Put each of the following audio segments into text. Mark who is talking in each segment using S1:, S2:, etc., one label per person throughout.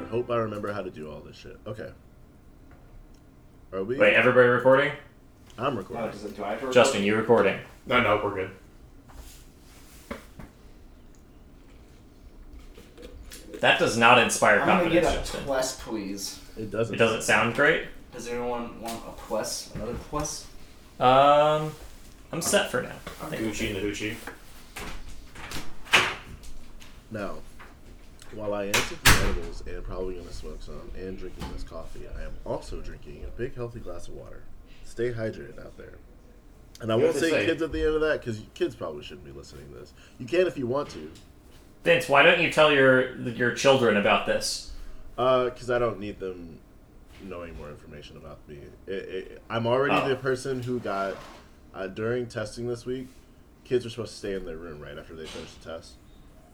S1: remember how to do all this shit. Okay. Are we?
S2: Wait, everybody recording?
S1: I'm
S3: No,
S1: recording.
S3: does it- do I have to record?
S2: Justin, you recording?
S4: No, no, we're good.
S2: That does not inspire
S3: I'm gonna get
S2: confidence,
S3: a
S2: Justin.
S3: plus, please.
S1: It doesn't.
S2: It doesn't sound great.
S3: Does anyone want a plus? Another plus?
S2: Um, I'm set for now. I think.
S4: Gucci and the Hoochie.
S1: Now, while I am taking edibles and probably gonna smoke some and drinking this coffee, I am also drinking a big healthy glass of water. Stay hydrated out there. And I
S4: You
S1: won't
S4: have to
S1: say
S4: say-
S1: kids at the end of that because kids probably shouldn't be listening to this. You can if you want to,
S2: Vince, why don't you tell your your children about this?
S1: because Uh, I don't need them knowing more information about me. It, it, I'm already
S2: Oh.
S1: the person who got uh, during testing this week. Kids were supposed to stay in their room right after they finished the test.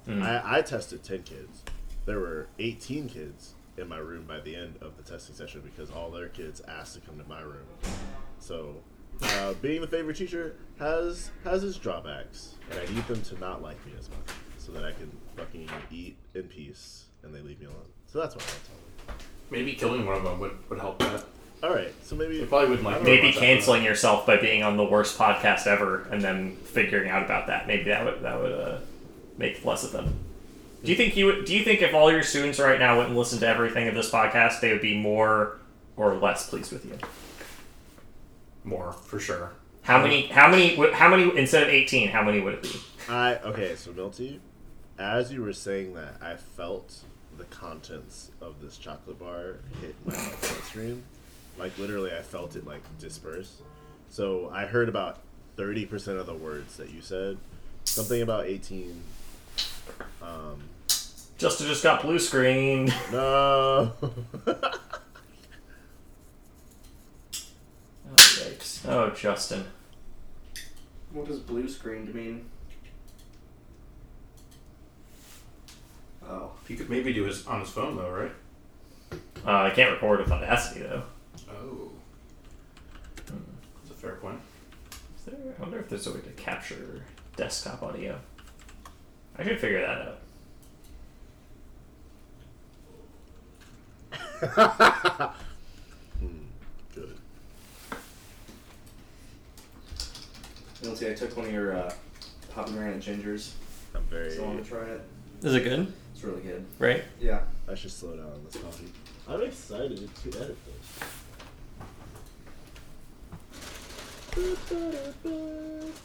S2: Hmm.
S1: I, I tested ten kids. There were eighteen kids in my room by the end of the testing session because all their kids asked to come to my room. So, uh, being the favorite teacher has has its drawbacks, and I need them to not like me as much so that I can fucking eat in peace and they leave me alone. So that's what I want to tell them.
S4: Maybe killing one of them would, would help that.
S1: All right, so maybe
S4: They probably wouldn't like
S1: don't
S2: Maybe canceling yourself by being on the worst podcast ever, and then figuring out about that. Maybe that would that would uh, make less of them. Do you think you would? Do you think if all your students right now wouldn't listen to everything of this podcast, they would be more or less pleased with you?
S4: more for sure.
S2: How many? How many? would- How many? Instead of eighteen, how many would it be?
S1: I okay. So Milty, as you were saying that, I felt the contents of this chocolate bar hit my like, bloodstream. Like literally, I felt it like disperse. So I heard about thirty percent of the words that you said. Something about eighteen. Um,
S2: Justin just got blue screened.
S1: no.
S2: Oh, yikes. Oh, Justin.
S3: What does blue screened mean? Oh.
S4: You could maybe do his on his phone though, right?
S2: Uh, I can't record with Audacity, though.
S4: Oh, that's a fair point.
S2: Is there, I wonder if there's a way to capture desktop audio. I could figure that out.
S1: Hmm, good.
S3: Nancy, I took one of your uh, pomegranate gingers.
S1: I'm very.
S3: So I want to try it.
S2: Is it good?
S3: It's really good.
S2: Right?
S3: Yeah.
S1: I should slow down on this coffee. I'm excited to edit this.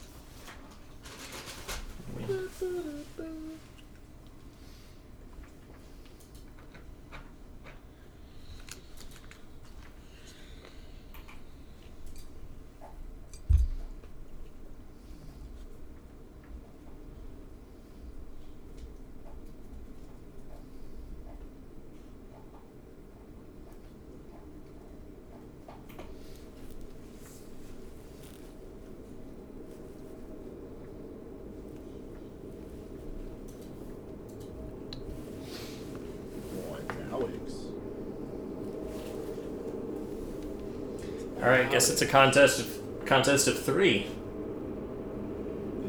S1: Boy, Alex.
S2: Alright, I guess it's a contest of, contest of three.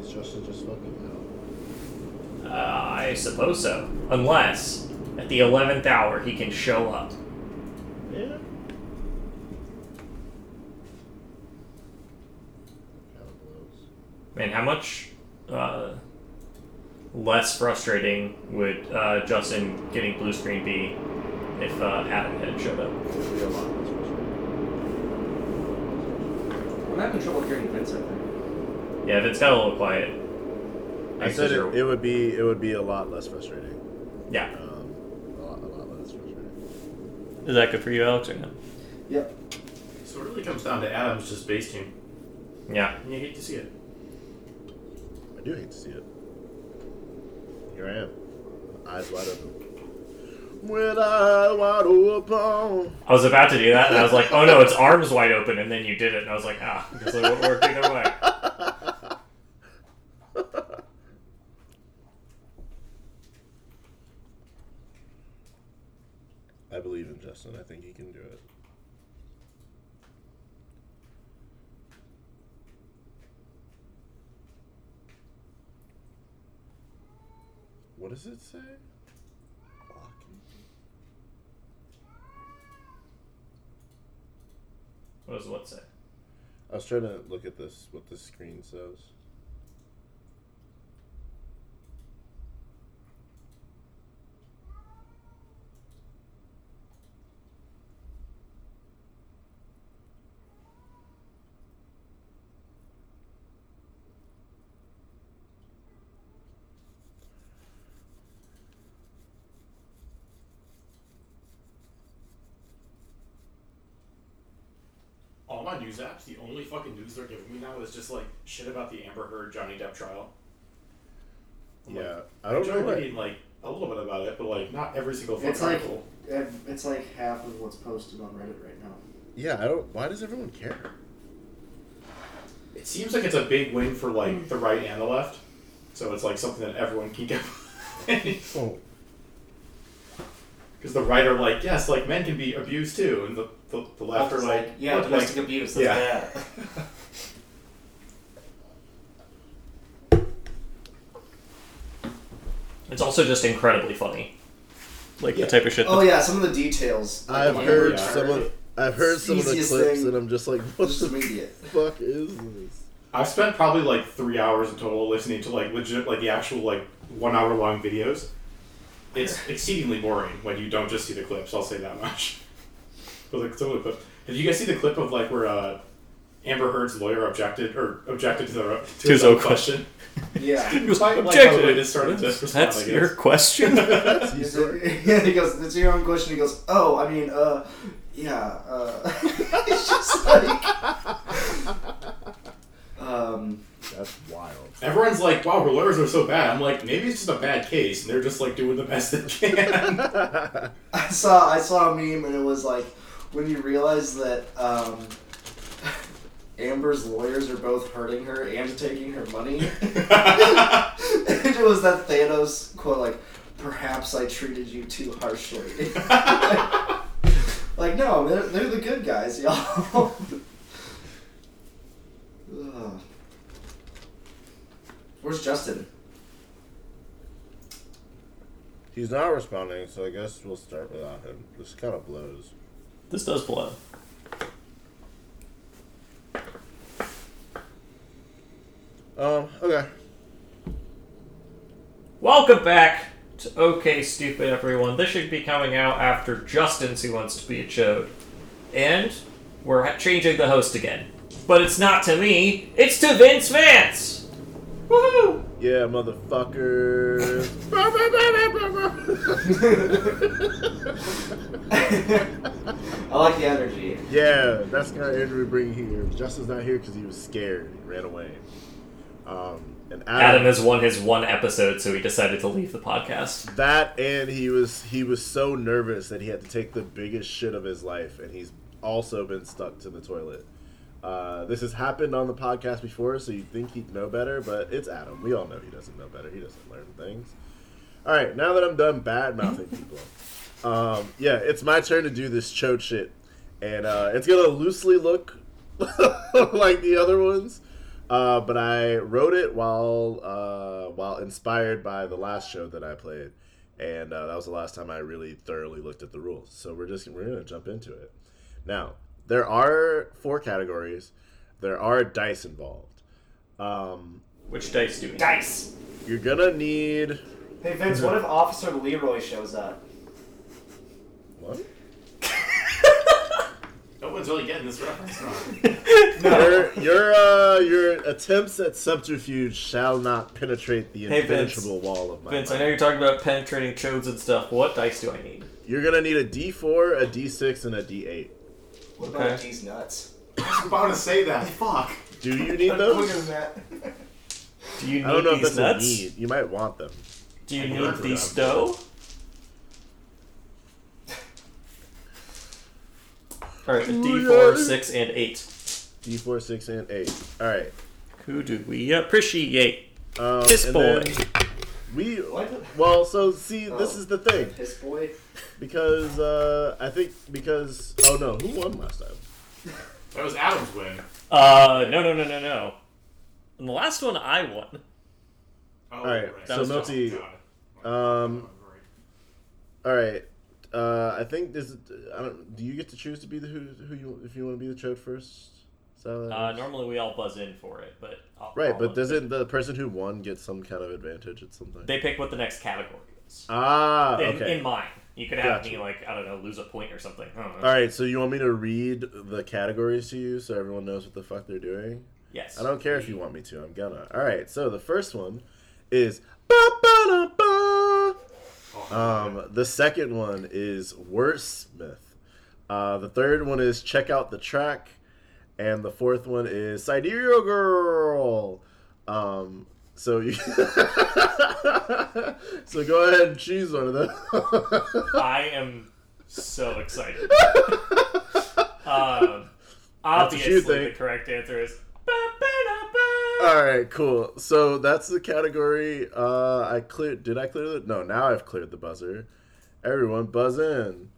S1: Is Justin just fucking
S2: Uh, I suppose so. Unless, at the 11th hour, he can show up.
S1: out? Yeah.
S2: Man, how much uh, less frustrating would uh, Justin getting blue screen be if uh, Adam had showed up?
S3: I'm having trouble hearing Vince, I think.
S2: Yeah, if it's got a little quiet.
S1: I said it, it would be it would be a lot less frustrating.
S2: Yeah.
S1: Um, a lot, a lot less frustrating.
S2: Is that good for you, Alex, or no?
S3: Yep.
S4: So it really comes down to Adams just base team.
S2: Yeah.
S4: And you hate to see it.
S1: I do hate to see it. Here I am, eyes wide open. With eyes wide open.
S2: I was about to do that, and I was like, oh no, it's arms wide open, and then you did it, and I was like, ah, because it won't work either way.
S1: I believe in Justin. I think he can do it. What does it say? Lock and key.
S2: What does what say?
S1: I was trying to look at this, what this screen says.
S4: All my news apps, the only fucking news they're giving me now is just like shit about the Amber Heard Johnny Depp trial. I'm like,
S1: Yeah, I don't know.
S4: Joe
S1: What,
S4: read, like a little bit about it, but like not every single fucking
S5: It's like
S4: article.
S5: ev- it's like half of what's posted on Reddit right now.
S1: yeah, I don't. Why does everyone care?
S4: It seems like it's a big win for
S5: Hmm.
S4: like the right and the left, so it's like something that everyone can get. Because
S1: Oh,
S4: the right are like, yes, like men can be abused too, and the the, the left are
S5: It's
S4: like,
S5: yeah,
S4: look,
S5: domestic abuse. That's
S4: yeah.
S5: bad.
S2: It's also just incredibly funny. Like the type of shit.
S5: Oh
S2: that-
S5: yeah, some of the details.
S1: I've
S5: Like,
S1: heard
S4: yeah.
S1: some of. I've heard
S5: It's
S1: some of the
S5: easiest
S1: clips,
S5: thing.
S1: and I'm just like, what
S5: It's
S1: the
S5: just immediate.
S1: fuck is this?
S4: I've spent probably like three hours in total listening to like legit like the actual like one hour long videos. It's exceedingly boring when you don't just see the clips. I'll say that much. but like some of the clip. Did you guys see the clip of like where uh, Amber Heard's lawyer objected or objected to the to,
S2: his
S4: his
S2: own
S4: own question?
S5: Yeah.
S2: He was
S4: Like, like,
S2: objected.
S4: how the way this started to respond, I
S2: That's
S4: guess.
S2: your question.
S1: That's
S5: Is
S1: useful.
S5: it- yeah, he goes, it's your own question. He goes, oh, I mean, uh, yeah, uh, it's just like, um,
S1: That's wild.
S4: Everyone's like, "Wow, her lawyers are so bad." I'm like, maybe it's just a bad case, and they're just like doing the best they can.
S5: I saw, I saw a meme and it was like, when you realize that, um, Amber's lawyers are both hurting her and taking her money. and it was that Thanos quote, like, perhaps I treated you too harshly. like, no, they're, they're the good guys, y'all. Ugh. Where's Justin?
S1: He's not responding, so I guess we'll start without him. This kind of blows.
S2: this does blow.
S1: Um. Okay.
S2: Welcome back to OK Stupid, everyone. This should be coming out after Justin's Who Wants to Be a Chode. And we're ha- changing the host again. But it's not to me, it's to Vince Vance! Woohoo!
S1: Yeah, motherfucker.
S5: I like the energy.
S1: yeah, that's the kind of Andrew we bring here. Justin's not here because he was scared. He ran away. Um, and
S2: Adam
S1: Adam,
S2: has won his one episode, so he decided to leave the podcast.
S1: that, and he was he was so nervous that he had to take the biggest shit of his life, and he's also been stuck to the toilet. Uh, this has happened on the podcast before, so you'd think he'd know better, but it's Adam. We all know he doesn't know better. He doesn't learn things. All right, now that I'm done bad mouthing people, um, yeah, it's my turn to do this chode shit, and uh, it's gonna loosely look like the other ones, uh, but I wrote it while uh, while inspired by the last show that I played, and uh, that was the last time I really thoroughly looked at the rules. So we're just we're gonna jump into it. Now there are four categories, there are dice involved. Um,
S2: Which dice do we Dice!
S1: you're gonna need
S5: Hey Vince, what if Officer Leroy shows up?
S1: what?
S4: no one's really getting this reference.
S1: your your uh, your attempts at subterfuge shall not penetrate the
S2: Hey, Vince.
S1: impenetrable wall of my
S2: Vince, I
S1: mind.
S2: know you're talking about penetrating chodes and stuff. What dice do I need?
S1: You're gonna need a D4, a D6, and a D8.
S5: What
S2: about if
S5: these nuts?
S4: I was about to say that. Fuck.
S1: Do you need those?
S5: that.
S2: Do you need
S1: I don't know if
S2: these
S1: that's
S2: nuts?
S1: a need. You might want them.
S2: Do you
S4: I
S2: need
S4: remember
S2: these
S4: them.
S2: dough? Alright, the D four, six, and eight.
S1: D4, six, and eight. All right.
S2: Who do we appreciate?
S1: Um,
S2: Piss
S1: and
S2: boy.
S1: then We
S5: What?
S1: well, so see, this
S5: Oh.
S1: is the thing
S5: Piss boy.
S1: because uh, I think because oh no, who won last time?
S4: That was Adam's win.
S2: Uh, no, no, no, no, no. And the last one I won.
S4: Oh,
S1: right, so
S4: That was
S1: Milty-
S4: Justin.
S1: Um,
S4: God.
S1: All right. Uh, I think there's. I don't. Do you get to choose to be the who? Who you? If you want to be the chode first. So
S2: Uh, normally we all buzz in for it, but I'll,
S1: Mm-hmm. Right,
S2: I'll-
S1: but doesn't the person who won get some kind of advantage at something?
S2: they pick what the next category is?
S1: ah,
S2: In,
S1: okay.
S2: in mine, you could have
S1: Gotcha.
S2: me like I don't know, lose a point or something. I don't know.
S1: All right, so you want me to read the categories to you so everyone knows what the fuck they're doing?
S2: Yes.
S1: I don't care if you want me to. I'm gonna. All right. So the first one is. ba-ba-da-ba. Um, the second one is wordsmith. Uh, the third one is check out the track, and the fourth one is sidereal girl. Um, so you. so go ahead and choose one of them.
S2: I am so excited. um,
S1: you
S2: obviously,
S1: think.
S2: the correct answer is. ba-ba-da-ba.
S1: All right, cool. So that's the category. Uh, I cleared. Did I clear the? No, now I've cleared the buzzer. Everyone, buzz in.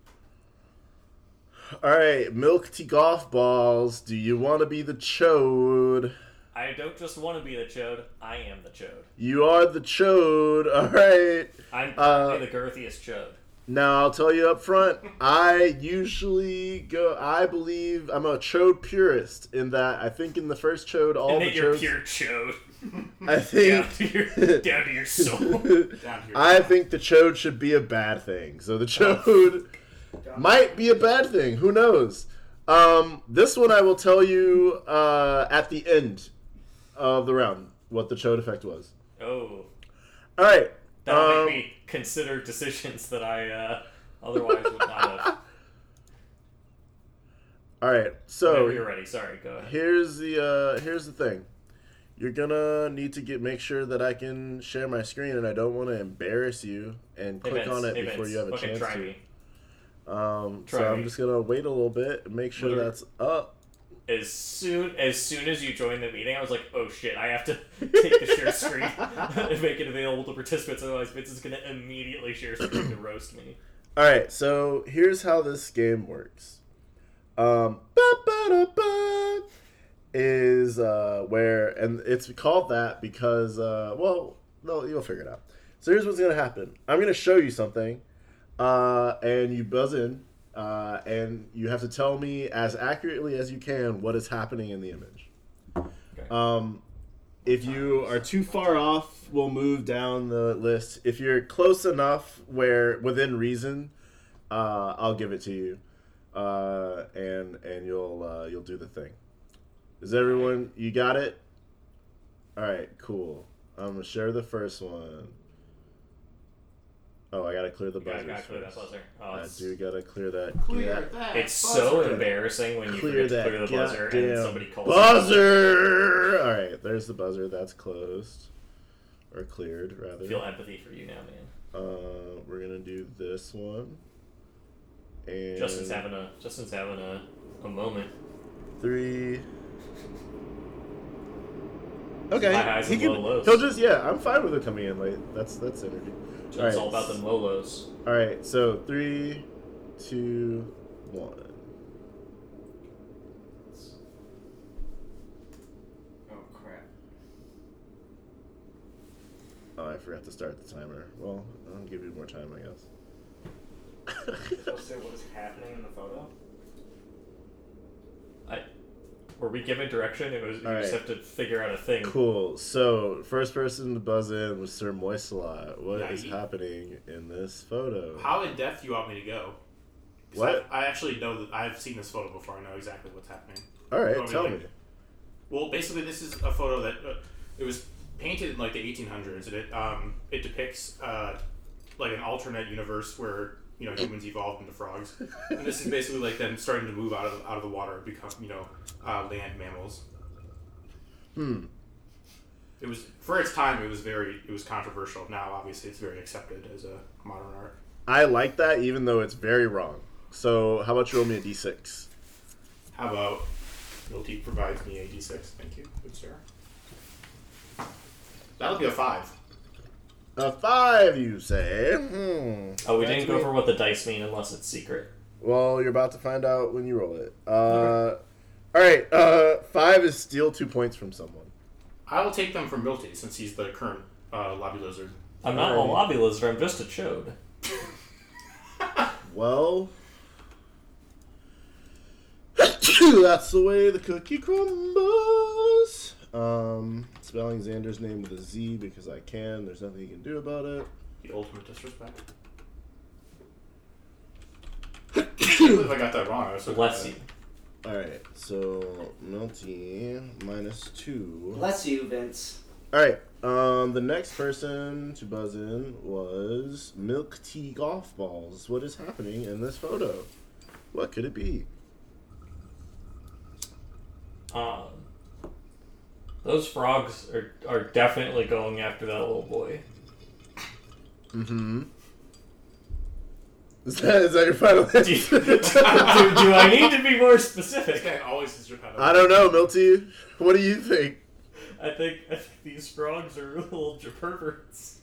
S1: All right, milk tea golf balls. Do you want to be the chode?
S2: I don't just want to be the chode. I am the chode.
S1: You are the chode. All right.
S2: I'm
S1: Uh,
S2: probably the girthiest chode.
S1: Now I'll tell you up front. I usually go. I believe I'm a chode purist in that I think in the first chode all
S2: And
S1: the
S2: that you're
S1: chodes.
S2: pure chode.
S1: I
S2: Down
S1: think.
S2: to your, down to your soul.
S4: Down here.
S1: I think the chode should be a bad thing. So the chode might be a bad thing. Who knows? Um, this one I will tell you uh, at the end of the round what the chode effect was.
S2: Oh.
S1: All right.
S2: That'll
S1: um,
S2: make me consider decisions that I uh, otherwise would not have.
S1: All right.
S2: Oh,
S1: So
S2: you're ready. Sorry, go ahead.
S1: here's the uh, here's the thing. You're gonna need to get make sure that I can share my screen, and I don't want to embarrass you and click
S2: Events,
S1: on it
S2: events.
S1: before you have a
S2: Fucking
S1: chance
S2: try
S1: to.
S2: me.
S1: Um, so
S2: Try
S1: I'm
S2: me.
S1: just gonna wait a little bit, and make sure
S2: Literally.
S1: that's up.
S2: As soon as soon as you joined the meeting, I was like, "Oh shit! I have to take the share screen and make it available to participants. Otherwise, Vince is gonna immediately share screen to roast me."
S1: All right, so here's how this game works. Um, ba-ba-da-ba is uh, where, and it's called that because, uh, well, no, you'll figure it out. So here's what's gonna happen. I'm gonna show you something, uh, and you buzz in, uh, and you have to tell me as accurately as you can what is happening in the image.
S2: Okay.
S1: Um, if you are too far off, we'll move down the list. If you're close enough, where within reason, uh, I'll give it to you, uh, and and you'll uh, you'll do the thing. Is everyone you got it? All right, cool. I'm gonna share the first one. Oh, I gotta clear the
S2: You guys
S1: buzzer.
S2: gotta clear that buzzer. Oh,
S1: I
S2: it's,
S1: do gotta clear that. that-
S2: it's so embarrassing when you
S1: Clear
S2: forget to
S1: that
S2: clear the buzzer and
S1: goddamn
S2: somebody calls.
S1: buzzer. All right, there's the buzzer. That's closed or cleared rather.
S2: I feel empathy for you now, man.
S1: Uh, we're gonna do this one. And
S2: Justin's having a Justin's having a, a moment.
S1: three. Okay,
S2: High highs and low lows.
S1: He'll just yeah. I'm fine with it coming in late. That's that's energy.
S2: It's
S1: All right.
S2: all about the lolos.
S1: All right, so three, two, one.
S3: Oh crap.
S1: Oh, I forgot to start the timer. Well, I'll give you more time, I guess.
S3: Supposed to say what is happening in the photo?
S2: I were we given direction? It was you
S1: All
S2: just
S1: right.
S2: have to figure out a thing.
S1: Cool. So, first person to buzz in was Sir Moiselot. What is
S4: Nice.
S1: happening in this photo?
S4: How in depth do you want me to go? 'Cause
S1: What?
S4: I, I actually know that I've seen this photo before. I know exactly what's happening.
S1: All
S4: You
S1: right,
S4: want
S1: tell
S4: to,
S1: me.
S4: like- Well, basically, this is a photo that uh, it was painted in like the 1800s, and it um, it depicts uh, like an alternate universe where you know humans evolved into frogs, and this is basically like them starting to move out of out of the water and become you know uh, land mammals.
S1: Hmm.
S4: It was for its time. It was very it was controversial. Now, obviously, it's very accepted as a modern art.
S1: I like that, even though it's very wrong. So, how about you roll me a d6?
S4: How about Milty provides me a d6? Thank you, good sir. That'll be a five.
S1: A five, you say? Hmm.
S2: Oh, we
S1: That's
S2: didn't go
S1: me.
S2: for what the dice mean unless it's secret.
S1: Well, you're about to find out when you roll it. Uh, All right. Uh, five is steal two points from someone.
S4: I will take them from Milty since he's the current uh, lobby lizard.
S2: I'm not a
S1: Alrighty.
S2: lobby lizard. I'm just a chode.
S1: Well, that's the way the cookie crumbles. Um, spelling Xander's name with a Z because I can. There's nothing you can do about it.
S4: The ultimate disrespect. I can't believe I got that wrong. I was so
S2: Bless you.
S4: confident.
S1: All right, so Melty minus two.
S5: Bless you, Vince.
S1: All right. Um, the next person to buzz in was Milk Tea Golf Balls. What is happening in this photo? What could it be?
S2: Um, those frogs are, are definitely going after that little boy.
S1: Mm-hmm. Is that, is that your final
S2: do, do,
S1: answer?
S2: do I need to be more
S4: This
S2: specific?
S4: guy always is repetitive.
S1: I don't know, Milty. What do you think?
S2: I think, I think these frogs are little perverts.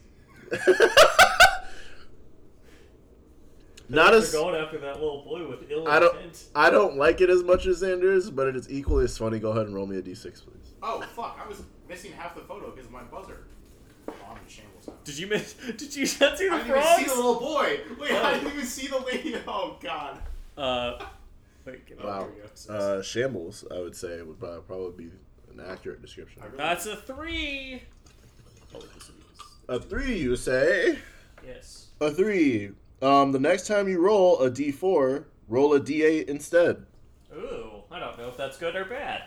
S1: Not
S2: They're
S1: as
S2: going after that little boy with ill
S1: I don't-
S2: intent.
S1: I don't like it as much as Xander's, but it is equally as funny. Go ahead and roll me a d6, please.
S4: Oh fuck! I was missing half the photo because of my buzzer. Oh, I'm in shambles now.
S2: Did you miss? Did you not see the
S4: I didn't even see the
S2: frogs?
S4: little boy. Wait, I didn't even see the lady. Oh god.
S2: Uh, wait, give me-
S4: Wow.
S1: Wow.
S4: there we go.
S1: Uh, shambles, I would say, would prob- probably be an accurate description.
S4: I really
S2: that's a three.
S4: Oh, this is-
S1: A three, you say?
S2: Yes.
S1: A three. Um, the next time you roll a d4, roll a d8 instead.
S2: Ooh, I don't know if that's good or bad.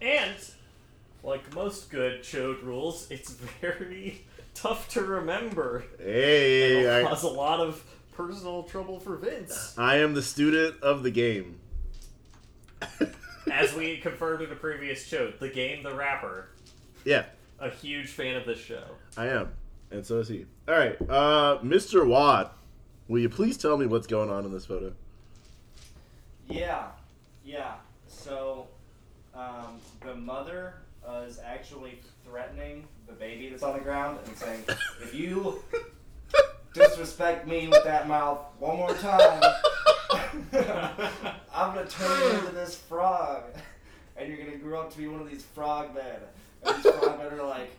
S2: And, like most good chode rules, it's very tough to remember. It'll
S1: Hey, I,
S2: cause a lot of personal trouble for Vince,
S1: I am the student of the game.
S2: as we confirmed in a previous chode. The game, the rapper,
S1: yeah,
S2: a huge fan of this show.
S1: I am, and so is he. All right, uh, Mr. Wad, will you please tell me what's going on in this photo?
S5: Yeah, yeah. So, um, the mother uh, is actually threatening the baby that's on the ground and saying, "If you disrespect me with that mouth one more time, I'm gonna turn you into this frog, and you're gonna grow up to be one of these frogmen." And these frogmen are like,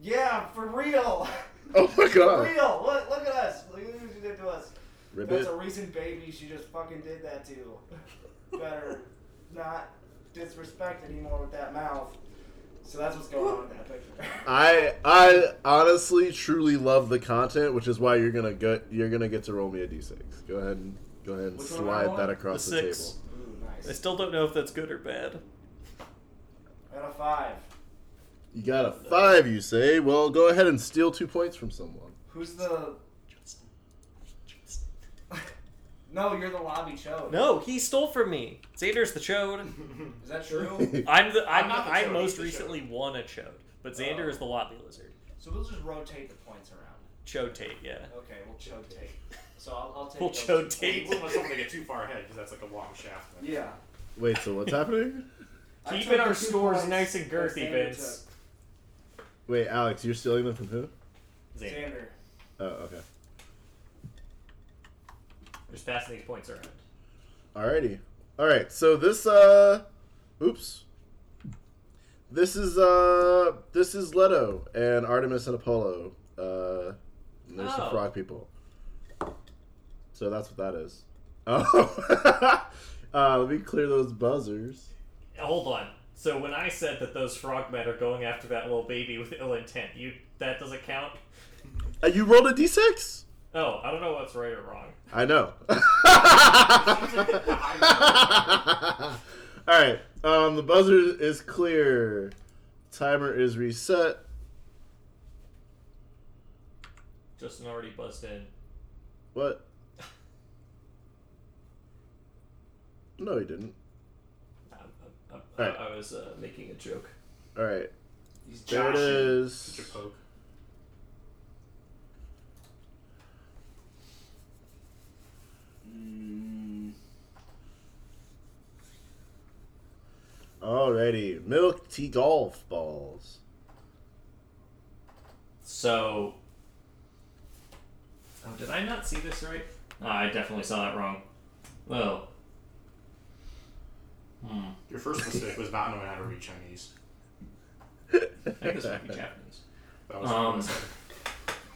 S5: "Yeah, for real."
S1: Oh my
S5: For
S1: god!
S5: real! Look, look at us! Look at what she did to us!
S1: Ribbit.
S5: That's a recent baby she just fucking did that to. Better not disrespect anymore with that mouth. So that's what's going on in that picture.
S1: I I honestly truly love the content, which is why you're gonna get you're gonna get to roll me a d6. Go ahead and go ahead and
S5: Which one am I
S1: slide
S5: on?
S1: that across
S2: The
S1: the,
S2: six.
S1: table.
S5: Ooh,
S2: I
S5: nice.
S2: still don't know if that's good or bad.
S5: Out of five.
S1: You got a five, you say? Well, go ahead and steal two points from someone.
S5: Who's the. No, you're the lobby chode.
S2: No, he stole from me. Xander's the chode.
S5: Is that true?
S2: I'm the I'm,
S4: I'm not the
S2: I
S4: chode,
S2: most
S4: he's the
S2: recently won a chode, but Xander
S5: Oh.
S2: is the lobby lizard.
S5: so we'll just rotate the points around.
S2: Chode tape, yeah.
S5: Okay, we'll chode take. So I'll, I'll take.
S2: We'll
S5: those
S2: chode
S5: two
S2: tape.
S4: Hey, wouldn't want someone to get too far ahead because that's like a long shaft.
S5: points. Yeah.
S1: Wait, so what's happening?
S5: I
S2: Keeping
S5: took
S2: our
S5: two
S2: scores
S5: points
S2: nice and
S5: that
S2: girthy,
S5: Xander
S2: Vince.
S1: Wait, Alex, you're stealing them from who?
S5: took.
S2: Xander.
S5: Xander.
S1: Oh, okay.
S2: Just passing these points around.
S1: Alrighty. Alright, so this uh oops. This is uh this is Leto and Artemis and Apollo. Uh and there's
S2: Oh.
S1: some frog people. So that's what that is. Oh uh let me clear those buzzers.
S2: Hold on. So when I said that those frogmen are going after that little baby with ill intent, you that doesn't count?
S1: Uh, you rolled a D six?
S2: Oh, I don't know what's right or wrong.
S1: I know. All right. Um, the buzzer is clear. Timer is reset.
S2: Justin already buzzed in.
S1: What? No, he didn't.
S2: I, I, I,
S1: Alright.
S2: Um, I was uh, making a joke.
S1: All right.
S4: He's
S1: There it is.
S4: Poke.
S5: Mm,
S1: Alrighty. Milk tea golf balls.
S2: So, oh, did I not see this right? Ah, I definitely saw that wrong. Well, hmm.
S4: Your first mistake was not knowing how to read Chinese.
S2: Um, I think this might be Japanese.
S4: That was
S2: Um.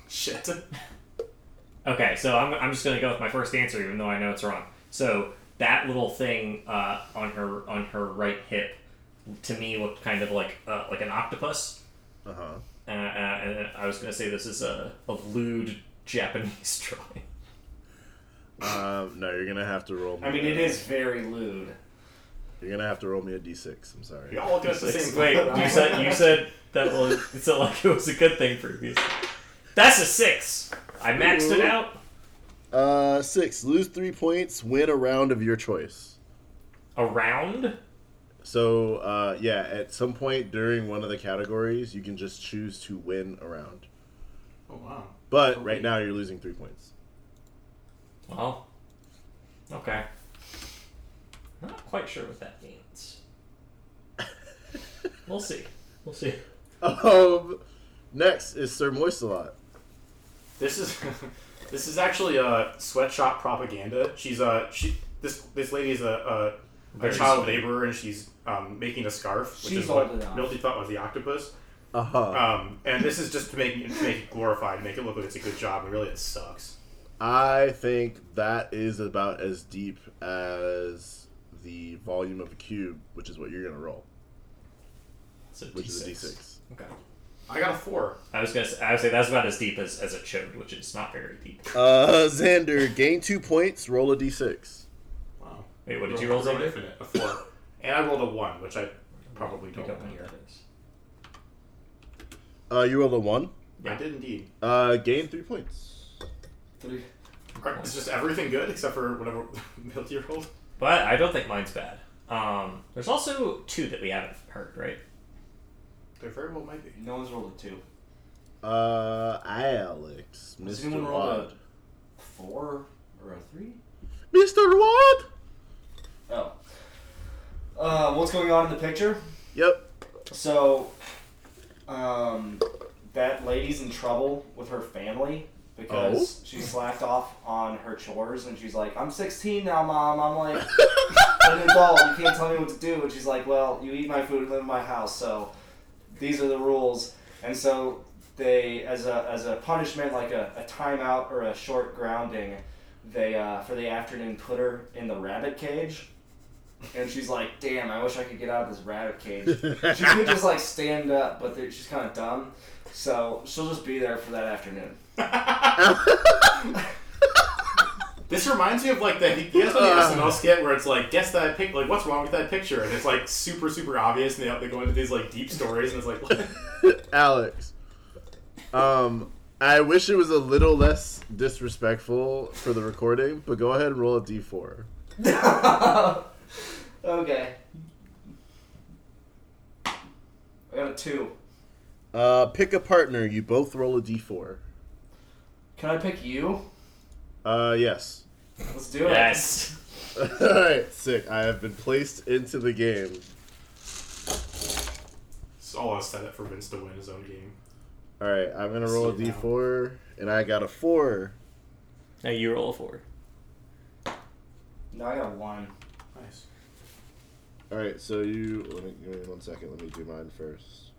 S4: Shit.
S2: Okay, so I'm, I'm just gonna go with my first answer, even though I know it's wrong. So that little thing uh, on her on her right hip, to me, looked kind of like uh, like an octopus.
S1: Uh huh.
S2: Uh, uh, and I was gonna say this is a, a lewd Japanese drawing.
S1: Um, no, you're gonna have to roll. Me
S5: I mean,
S1: a-
S5: it is very lewd.
S1: You're gonna have to roll me a d6. I'm sorry.
S4: You all do us the same
S2: Wait,
S4: thing.
S2: you said you said that was it's not like it was a good thing previously. That's a six. I maxed it out.
S1: Uh, six. Lose three points. Win a round of your choice.
S2: A round.
S1: So, uh, yeah, at some point during one of the categories, you can just choose to win a round.
S4: Oh wow.
S1: But right now, you're losing three points.
S2: Well, okay. Not quite sure what that means. We'll see. We'll see.
S1: Um, next is Sir Moiselot.
S4: This is this is actually a sweatshop propaganda. She's a she. This this lady is a a, a
S2: Very
S4: child
S2: sweet.
S4: laborer, and she's um, making a scarf, which
S5: She's
S4: is
S5: old
S4: what
S5: enough.
S4: Milty thought was the octopus.
S1: Uh huh.
S4: Um, and this is just to make to make it glorified, make it look like it's a good job, and really it sucks.
S1: I think that is about as deep as the volume of a cube, which is what you're gonna roll,
S2: It's a
S1: which is a
S2: D6.
S1: d6.
S2: Okay.
S4: I got a four.
S2: I was gonna. Say, I would say that's about as deep as, as a chode, which is not very deep.
S1: Uh, Xander, gain two points. Roll a d6
S4: Wow.
S2: Wait, what did you roll,
S4: Rolled
S2: Xander?
S4: infinite, A four. and I rolled a one, which I probably don't
S2: Pick up
S4: want
S2: on
S4: to hear.
S2: that is.
S1: Uh, you rolled a one.
S4: I did indeed.
S1: Uh, gain three points.
S5: Three.
S4: Are- Is just everything good except for whatever Milty rolled?
S2: But I don't think mine's bad. Um, there's also two that we haven't heard, right?
S4: There very well might be.
S5: No one's rolled a two.
S1: Uh, Alex,
S5: Does
S1: Mr.
S5: anyone roll a-
S1: Wad.
S5: Four or a three?
S1: Mr. Wad.
S5: Oh. Uh, what's going on in the picture?
S1: Yep.
S5: So, um, that lady's in trouble with her family because she slacked off on her chores and she's like, I'm 16 now, mom. I'm like an adult. You can't tell me what to do. And she's like, Well, you eat my food and live in my house, so these are the rules. And so they, as a, as a punishment, like a, a timeout or a short grounding, they, uh, for the afternoon, put her in the rabbit cage. And she's like, damn, I wish I could get out of this rabbit cage she could just like stand up, but they're- she's kind of dumb, so she'll just be there for that afternoon.
S4: This reminds me of like the you guys know
S1: Uh.
S4: the SNL skit where it's like guess that pic like what's wrong with that picture and it's like super super obvious and they, they go into these like deep stories and it's like what?
S1: Alex. Um, I wish it was a little less disrespectful for the recording, but go ahead and roll a d4.
S5: okay. I got a two.
S1: Uh, pick a partner. You both roll a d4.
S5: Can I pick you?
S1: Uh, yes.
S5: Let's do it.
S2: Yes.
S1: Alright, sick. I have been placed into the game.
S4: it's all aesthetic for Vince to win his own game.
S1: Alright, I'm gonna roll a
S4: See now.
S1: d4, and I got a 4.
S2: Now you roll a four.
S5: No, I got a one.
S4: Nice.
S1: All right, so you let me give me one second. Let me do mine first.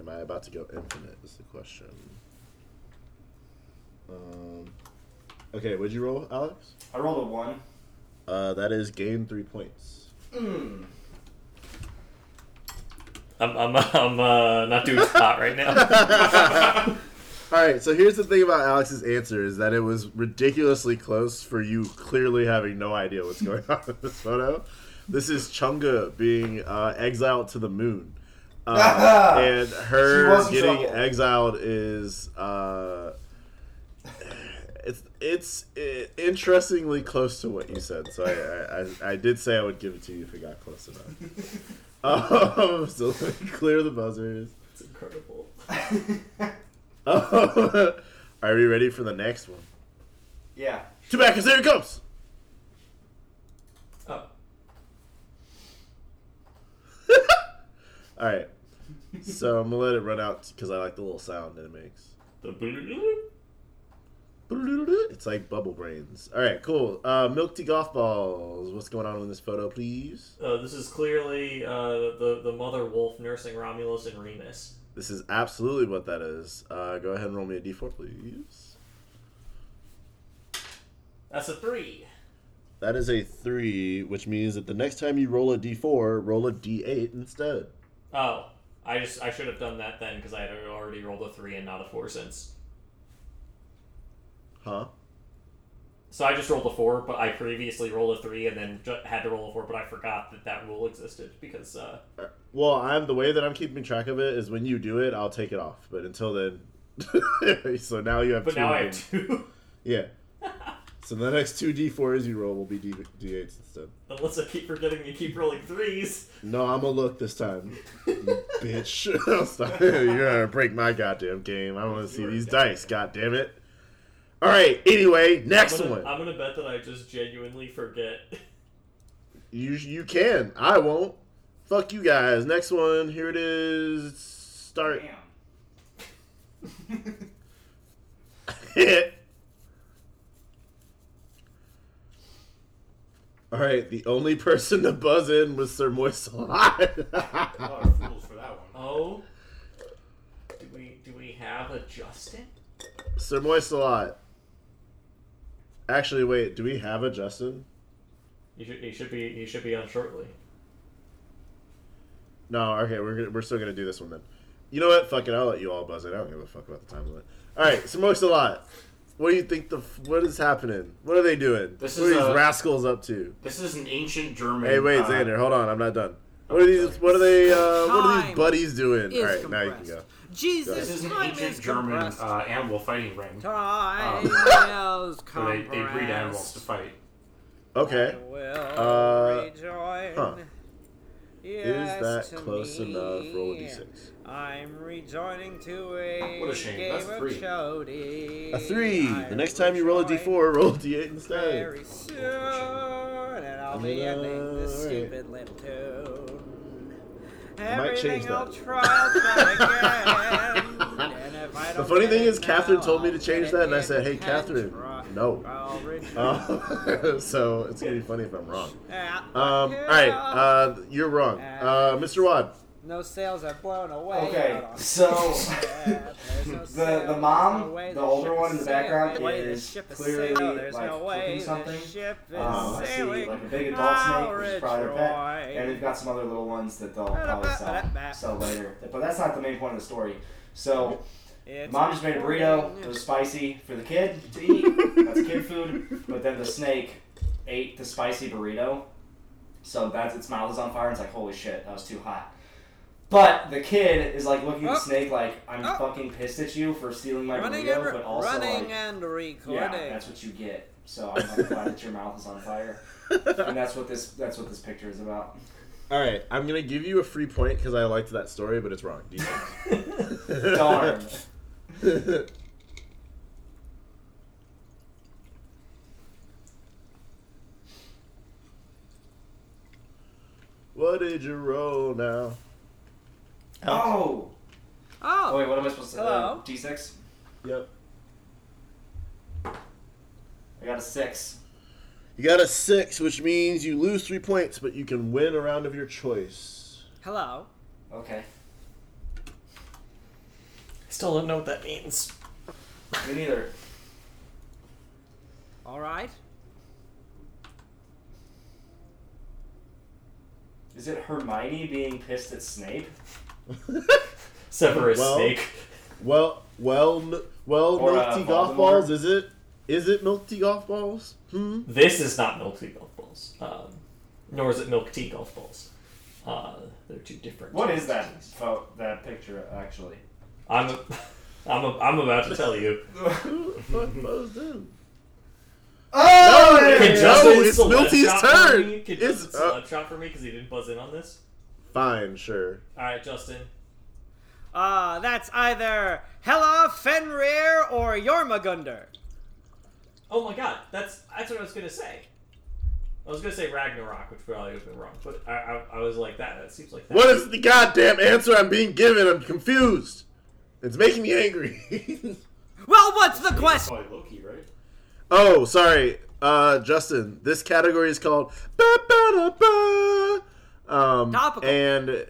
S1: Am I about to go infinite? Is the question. Um, okay, what'd you roll, Alex?
S5: I rolled a one.
S1: Uh, that is gain three points.
S5: Mm.
S2: I'm I'm, I'm uh, not doing hot right now.
S1: All right, so here's the thing about Alex's answer is that it was ridiculously close for you clearly having no idea what's going on in this photo. This is Chunga being uh, exiled to the moon. Uh, and
S5: She
S1: her
S5: was in
S1: getting
S5: trouble.
S1: exiled is uh, it's it's i interestingly close to what you said. So I, I, I, I did say I would give it to you if it got close enough. um, so let me clear the buzzers.
S2: It's incredible.
S1: Oh, are we ready for the next one?
S5: yeah.
S1: Two back, cause here it comes.
S2: Oh,
S1: All right, so I'm gonna let it run out because I like the little sound that it makes.
S2: the blue.
S1: It's like bubble brains. All right, cool. Uh, milk tea golf balls. What's going on in this photo, please?
S2: Uh, this is clearly uh, the the mother wolf nursing Romulus and Remus.
S1: This is absolutely what that is. Uh, go ahead and roll me a d4, please.
S2: That's a three.
S1: That is a three, which means that the next time you roll a d4, roll a d8 instead.
S2: Oh, I just I should have done that then because I had already rolled a three and not a four since.
S1: Huh?
S2: So I just rolled a four, but I previously rolled a three and then ju- had to roll a four, but I forgot that that rule existed because uh,
S1: Well, I'm the way that I'm keeping track of it is when you do it, I'll take it off. But until then, so now you have.
S2: But
S1: two of
S2: now I
S1: them.
S2: have two.
S1: Yeah. so the next two d4s you roll will be D- d8s instead.
S2: Unless I keep forgetting to keep rolling threes.
S1: No, I'm gonna look this time, you bitch. Stop. You're gonna break my goddamn game. I want to see
S2: You're
S1: these
S2: a
S1: dice. God damn it. All right. Anyway, next
S2: I'm gonna,
S1: one.
S2: I'm gonna bet that I just genuinely forget.
S1: You you can. I won't. Fuck you guys. Next one. Here it is. Start.
S3: Damn.
S1: All right. The only person to buzz in was Sir
S4: A
S1: Moisel.
S4: lot of fools for that one.
S2: Oh, do we do we have a Justin?
S1: Sir Moiselot. Actually, wait. Do we have a Justin?
S2: You should you should be you should be on shortly.
S1: No. Okay. We're gonna, we're still gonna do this one then. You know what? Fuck it. I'll let you all buzz in. I don't give a fuck about the time limit. All right. Sir Moiselot. What do you think the f- what is happening? What are they doing?
S6: This
S1: what
S6: is
S1: are these
S6: a-
S1: rascals up to?
S6: This is an ancient German.
S1: Hey, wait,
S6: uh,
S1: Xander, hold on, I'm not done. What are these? What are they? Uh, what are these
S7: Time
S1: buddies doing? All
S7: is
S1: right,
S7: compressed.
S1: now you can go.
S7: Jesus,
S6: This is an
S7: time
S6: ancient
S7: is
S6: German
S7: compressed.
S6: uh, animal fighting ring. So
S7: time is
S6: they,
S7: compressed.
S6: they breed animals to fight.
S1: Okay,
S7: I will
S1: Uh,
S7: rejoin.
S1: huh.
S7: Yes,
S1: is
S7: to
S1: that close
S7: me.
S1: enough? Roll a d6.
S7: I'm rejoining to a,
S6: What a shame.
S7: game
S6: That's
S7: of
S6: three.
S7: Chody.
S1: A three.
S7: I
S1: The next time you roll a
S7: rejoin
S1: d4, roll a d8 instead.
S7: Very soon, and I'll be ending this
S1: Alright.
S7: stupid little tune.
S1: I might change
S7: Everything I'll
S1: that.
S7: try, I'll try again. and if I
S1: The
S7: don't
S1: funny
S7: get
S1: thing
S7: it
S1: is, Catherine
S7: now,
S1: told me
S7: I'll
S1: to change
S7: get it
S1: that, and I
S7: in
S1: said, "Hey,
S7: ten
S1: Catherine,
S7: try-
S1: no."
S7: I'll return.
S1: Uh, so it's gonna be funny if I'm wrong.
S7: Ah,
S1: Um, all right, uh, you're wrong, uh, Mr. Wad.
S7: no sales are blown away. out
S5: Okay,
S7: on-
S5: so
S7: Yeah, there's no
S5: the
S7: sail,
S5: the
S7: there's
S5: mom,
S7: no way
S5: the older
S7: ship
S5: one in
S7: is
S5: the background
S7: sailing. Way the
S5: is
S7: ship is
S5: clearly
S7: sailing, Oh, there's
S5: like
S7: no way
S5: cooking
S7: the
S5: something.
S7: ship is
S5: Um, I see,
S7: sailing.
S5: like a big adult snake, which is probably their pet,
S7: Outrage,
S5: and they've got some other little ones that they'll probably sell, sell later. But that's not the main point of the story. So,
S7: It's
S5: mom just made a burrito. It was spicy for the kid to eat. That's kid food. But then the snake ate the spicy burrito, so that's its mouth is on fire. And it's like, holy shit, that was too hot. But the kid is like looking at
S7: Oh.
S5: the snake like, I'm
S7: Oh.
S5: fucking pissed at you for stealing my
S7: running
S5: burrito,
S7: and, re-
S5: but also
S7: running
S5: like,
S7: and recording.
S5: yeah, that's what you get. So I'm I'm glad that your mouth is on fire, and that's what this that's what this picture is about.
S1: All right, I'm gonna give you a free point because I liked that story, but it's wrong. D6.
S5: Darn.
S1: what did you roll now?
S5: oh.
S7: oh,
S5: Oh wait, what am I supposed to? Uh,
S7: Hello?
S5: D6.
S1: Yep.
S5: I got a six.
S1: You got a six, which means you lose three points, but you can win a round of your choice.
S7: hello.
S5: Okay.
S2: Still don't know what that means.
S5: Me neither.
S7: All right.
S5: Is it Hermione being pissed at Snape?
S2: Severus
S1: Well-
S2: Snake.
S1: Well, well, m- well,
S5: Or,
S1: milk
S5: uh,
S1: tea golf
S5: Voldemort.
S1: balls. Is it? Is it milk tea golf balls? Hmm.
S2: This is not milk tea golf balls, um, nor is it milk tea golf balls. Uh, they're two different.
S5: What is that? Fo- that picture actually.
S2: I'm, a, I'm, a, I'm about to tell you.
S1: Who the fuck buzzed in?
S5: Oh!
S1: No,
S2: Can
S1: it's
S2: Justin
S1: Milty's
S2: celeb shot
S1: turn.
S2: For me? Can
S1: It's-
S2: Justin
S1: uh,
S2: celeb shot for me because he didn't buzz in on this?
S1: Fine, sure.
S2: All right, Justin.
S7: Uh, that's either Hella Fenrir or Jormungandr.
S2: Oh my God, that's that's what I was gonna say. I was gonna say Ragnarok, which probably would have been wrong, but I, I, I was like that. That seems like that.
S1: What is the goddamn answer I'm being given? I'm confused. It's making me angry.
S7: Well, what's the
S4: That's
S7: question?
S4: probably Loki, right?
S1: oh, sorry, uh, Justin. This category is called. Ba-ba-da-ba. Um,
S7: Topical.
S1: And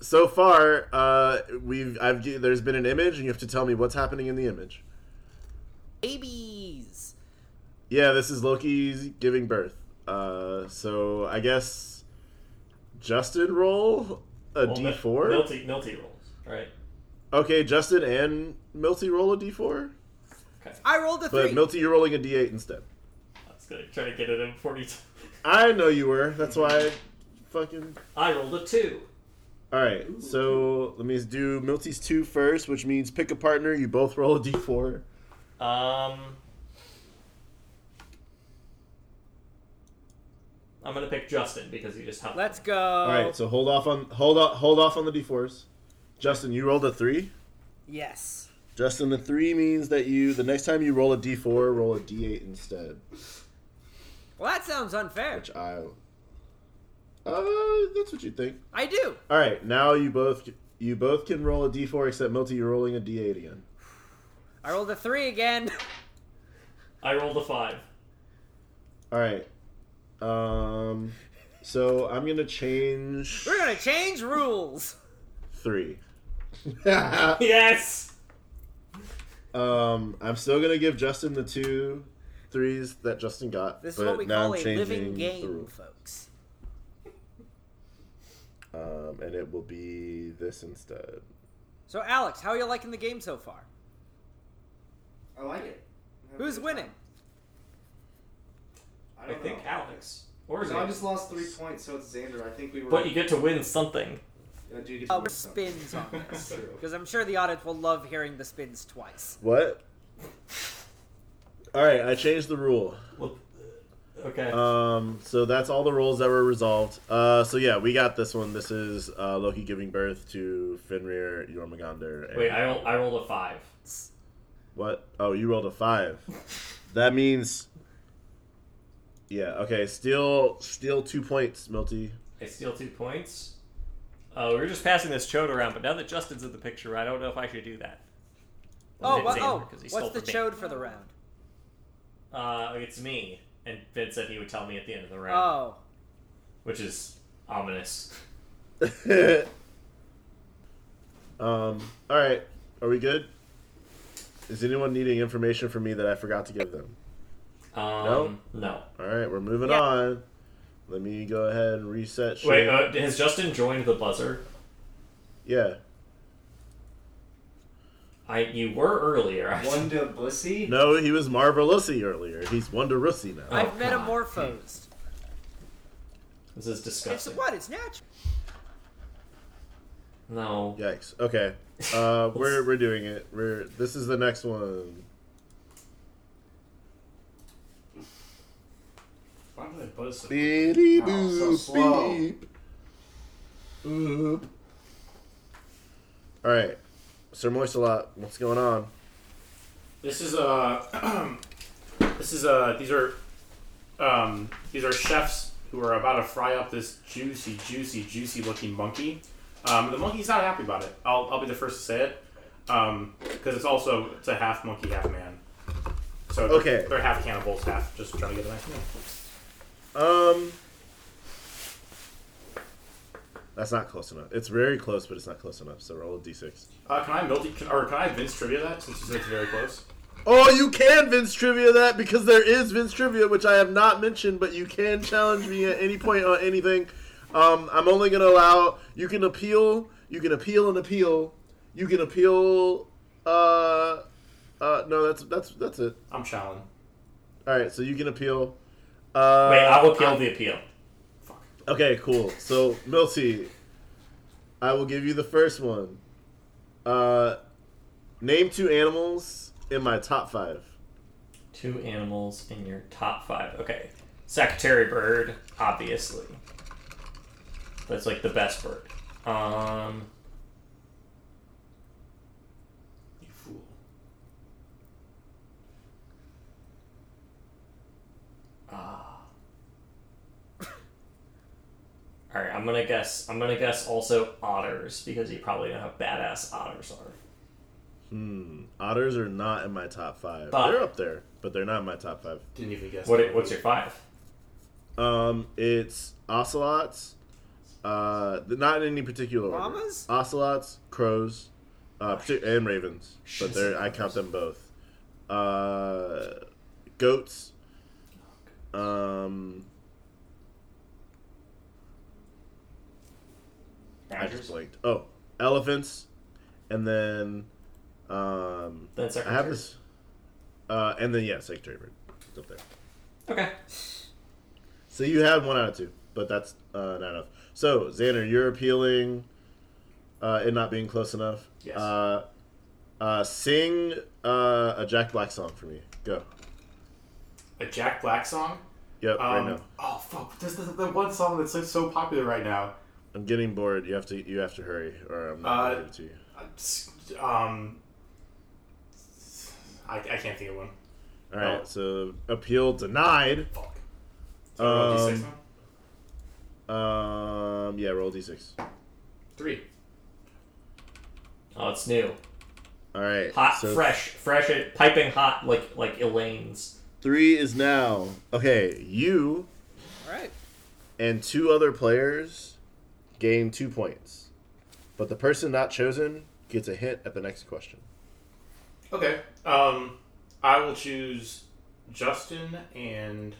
S1: so far, uh, we've I've g- there's been an image, and you have to tell me what's happening in the image.
S7: Babies.
S1: Yeah, this is Loki giving birth. Uh, so I guess Justin roll a
S2: Well,
S1: D four.
S2: Milty, Milty rolls. Right.
S1: Okay, Justin and Milty roll a D four,
S7: I rolled a
S1: but
S7: three.
S1: Milty, you're rolling a D eight instead.
S2: I was gonna try to get it in 40.
S1: I know you were. That's why. I fucking.
S2: I rolled a two.
S1: All right. So let me do Milty's two first, which means pick a partner. You both roll a D four.
S2: Um, I'm gonna pick Justin because he just helped.
S7: Let's go.
S1: All right. So hold off on hold on hold off on the D fours. Justin, you rolled a three.
S7: yes.
S1: Justin, the three means that you the next time you roll a D four, roll a D eight instead.
S7: Well, that sounds unfair.
S1: Which I. Uh, that's what you think.
S7: I do.
S1: All right, now you both you both can roll a d4, except Milty, you're rolling a d8 again.
S7: I rolled a three again.
S2: I rolled a five.
S1: All right. Um, so I'm gonna change
S7: We're gonna change rules.
S1: three.
S2: Yes.
S1: um, I'm still gonna give Justin the two threes that Justin got,
S7: This is
S1: but
S7: what we
S1: now
S7: call
S1: I'm
S7: a
S1: changing
S7: living
S1: the
S7: game,
S1: rule.
S7: folks.
S1: Um, and it will be this instead.
S7: So, Alex, how are you liking the game so far?
S5: I like it. I'm having
S7: Who's
S5: a good
S7: winning?
S5: time. I
S2: I
S5: don't
S2: think
S5: know.
S2: Alex. Or
S5: No, I
S2: Xander.
S5: just lost three points, so it's Xander. I think we were.
S2: But you get to win something.
S5: I do get to
S7: Uh,
S5: win something.
S7: spins on this.
S5: True.
S7: Because I'm sure the audience will love hearing the spins twice.
S1: What? All right, I changed the rule.
S2: Well, uh, okay.
S1: Um, so that's all the roles that were resolved. Uh, so yeah, we got this one. This is uh, Loki giving birth to Finrear, Jormungandr. And
S2: Wait, I rolled, I rolled a five.
S1: what? Oh, you rolled a five. that means. Yeah. Okay. Steal. Steal two points, Milty.
S2: I steal two points. Uh, we were just passing this chode around, but now that Justin's in the picture, I don't know if I should do that.
S7: Oh,
S2: It's
S7: what,
S2: Xander,
S7: oh
S2: 'cause he stole
S7: what's the
S2: from me.
S7: chode for the round?
S2: Uh, it's me. And Vince said he would tell me at the end of the round,
S7: Oh,
S2: which is ominous.
S1: um. All right. Are we good? Is anyone needing information from me that I forgot to give them?
S2: Um, no. No.
S1: All right, we're moving
S7: Yeah.
S1: on. Let me go ahead and reset. Shit.
S2: Wait, uh, has Justin joined the buzzer?
S1: yeah.
S2: I you were earlier. I-
S5: Wanda Bussy?
S1: No, he was Marvelousy earlier. He's Wonder Russi now.
S2: Oh,
S7: I've
S2: God.
S7: metamorphosed.
S2: This is
S7: It's
S2: disgusting.
S7: what? It's natural.
S2: No.
S1: Yikes. Okay. Uh, we're we're doing it. We're this is the next one.
S6: Why do they buzz so
S1: Beady
S5: Oh, so slow.
S1: Boop. All right, Sir Moiselot, what's going on?
S6: This is uh, this is uh, these are, um, these are chefs who are about to fry up this juicy, juicy, juicy looking monkey. Um, the monkey's not happy about it. I'll, I'll be the first to say it, because it's also it's a half monkey, half man. So they're-
S1: Okay.
S6: they're half cannibals, half just trying to get a nice meal.
S1: Um, that's not close enough. It's very close, but it's not close enough. So roll a d6.
S6: Uh, can I multi can, or can I Vince trivia that since you said it's very close?
S1: Oh, you can Vince trivia that because there is Vince trivia, which I have not mentioned, but you can challenge me at any point on anything. Um, I'm only going to allow you can appeal, you can appeal and appeal, you can appeal. Uh, uh, no, that's that's that's it.
S6: I'm challenging.
S1: All right, so you can appeal. Uh,
S2: Wait, I'll appeal the appeal.
S1: Okay, cool. So Milty, I will give you the first one. Uh, name two animals in my top five.
S2: Two animals in your top five. Okay. Secretary bird, obviously. That's like the best bird. Um,
S6: You fool.
S2: Ah. all right, I'm gonna guess. I'm gonna guess also otters because you probably know how badass otters are.
S1: Hmm. Otters are not in my top five.
S2: Fuck.
S1: They're up there, but they're not in my top five.
S6: Didn't even guess.
S2: What? What's your five?
S1: Um, it's ocelots, Uh, th- not in any particular order.
S7: Llamas?
S1: Ocelots, crows, uh, partic- and ravens, but they're, I count them both. Uh, goats. Um, I just
S2: Badgers.
S1: blinked. Oh, elephants, and then um,
S2: Then
S1: I have
S2: secretary.
S1: this, uh, and then yeah, secretary bird It's up there.
S2: Okay.
S1: So you had one out of two, but that's uh, not enough. So Xander, you're appealing uh, it not being close enough.
S2: Yes.
S1: Uh, uh, sing uh, a Jack Black song for me. Go.
S4: A Jack Black song?
S1: Yep.
S4: Um,
S1: right now.
S4: Oh fuck! This is the one song that's like so popular right now.
S1: I'm getting bored. You have to. You have to hurry, or I'm not
S4: Uh,
S1: gonna give it to you.
S4: Uh, s- Um, I, I can't think of one.
S1: All right. So appeal denied.
S4: Fuck.
S1: Um,
S4: D6 now?
S1: Um. Yeah. Roll d6.
S4: Three.
S2: Oh, it's new.
S1: All right.
S2: Hot,
S1: so
S2: fresh, fresh, piping hot, like like Elaine's.
S1: Three is now. Okay. You
S7: All right.
S1: and two other players gain two points, but the person not chosen gets a hint at the next question.
S4: Okay.
S6: Um, I will choose Justin and.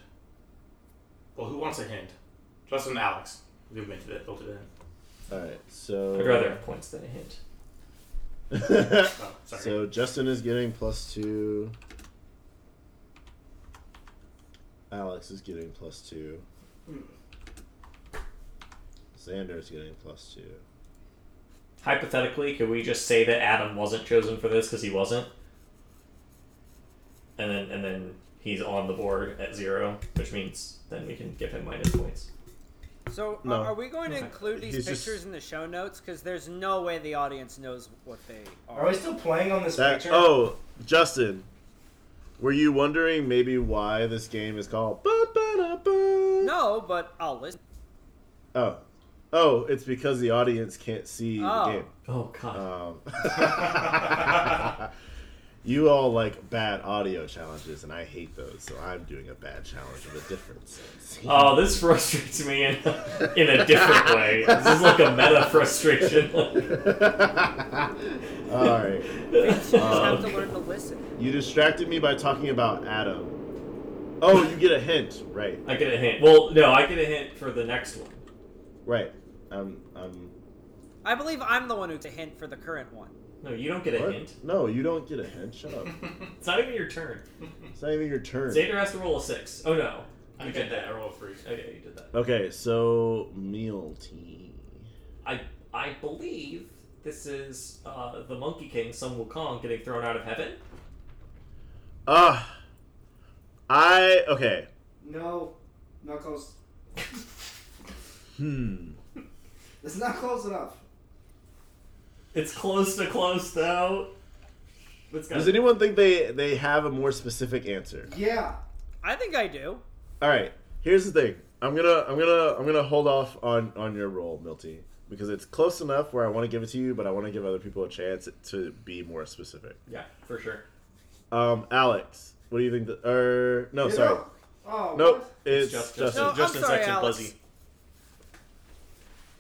S6: Well, who wants a hint? Justin and Alex. We've been to that. Built it in.
S1: All right. So
S2: I'd rather have points than a hint.
S1: rather.
S6: Oh, sorry.
S1: So Justin is getting plus two. Alex is getting plus two. Xander is getting plus two.
S2: Hypothetically, could we just say that Adam wasn't chosen for this because he wasn't, and then and then he's on the board at zero, which means then we can give him minus points.
S7: So,
S1: No.
S7: are- are we going to include these
S1: He's just-
S7: pictures in the show notes? Because there's no way the audience knows what they are.
S5: Are we still playing on this
S1: That
S5: picture?
S1: oh, Justin, were you wondering maybe why this game is called? Ba-ba-da-ba?
S7: No, but I'll listen.
S1: Oh, oh, it's because the audience can't see
S7: Oh.
S1: the game.
S2: Oh God.
S1: Um, you all like bad audio challenges, and I hate those, so I'm doing a bad challenge of a different sense.
S2: Oh, this frustrates me in, in a different way. This is like a meta frustration.
S1: all right.
S7: Vince, you just
S1: Um,
S7: have to learn to listen.
S1: You distracted me by talking about Adam. Oh, you get a hint. Right.
S2: I get a hint. Well, no, I get a hint for the next one.
S1: Right. Um. Um.
S7: I believe I'm the one who's a hint for the current one.
S2: No, you don't get a
S1: What?
S2: hint.
S1: No, you don't get a hint. Shut up.
S2: It's not even your turn.
S1: It's not even your turn.
S2: Xander has to roll a six. Oh no,
S4: I
S2: you
S4: did
S2: did
S4: that. I
S2: that.
S4: rolled three.
S2: Okay, you did that.
S1: Okay, so meal tea.
S2: I I believe this is uh, the Monkey King, Sun Wukong, getting thrown out of heaven.
S1: Ah. I okay.
S5: No, Knuckles.
S1: Hmm.
S5: It's not close enough.
S2: It's close to close though. It's got
S1: Does anyone think they they have a more specific answer?
S5: Yeah.
S7: I think I do.
S1: All right. Here's the thing. I'm gonna I'm gonna I'm gonna hold off on on your roll, Milty, because it's close enough where I want to give it to you, but I want to give other people a chance to be more specific.
S2: yeah, for sure.
S1: Um, Alex, what do you think? The, er, no,
S5: You
S1: sorry,
S5: know- Oh,
S1: nope.
S5: what?
S1: It's
S2: Just-
S1: Justin. Justin.
S2: just-
S7: No,
S2: just
S7: I'm
S2: in
S7: sorry,
S2: section,
S7: Alex.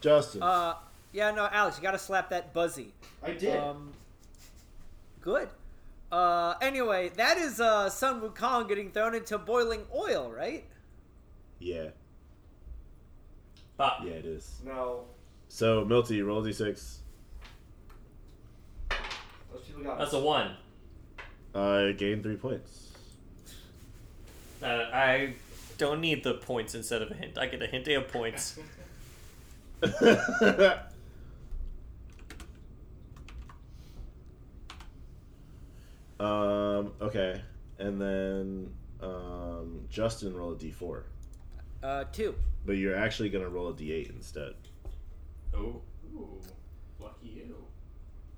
S2: Buzzy.
S7: Uh, yeah, no, Alex, you gotta slap that buzzy.
S5: I did.
S7: Um, good. Uh, anyway, that is uh, Sun Wukong getting thrown into boiling oil, right?
S1: yeah,
S2: Ah,
S1: yeah, it is.
S5: no.
S1: So Milty, roll d6.
S5: Those people got.
S2: that's a one.
S1: Uh, gain three points.
S2: Uh, I don't need the points instead of a hint. I get a hint of points.
S1: um. Okay, and then um, Justin roll a d4,
S7: Uh, two.
S1: but you're actually gonna roll a d8 instead.
S4: Oh. Ooh. Lucky you.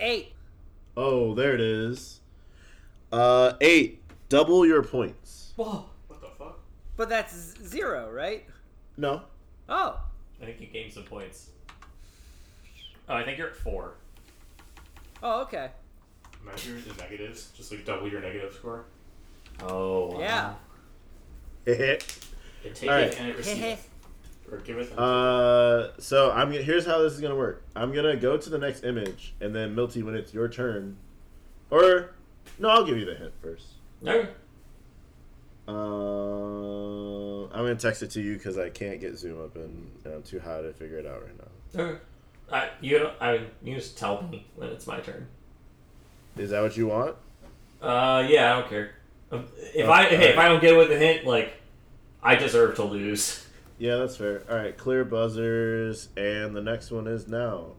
S7: Eight.
S1: Oh, there it is. Uh, eight. Double your points.
S2: Whoa.
S4: What the fuck?
S7: But that's z- zero, right?
S1: No.
S7: Oh,
S2: I think you gained some points. Oh, I think you're at four.
S7: oh, okay.
S4: Measure the negatives. Just like double your negative score.
S2: Oh.
S7: Yeah.
S1: Heh heh.
S4: It take
S1: All
S4: it
S1: right.
S4: and it receive. it.
S7: Heh
S6: or give it?
S1: Uh, so I'm gonna, here's how this is gonna work. I'm gonna go to the next image, and then Milty, when it's your turn, or no, I'll give you the hint first.
S2: Okay.
S1: Uh, I'm gonna text it to you because I can't get Zoom up, and, and I'm too high to figure it out right now.
S2: Okay. I, you, I, you just tell me when it's my turn.
S1: Is that what you want?
S2: Uh, yeah, I don't care. Um, If I
S1: Okay.
S2: hey, if I don't get with the hint, like I deserve to lose.
S1: Yeah, that's fair. All right, clear buzzers, and the next one is now.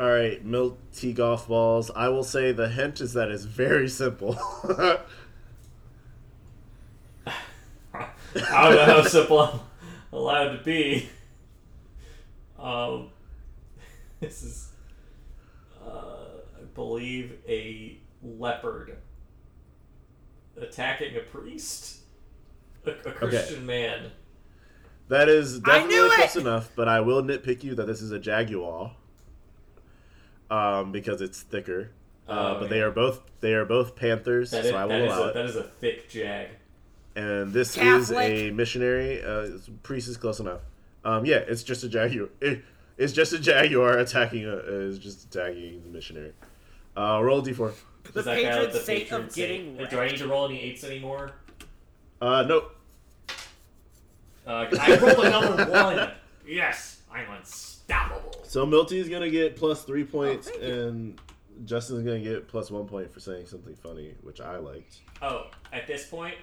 S1: All right, milk tea golf balls. I will say the hint is that it's very simple.
S2: I don't know how simple I'm allowed to be. Um, this is, uh, I believe, a leopard attacking a priest, a, a Christian man.
S1: that is definitely
S7: knew
S1: close
S7: it!
S1: enough, but I will nitpick you that this is a jaguar, um, because it's thicker. Uh, but they are both they are both panthers,
S2: Um, That
S1: so
S2: is-
S1: I
S2: that
S1: will
S2: is
S1: allow
S2: a,
S1: it.
S2: that is a thick jag.
S1: and this is a
S7: Catholic.
S1: missionary. Uh, it's- priest is close enough. Um, yeah, it's just a jaguar. It, it's just a jaguar attacking. A, is just attacking the missionary. Uh, roll d d4.
S7: The
S2: Does that count
S7: patron
S2: as the
S7: saint
S2: patron
S7: of getting
S2: saint? Do I need to roll any eights anymore?
S1: Uh, nope.
S2: Uh, I rolled another one. Yes, I'm unstoppable.
S1: So Milty is gonna get plus three points,
S7: Oh, thank you.
S1: and Justin's gonna get plus one point for saying something funny, which I liked.
S2: Oh, at this point,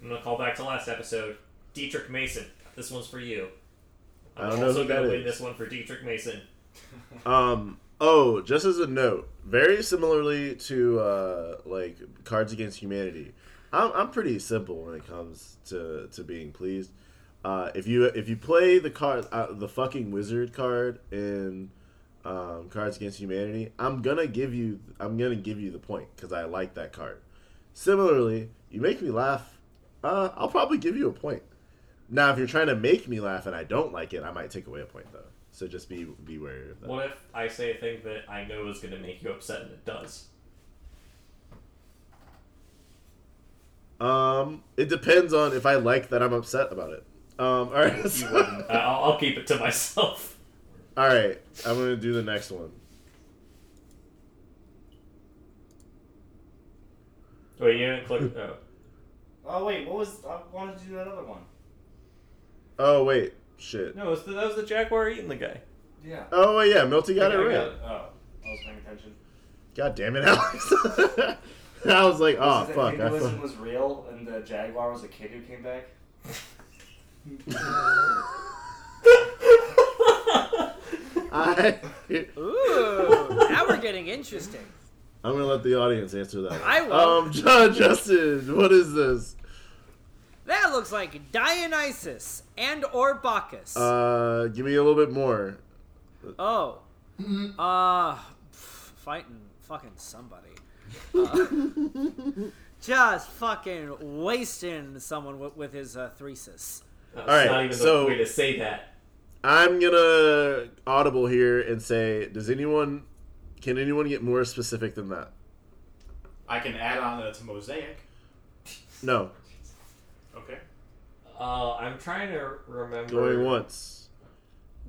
S2: I'm gonna call back to last episode. Dietrich Mason, this one's for you. I'm
S1: I don't know
S2: also
S1: who
S2: gonna
S1: that
S2: win
S1: is.
S2: this one for Dietrich Mason.
S1: Um. Oh, just as a note, very similarly to uh, like Cards Against Humanity, I'm, I'm pretty simple when it comes to, to being pleased. Uh, if you if you play the card uh, the fucking wizard card in um, Cards Against Humanity, I'm gonna give you I'm gonna give you the point because I like that card. Similarly, you make me laugh, uh, I'll probably give you a point. Now, if you're trying to make me laugh and I don't like it, I might take away a point though. So just be be wary of that.
S2: What if I say a thing that I know is gonna make you upset and it does?
S1: Um, it depends on if I like that I'm upset about it. Um, all right,
S2: You
S1: so-
S2: wouldn't. I- Uh, I'll, I'll keep it to myself.
S1: all right. I'm gonna do the next one.
S2: Wait, you didn't click. Oh.
S3: Oh wait, what was? I wanted to do that other one.
S1: Oh wait, shit.
S2: No, it's the, that was the Jaguar eating the guy.
S3: Yeah.
S1: Oh wait, yeah, Milty got it
S2: I
S1: right.
S2: got
S3: Oh, I was paying attention.
S1: God damn it, Alex. I was like, oh
S3: This is that
S1: fuck. I
S3: Hinduism
S1: fuck.
S3: was real, and the jaguar was a kid who came back.
S1: I,
S7: Ooh, now we're getting interesting.
S1: I'm gonna let the audience answer that. one.
S7: I will.
S1: Um, John Justin, what is this?
S7: That looks like Dionysus and or Bacchus.
S1: Uh, give me a little bit more.
S7: oh,
S1: Mm-hmm.
S7: uh, pff, fighting fucking somebody. Uh, just fucking wasting someone with, with his uh, threesis.
S2: That's
S1: right,
S2: Oh, not even
S1: so-
S2: the way to say that.
S1: I'm gonna audible here and say, does anyone, can anyone get more specific than that?
S4: I can add on that it's mosaic.
S1: No,
S4: Okay.
S2: Uh, I'm trying to remember.
S1: going once.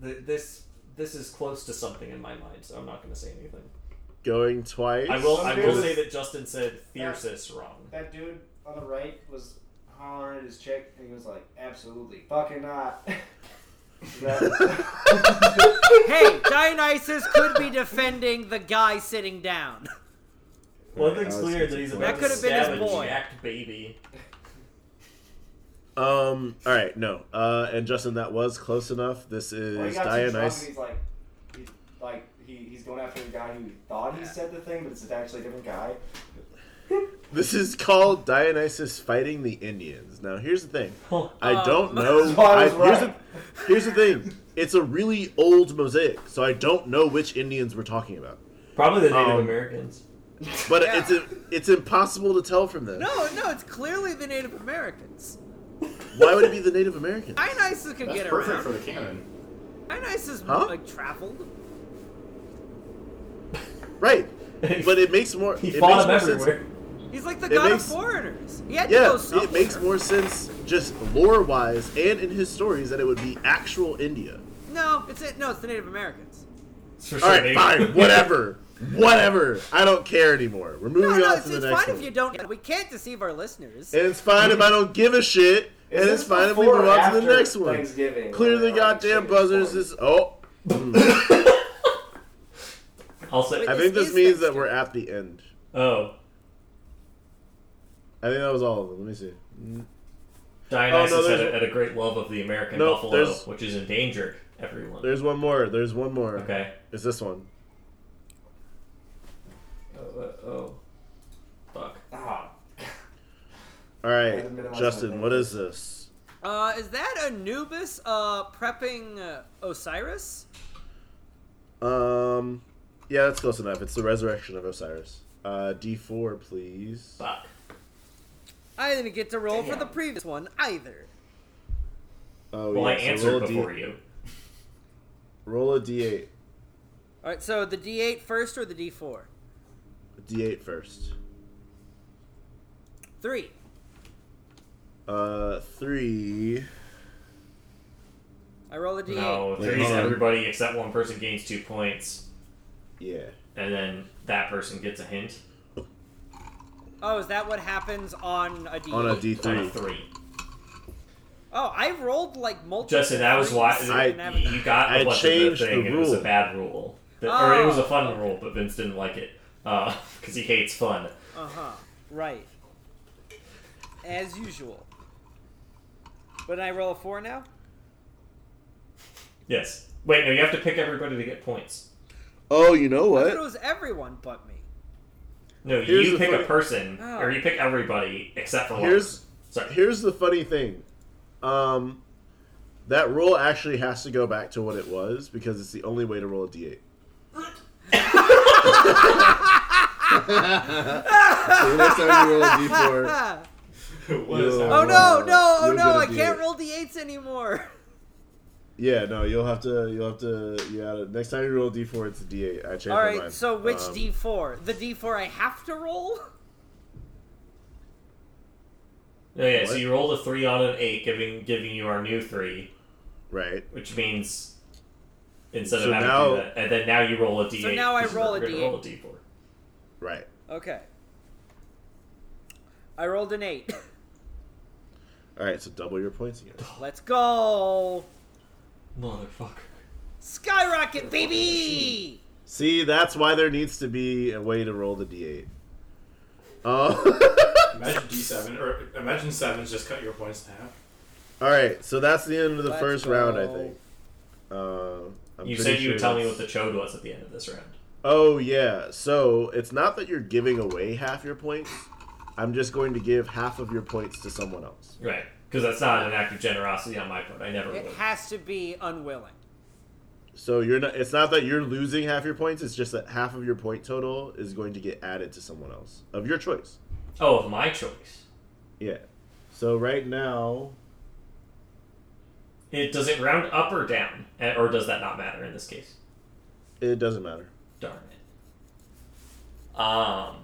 S2: Th- this this is close to something in my mind, so I'm not gonna say anything.
S1: Going twice.
S2: I will. I
S3: Some
S2: will
S3: dude-
S2: say that Justin said Thyrsis wrong.
S3: That dude on the right was hollering at his chick, and he was like, "Absolutely, fucking not." That-
S7: Hey, Dionysus could be defending the guy sitting down.
S2: One thing's
S1: Alex
S2: clear
S1: gets
S2: that he's
S1: a
S2: about
S7: That
S2: to
S7: could've been his
S2: stab a
S7: boy.
S2: jacked baby.
S1: Um. All right. No. Uh. And Justin, that was close enough. This
S3: Well,
S1: is
S3: he got too drunk and
S1: Dionysus.
S3: He's like, he's like he, he's going after the guy who thought he said the thing, but it's actually a different guy.
S1: This is called Dionysus fighting the Indians. Now, here's the thing. I
S7: Um,
S1: don't know.
S3: That's why I was
S1: here's,
S3: right.
S1: the, here's the thing. It's a really old mosaic, so I don't know which Indians we're talking about.
S2: Probably the Native
S1: Um,
S2: Americans.
S1: But
S7: Yeah.
S1: it's it's impossible to tell from this.
S7: No, no, it's clearly the Native Americans.
S1: Why would it be the Native Americans?
S7: Dionysus could
S4: That's
S7: get
S4: perfect
S7: around.
S4: for the canon.
S7: Dionysus
S1: Huh?
S7: like traveled.
S1: Right. But it makes more.
S2: He
S1: it
S2: fought him
S1: makes more sense-
S2: everywhere.
S7: He's like the
S1: It
S7: god
S1: makes-
S7: of foreigners. He had to go
S1: Yeah,
S7: somewhere.
S1: it makes more sense just lore wise and in his stories that it would be actual India.
S7: No, it's it. No, it's the Native Americans.
S2: It's for
S1: All
S2: sure,
S1: right,
S2: baby.
S1: fine, whatever, whatever. I don't care anymore. We're moving
S7: No, no,
S1: on
S7: it's,
S1: to the
S7: it's
S1: next
S7: fine if
S1: one.
S7: you don't. We can't deceive our listeners.
S1: And it's fine if I don't give a shit.
S3: Is
S1: And it's
S3: this
S1: fine if we
S3: before or
S1: move on to the
S3: after
S1: next one.
S3: Thanksgiving.
S1: Clear
S3: Or
S1: the
S3: are
S1: goddamn
S3: chickens
S1: buzzers.
S3: born?
S1: This oh,
S2: I'll say.
S1: I
S7: This
S1: think this
S7: is
S1: means that
S7: Thanksgiving.
S1: we're at the end.
S2: Oh,
S1: I think that was all of them. Let me see. Mm,
S2: Dionysus
S1: Oh, no,
S2: had,
S1: there's-
S2: a, had a great love of the American
S1: No,
S2: buffalo,
S1: there's-
S2: which is endangered. Everyone.
S1: There's one more. There's one more.
S2: Okay.
S1: It's this one.
S2: Oh, uh, oh. fuck.
S3: Ah,
S1: All
S3: I haven't been
S1: right,
S3: on
S1: Justin.
S3: something.
S1: What is this?
S7: Uh, is that Anubis uh, prepping uh, Osiris?
S1: Um, yeah, that's close enough. It's the resurrection of Osiris. Uh, D four, please.
S2: Fuck.
S7: I didn't get to roll for
S3: Damn.
S7: the previous one either.
S1: Oh,
S2: Well, I
S1: yeah, so roll
S2: answered
S1: a D-
S2: before you.
S1: Roll a D eight.
S7: All right, so the D8 first or the D4?
S1: D eight first.
S7: Three.
S1: Uh, three.
S7: I roll a D8.
S2: No,
S1: Wait,
S2: three's
S1: hold on.
S2: everybody except one person gains two points,
S1: Yeah.
S2: and then that person gets a hint
S7: Oh, is that what happens on a D8?
S1: On a D
S2: on a
S1: three.
S2: three.
S7: Oh, I rolled like multiple.
S2: Justin, that was why
S7: threes.
S1: I-
S7: didn't have it.
S2: you got
S1: I
S2: what
S1: changed
S2: the thing.
S1: the
S2: It was a
S1: rule.
S2: bad rule, The- or it was a
S7: Oh,
S2: fun rule, but Vince didn't like it because he hates fun.
S7: Uh-huh. Right. As usual. But I roll a four now?
S2: Yes. Wait, no, you have to pick everybody to get points.
S1: Oh, you know
S7: I thought it
S1: what?
S7: was everyone but me.
S2: No,
S1: Here's
S2: you
S1: the
S2: pick
S1: funny-
S2: a person,
S7: Oh.
S2: or you pick everybody except for
S1: Here's
S2: one. Sorry.
S1: here's the funny thing. Um, that roll actually has to go back to what it was because it's the only way to roll a D eight. so the next time you roll a D four.
S7: Ah!
S4: what is
S1: Yo.
S4: happening?
S7: Oh no, no, oh
S1: You'll
S7: no, I
S1: get a
S7: can't
S1: D8.
S7: roll D8s anymore.
S1: Yeah, no, you'll have to you'll have to you gotta next time you roll a D four it's a D eight. I changed my mind.
S7: Alright, so which
S1: Um,
S7: D4? The D4 I have to roll?
S2: No, yeah, so
S1: What?
S2: you rolled a three on an eight, giving giving you our new three,
S1: Right.
S2: which means instead
S1: So
S2: of having
S1: now-
S2: to do that, and then now you roll a d8.
S7: now I
S2: because
S7: roll
S2: we're
S7: a
S2: gonna
S7: D8.
S2: Roll a d4.
S1: Right.
S7: Okay. I rolled an 8.
S1: All right, so double your points again.
S7: Let's go!
S2: Motherfucker.
S7: Skyrocket, baby!
S1: See, that's why there needs to be a way to roll the d8. Uh,
S4: Imagine D seven or imagine sevens just cut your points in half.
S1: all right, so that's the end of the
S7: Let's
S1: first round, I
S7: go.
S1: think. Uh, I'm
S2: you
S1: pretty
S2: said you would
S1: sure
S2: tell me
S1: that's-
S2: what the chode was at the end of this round.
S1: Oh yeah, so it's not that you're giving away half your points. I'm just going to give half of your points to someone else.
S2: Right. Because that's not an act of generosity on my part. I never
S7: It
S2: would.
S7: has to be unwilling.
S1: So you're not. It's not that you're losing half your points. It's just that half of your point total is going to get added to someone else of your choice.
S2: Oh, of my choice.
S1: Yeah. So right now,
S2: It does it round up or down, Eh, or does that not matter in this case?
S1: it doesn't matter.
S2: Darn it. Um. All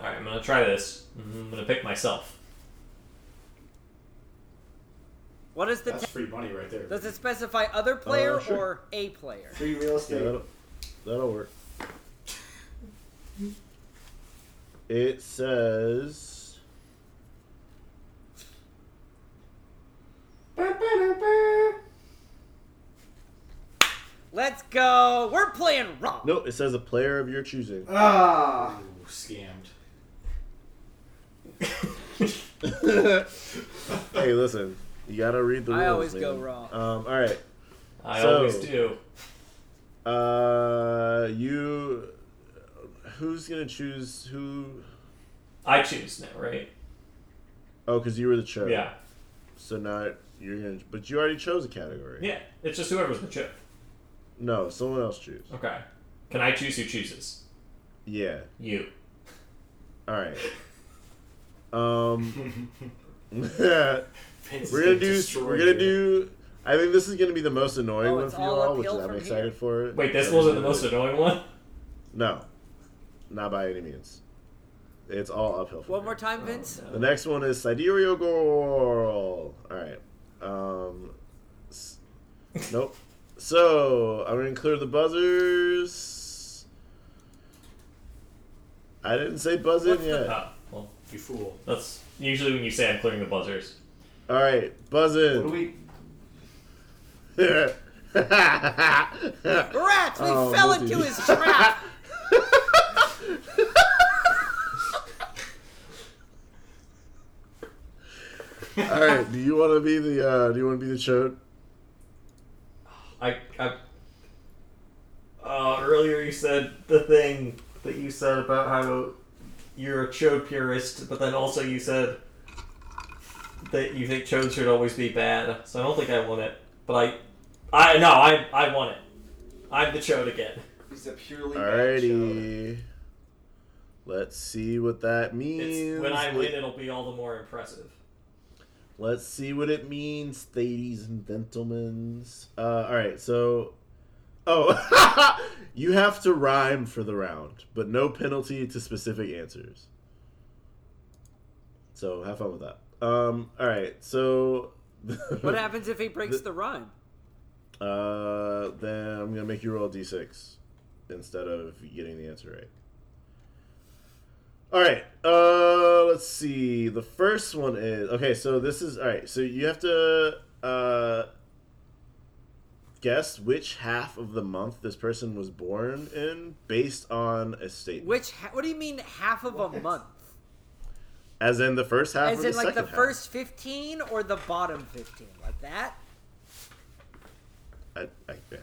S2: right, I'm gonna try this. I'm gonna pick myself.
S7: What is the
S4: That's free money right there.
S7: Does it specify other player
S1: Uh, sure.
S7: or a player?
S3: Free real
S1: Yeah,
S3: estate.
S1: that'll, that'll work. It says.
S7: Let's go. We're playing wrong.
S1: No, it says a player of your choosing.
S3: Ah,
S4: Ooh, scammed.
S1: Hey, listen. You gotta read the rules.
S7: I always go
S1: man.
S7: wrong.
S1: Um, all right.
S2: I
S1: So-
S2: always do.
S1: Uh, you. Who's gonna choose who?
S2: I choose now, right?
S1: Oh, because you were the chosen.
S2: Yeah,
S1: So now you're gonna. But you already chose a category.
S2: yeah. It's just whoever's the chip.
S1: No, someone else choose.
S2: Okay. Can I choose who chooses?
S1: Yeah.
S2: You.
S1: All right. Um. we're gonna do. We're gonna do. I think this is gonna be the most annoying
S7: Oh,
S2: one
S7: it's
S1: for you
S7: all
S1: all, which
S7: uphill
S1: I'm
S7: from
S1: excited
S7: here.
S1: for.
S2: Wait, this
S1: Yeah,
S2: wasn't the
S1: yeah.
S2: most annoying one.
S1: No, not by any means. It's all uphill. From
S7: One
S1: here.
S7: more time, Vince.
S1: The next one is Sidereal Girl. All right. Um, s- nope. So I'm gonna clear the buzzers. I didn't say buzz
S2: What's
S1: in
S2: the-
S1: yet.
S2: oh, well,
S6: You fool.
S2: that's usually when you say I'm clearing the buzzers.
S1: All right, buzz
S3: What do
S1: in.
S3: we?
S7: Rats, we
S1: Oh,
S7: fell
S1: we'll do
S7: into
S1: it.
S7: his trap.
S1: All right. Do you want to be the? Uh, do you want to be the chode?
S2: I, I uh, earlier you said the thing that you said about how you're a chode purist, but then also you said that you think chodes should always be bad. So I don't think I want it, but I, I no, I I want it. I'm the chode again.
S5: He's a purely bad show.
S1: Alrighty. Let's see what that means.
S2: It's, when I win,
S1: Let-
S2: it'll be all the more impressive.
S1: Let's see what it means, ladies and gentlemen. Uh, all right, so. Oh, you have to rhyme for the round, but no penalty to specific answers. So have fun with that. Um, all right, so.
S7: What happens if he breaks the rhyme?
S1: Uh, then I'm gonna make you roll a d6 instead of getting the answer right. All right. Uh, let's see. The first one is okay. So this is all right. So you have to uh guess which half of the month this person was born in based on a statement.
S7: Which? Ha- what do you mean half of a month?
S1: As in the first half.
S7: As
S1: or
S7: in
S1: the
S7: like the
S1: second half.
S7: first fifteen or the bottom fifteen, like that?
S1: I, I, I-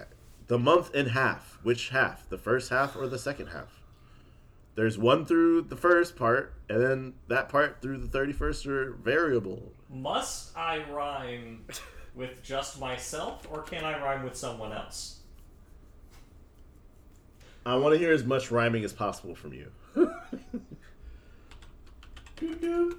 S1: the month in half. Which half? The first half or the second half? There's one through the first part, and then that part through the thirty-first are variable.
S2: Must I rhyme with just myself, or can I rhyme with someone else?
S1: I want to hear as much rhyming as possible from you.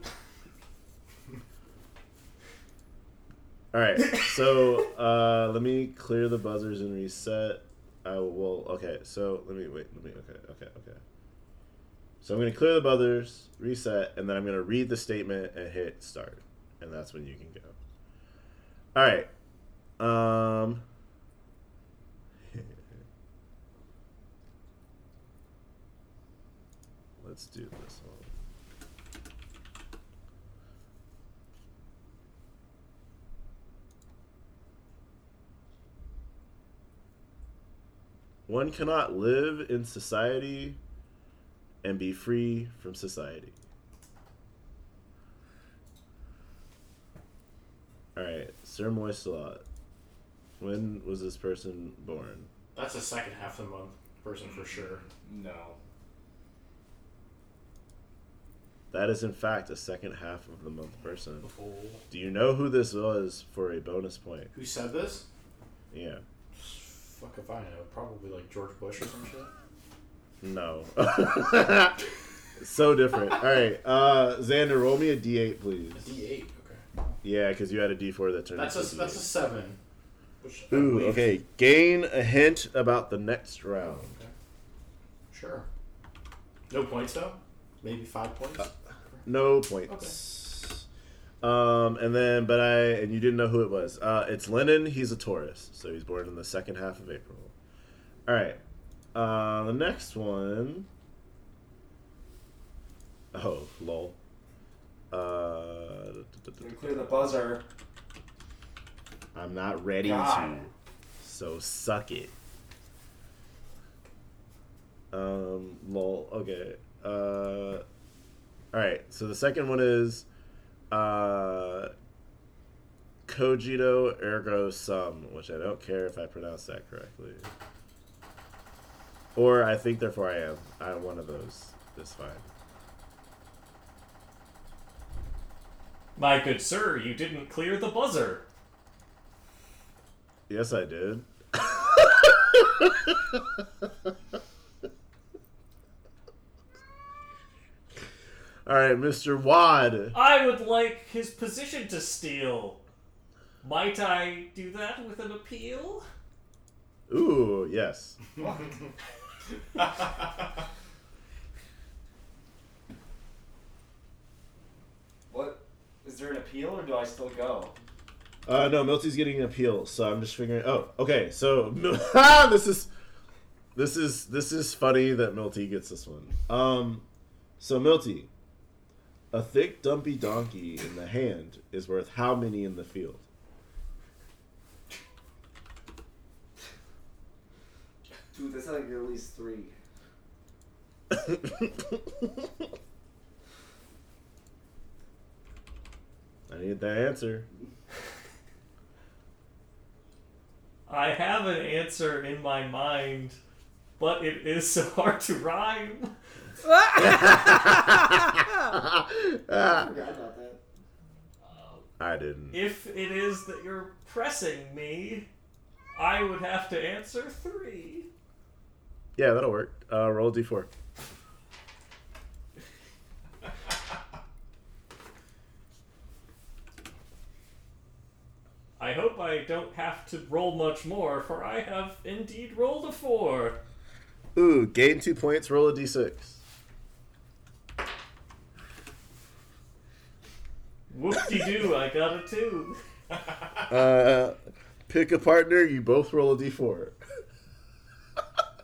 S1: All right, so uh, let me clear the buzzers and reset. I will. Okay, so let me wait. Let me. Okay, okay, okay. So I'm gonna clear the buzzers, reset, and then I'm gonna read the statement and hit start, and that's when you can go. All right. Um. Let's do this one. One cannot live in society and be free from society. All right, Sir Moiselot. When was this person born?
S6: That's a second half of the month person for sure.
S3: No.
S1: That is, in fact, a second half of the month person.
S6: You fool.
S1: Do you know who this was for a bonus point?
S6: Who said this?
S1: Yeah.
S6: Fuck if I know. Probably like George Bush or some shit.
S1: No. so different. All right, uh, Xander, roll me a d8, please.
S6: D eight. Okay.
S1: Yeah, because you had a d4 that turned
S6: That's
S1: into
S6: a
S1: a
S6: that's a
S1: D8.
S6: seven. Which I
S1: Ooh,
S6: believe-
S1: okay. Gain a hint about the next round.
S6: Sure. No points though. Maybe five points.
S4: Uh,
S1: No points. Um, and then, but I and you didn't know who it was. Uh, it's Lennon. He's a Taurus, so he's born in the second half of April. All right. Uh, the next one. Oh, lol. Uh,
S3: Can we clear the buzzer?
S1: I'm not ready
S3: God.
S1: to. So suck it. Um, lol. Okay. Uh, all right. So the second one is, uh, cogito ergo sum, which I don't care if I pronounce that correctly. Or I think therefore I am. I one of those. That's fine.
S2: My good sir, you didn't clear the buzzer.
S1: Yes, I did. All right, Mr. Wad.
S2: I would like his position to steal. Might I do that with an appeal?
S1: Ooh, yes.
S3: What? Is there an appeal or do I still go?
S1: Uh, no, Milty's getting an appeal, so I'm just figuring. Oh, okay. So Mil- Ah, this is this is this is funny that Milty gets this one. Um, so Milty, a thick dumpy donkey in the hand is worth how many in the field?
S5: Dude, that's like at least three.
S1: I need that answer.
S2: I have an answer in my mind, but it is so hard to rhyme.
S5: I forgot about that.
S1: Ah. I didn't.
S2: If it is that you're pressing me, I would have to answer three.
S1: Yeah, that'll work. Uh, roll a d4.
S2: I hope I don't have to roll much more, for I have indeed rolled a four.
S1: Ooh, gain two points. Roll a d6.
S2: Whoop de doo, I got a two.
S1: Uh, pick a partner. You both roll a d4.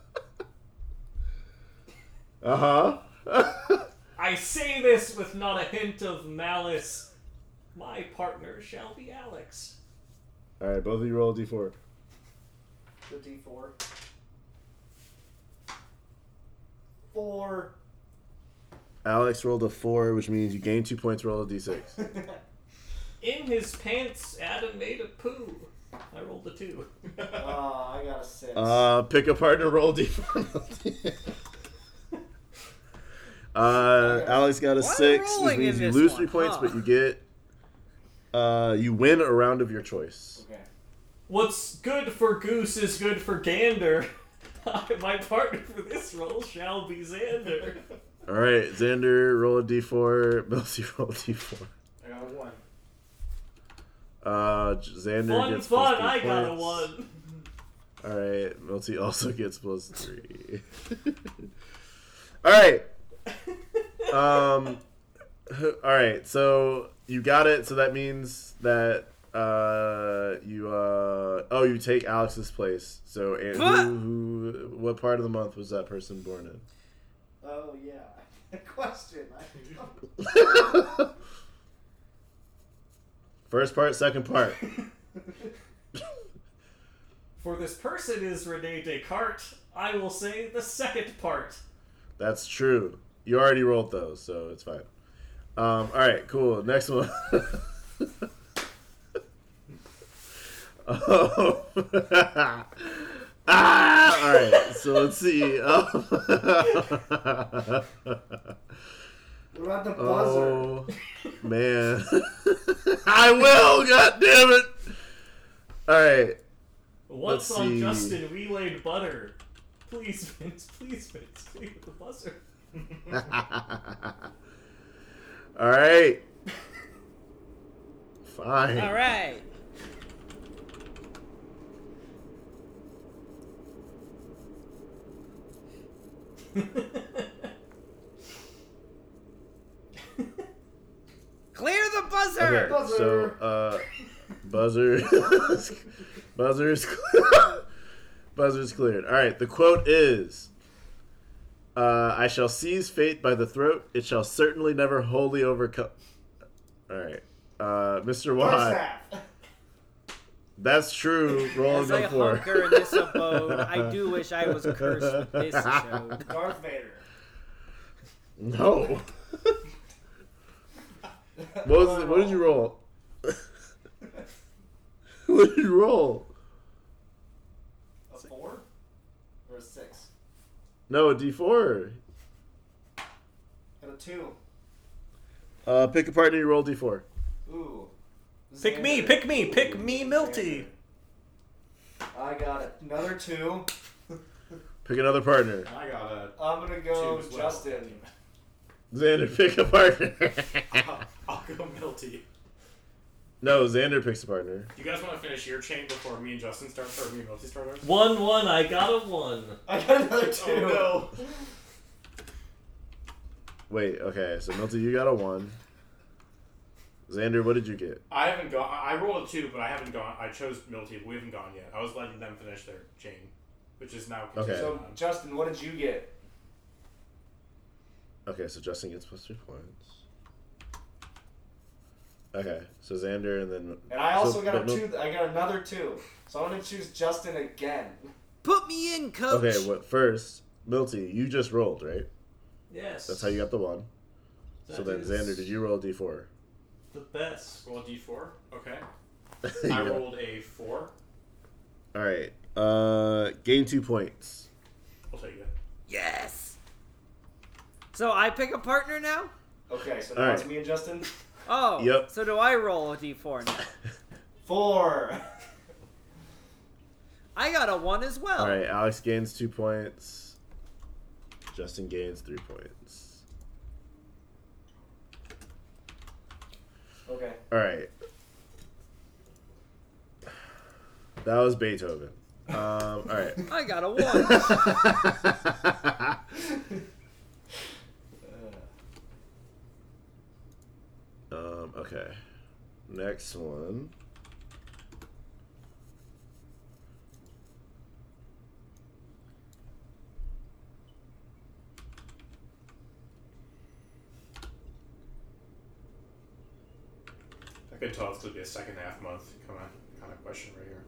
S1: uh huh.
S2: I say this with not a hint of malice. My partner shall be Alex.
S1: All right, both of you roll a d4.
S3: The D4. Four.
S1: Alex rolled a four, which means you gain two points. Roll a d6.
S2: In his pants, Adam made a poo. I rolled a two.
S3: Oh, I got a six.
S1: Uh, pick a partner. Roll a d4. uh, Alex got a
S7: Why are we
S1: six, which
S7: rolling
S1: means
S7: in
S1: you
S7: this
S1: lose
S7: one,
S1: three points,
S7: huh?
S1: but you get. Uh, you win a round of your choice.
S3: okay.
S2: What's good for goose is good for gander. My partner for this role shall be Xander.
S1: All right, Xander, roll a d4. Milsey, roll a d4.
S4: I got a one.
S1: Uh, J- Xander
S2: Fun,
S1: gets plus
S2: fun,
S1: two
S2: I got a
S1: points.
S2: one.
S1: All right, Milty also gets plus three. all right. Um. All right. So you got it. So that means that uh you uh oh you take Alex's place. So and who, who what part of the month was that person born in?
S5: Oh yeah, question. I
S1: First part, second part.
S2: For this person is Rene Descartes, I will say the second part.
S1: That's true. You already rolled those, so it's fine. Um, all right, cool. Next one. Oh. ah! All right, so let's see. Oh,
S5: what about the buzzer?
S1: Oh, man. I will, god damn it. All right. Let's
S2: Once on
S1: see.
S2: Justin, we laid butter. Please, Vince, please, Vince, clear the buzzer.
S1: All right. Fine.
S7: All right. Clear the buzzer.
S1: Okay, so uh, buzzer, buzzer is buzzer is cleared. All right, the quote is, uh, "I shall seize fate by the throat; it shall certainly never wholly overcome." All right, uh, Mr.
S3: First
S1: Watt,
S3: half.
S1: that's true. Rolling
S7: As I
S1: up four.
S7: hunker in this abode, I do wish I was cursed with this show.
S3: Darth Vader.
S1: No. what was? What did you roll? what did you roll?
S3: A four? Or a six?
S1: No, a D four.
S3: And a two.
S1: Uh, pick a partner. You roll D four.
S3: Ooh.
S2: Pick me,
S3: Xander.
S2: pick me, pick me, Milty.
S3: I got it. Another two.
S1: Pick another partner.
S4: I got a.
S3: I'm gonna go
S5: Oh,
S4: Two as well.
S3: Justin.
S1: Xander, pick a partner.
S4: I'll go Milty.
S1: No, Xander picks a partner.
S4: Do you guys want to finish your chain before me and Justin start, or me and Rosie start ours?
S2: One one. I got a one.
S5: I got another two.
S4: Oh, no.
S1: Wait, okay, so Milty, you got a one. Xander, what did you get?
S4: I haven't gone. I I rolled a two, but I haven't gone. I chose Milty, but we haven't gone yet. I was letting them finish their chain, which is now Um, contingent
S1: Okay.
S5: So
S4: on-
S5: Justin, what did you get?
S1: Okay, so Justin gets plus three points. Okay, so Xander and then.
S5: And I also
S1: so-
S5: got a
S1: but Mil-
S5: two. I got another two. So I'm gonna choose Justin again.
S7: Put me in, coach.
S1: Okay, what first? Milty, you just rolled, right?
S2: Yes.
S1: That's how you got the one. so
S2: That
S1: then,
S2: is
S1: Xander, did you roll d d4?
S2: The best.
S4: Roll a d4. Okay. I
S1: Yeah.
S4: rolled a four.
S1: All right. Uh, gain two points.
S4: I'll take it.
S7: Yes. So I pick a partner now.
S5: Okay, so
S1: All
S5: now
S1: right.
S5: it's me and Justin.
S7: Oh.
S1: Yep.
S7: So do I roll a d4 now?
S5: Four.
S7: I got a one as well.
S1: All right. Alex gains two points. Justin gains three points.
S5: Okay.
S1: All right. That was Beethoven. Um, all right.
S7: I got a one.
S1: um, okay. Next one.
S4: I could tell it's gonna be a second half month kind of kind of question right here.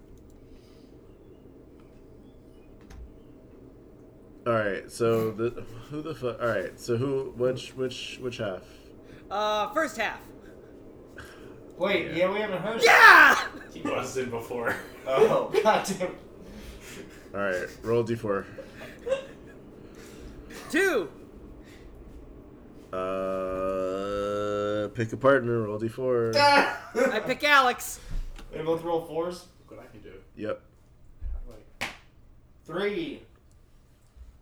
S1: All right. So the who the fuck? All right. So who? Which which which half?
S7: uh, first half.
S5: Wait. Yeah, we haven't heard.
S7: Yeah.
S4: He was in before.
S5: Oh God damn.
S1: All right. Roll d4.
S7: Two.
S1: Uh, pick a partner. Roll d4.
S5: Ah!
S7: I pick Alex.
S5: They both roll fours.
S4: Look what I can do.
S1: Yep.
S4: Like,
S5: Three.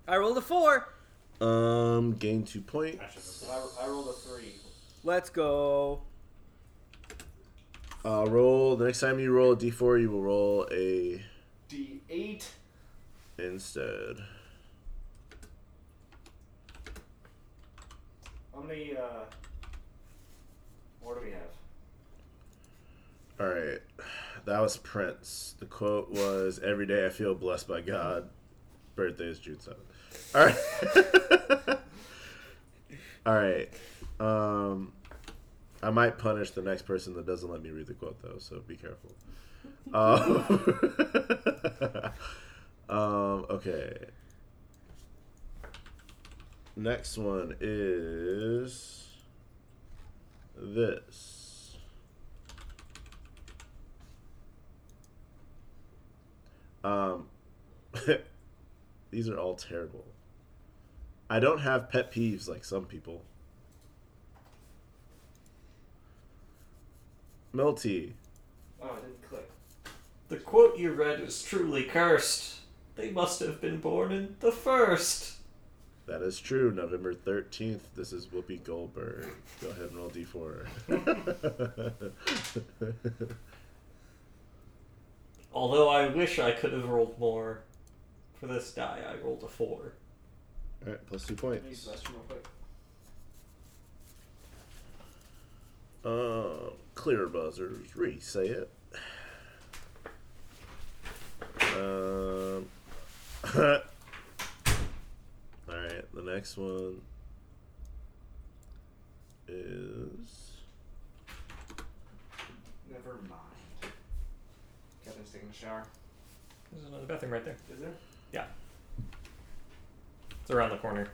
S7: I rolled a four.
S1: Um, gain two points.
S4: I should have
S5: I, I rolled a three.
S7: Let's go.
S1: Uh, roll the next time you roll a d4, you will roll a
S5: D eight.
S1: instead.
S5: How many? Uh, what do we have?
S1: All right, that was Prince. The quote was, "Every day I feel blessed by God." Birthday is June seventh. All right. All right. Um, I might punish the next person that doesn't let me read the quote though, so be careful. Um, um, okay. Next one is this. Um, these are all terrible. I don't have pet peeves like some people. Melty.
S5: Oh, it didn't click.
S2: The quote you read is truly cursed. They must have been born in the first.
S1: That is true. November 13th. This is Whoopi Goldberg. Go ahead and roll d4.
S2: Although I wish I could have rolled more. For this die, I rolled a four.
S1: Alright, plus two
S5: Let me use
S1: points.
S5: the restroom real quick.
S1: Um, clear buzzers. Re say it. Um. All right. The next one is
S5: Never mind. Kevin's taking a shower.
S2: There's another bathroom right there.
S5: Is there?
S2: Yeah. It's around the corner.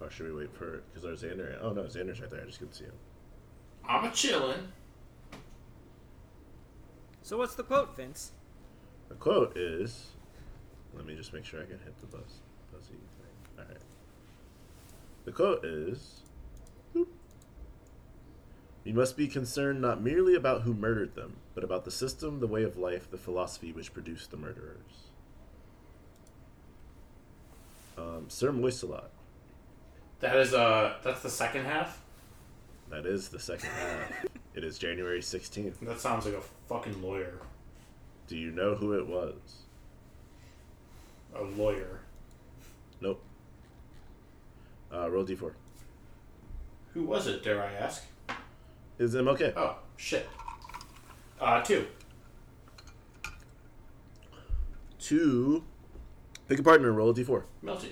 S1: or should we wait for? Because there's Xander. Oh no, Xander's right there. I just couldn't see him.
S4: I'm a chillin'.
S7: So what's the quote, Vince?
S1: The quote is Let me just make sure I can hit the buzz buzzy thing. All right. The quote is. boop. You must be concerned not merely about who murdered them, but about the system, the way of life, the philosophy which produced the murderers. Um, Sir Moiselot.
S4: That is uh, that's the second half.
S1: That is the second half. It is January 16th.
S4: That sounds like a fucking lawyer.
S1: Do you know who it was?
S4: A lawyer.
S1: Nope. Uh, roll d4.
S4: Who was it? Dare I ask?
S1: Is MLK?
S4: Oh shit. Uh, two.
S1: Two. Pick a partner, roll a d4.
S4: Melty.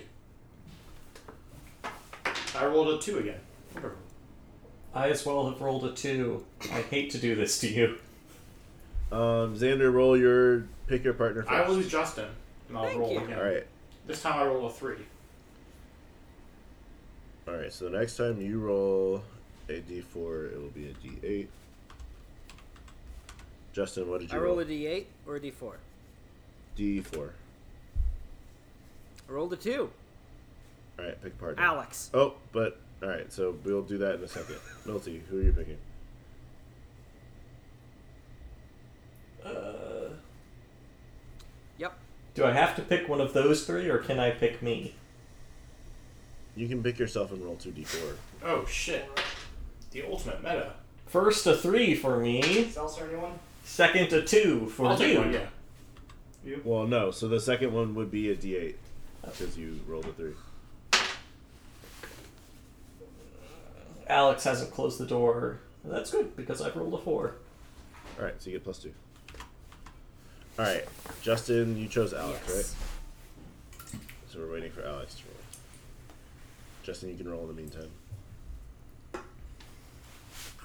S4: I rolled a two again. Wonderful.
S2: I as well have rolled a two. I hate to do this to you.
S1: Um, Xander, roll your pick your partner first.
S4: I will use Justin, and I'll
S7: Thank
S4: roll
S7: you.
S4: again.
S1: All right.
S4: This time I roll a three.
S1: All right. So the next time you roll a d4, it will be a d8. Justin, what did
S7: I
S1: you
S7: roll a d8 or a d4.
S1: d4.
S7: I rolled a two.
S1: All right. Pick a partner.
S7: Alex.
S1: Oh, but all right. So we'll do that in a second. Milty, who are you picking?
S2: Uh,
S7: Yep.
S2: do I have to pick one of those three, or can I pick me?
S1: You can pick yourself and roll two d4.
S4: Oh shit. The ultimate meta.
S2: First a three for me.
S5: Seltzer, anyone?
S2: Second a two for
S4: I'll take
S2: you.
S4: one, yeah.
S1: Well, no. So the second one would be a d8 because you rolled a three.
S2: Alex hasn't closed the door. That's good because I've rolled a four.
S1: All right. So you get plus two. All right, Justin, you chose Alex, right? So we're waiting for Alex to roll. Justin, you can roll in the meantime.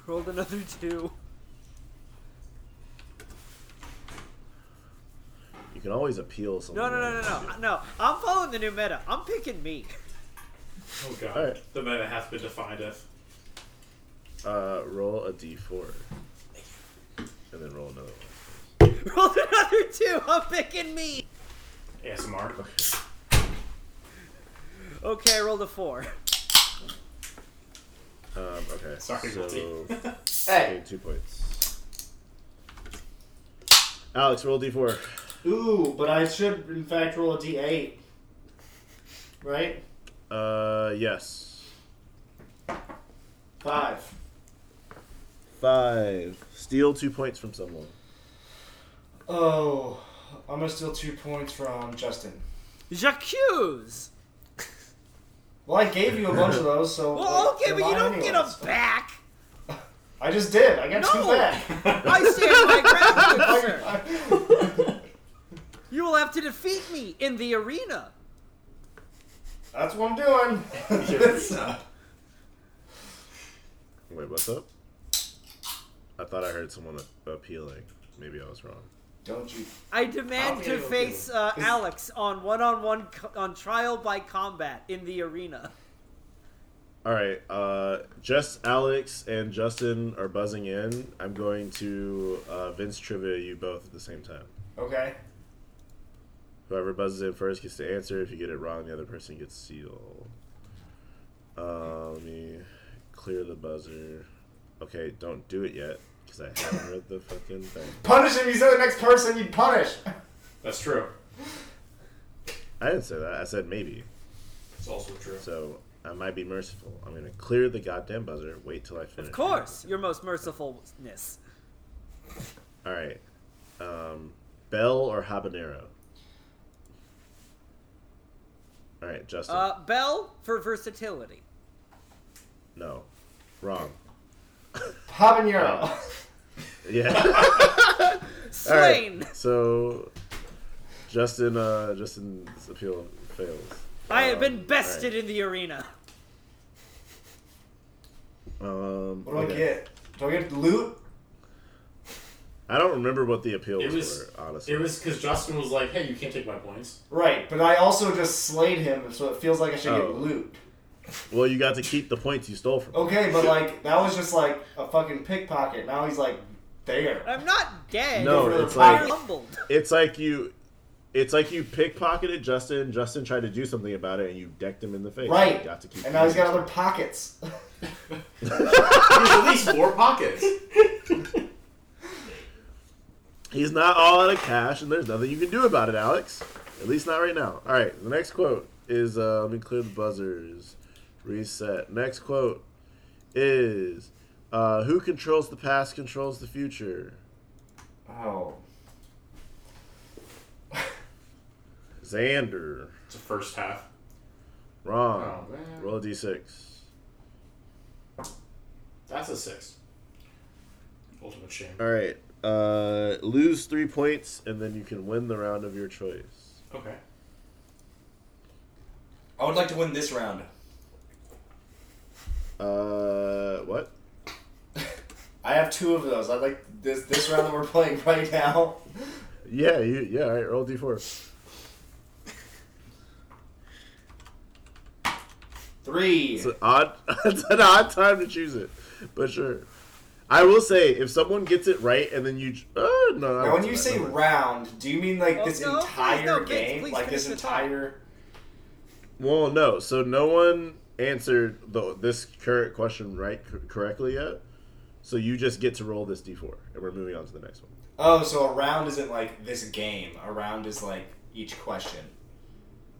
S7: Rolled another two.
S1: You can always appeal something.
S7: No, no, no, no, no, no. I'm following the new meta. I'm picking me.
S4: Oh god.
S1: All right.
S4: The meta has been defined as.
S1: Uh, roll a d4. And then roll another one.
S7: Rolled another two. I'm picking me.
S4: ASMR.
S7: Okay, I rolled a four.
S1: Um, okay.
S4: Sorry,
S1: so,
S4: Milty.
S1: okay,
S5: Hey.
S1: two points. Alex, roll d4.
S5: Ooh, but I should, in fact, roll a d8. Right?
S1: Uh, yes.
S5: Five.
S1: Five. Steal two points from someone.
S5: Oh, I'm gonna steal two points from Justin.
S7: J'accuse.
S5: Well, I gave you a bunch of those, so.
S7: Well,
S5: like,
S7: okay,
S5: they're
S7: but you
S5: mine
S7: don't get them
S5: anyways.
S7: back.
S5: I just did. I got
S7: No.
S5: two back.
S7: I stand my ground, sir.
S5: I-
S7: You will have to defeat me in the arena.
S5: That's what I'm doing. That's-
S1: Wait, what's up? I thought I heard someone a- appealing. Maybe I was wrong.
S5: don't you?
S7: I demand
S5: I'll
S7: to
S5: be able to.
S7: face uh, Alex on one-on-one co- on trial by combat in the arena.
S1: All right. Uh, just Alex and Justin are buzzing in. I'm going to uh, Vince trivia you both at the same time.
S5: Okay.
S1: Whoever buzzes in first gets to answer. If you get it wrong, the other person gets seal. Uh, let me clear the buzzer. Okay, don't do it yet because I haven't read the fucking thing.
S5: Punish him. You said the next person you'd punish.
S4: That's true.
S1: I didn't say that. I said maybe.
S4: It's also true.
S1: So I might be merciful. I'm gonna clear the goddamn buzzer. Wait till I finish.
S7: Of course, your most mercifulness.
S1: All right. Um, Bell or habanero? All right, Justin.
S7: Uh, Bell for versatility.
S1: no, wrong.
S5: Habanero.
S1: Yeah. All right,
S7: Slain.
S1: So, Justin, uh, Justin's appeal fails.
S7: I have
S1: Um,
S7: been
S1: all
S7: bested
S1: right.
S7: in the arena.
S1: Um,
S5: What do
S1: okay.
S5: I get? Do I get loot?
S1: I don't remember what the appeals
S4: It was-
S1: were, honestly.
S4: It was because Justin was like, "Hey, you can't take my points."
S5: Right, but I also just slayed him, so it feels like I should
S1: Oh.
S5: get loot.
S1: Well, you got to keep the points you stole from.
S5: Okay, but like that was just like a fucking pickpocket. Now he's like there.
S7: I'm not dead.
S1: No,
S7: I'm
S1: it's like-
S7: humbled.
S1: It's like you. It's like you pickpocketed Justin. Justin tried to do something about it, and you decked him in the face.
S3: Right.
S1: You got to keep.
S3: and now he's got other pockets.
S4: There's at least four pockets.
S1: He's not all out of cash, and there's nothing you can do about it, Alex. At least not right now. All right, the next quote is uh, let me clear the buzzers. Reset. Next quote is uh, Who controls the past controls the future?
S3: oh.
S1: Xander.
S4: It's the first half.
S1: Wrong.
S4: Oh, man.
S1: Roll a d6.
S4: That's a six. Ultimate shame.
S1: All right. Uh, lose three points, and then you can win the round of your choice.
S4: Okay.
S8: I would like to win this round.
S1: Uh, what?
S3: I have two of those. I like this this round that we're playing right now.
S1: Yeah, you, yeah. All right, roll d4.
S3: Three.
S1: It's an odd, it's an odd time to choose it, but sure. I will say, if someone gets it right, and then you, uh, no,
S3: now,
S1: no.
S3: when
S1: that's
S3: you
S1: not-
S3: say
S1: no, no.
S3: round, do you mean like
S7: Oh,
S3: this
S7: no, please,
S3: entire
S7: no, Vince,
S3: game?
S7: please
S3: like this
S7: finish the talk.
S3: entire.
S1: well, no. So no one answered the, this current question right cor- correctly yet. So you just get to roll this d4, and we're moving on to the next one.
S3: Oh, so a round isn't like this game. A round is like each question.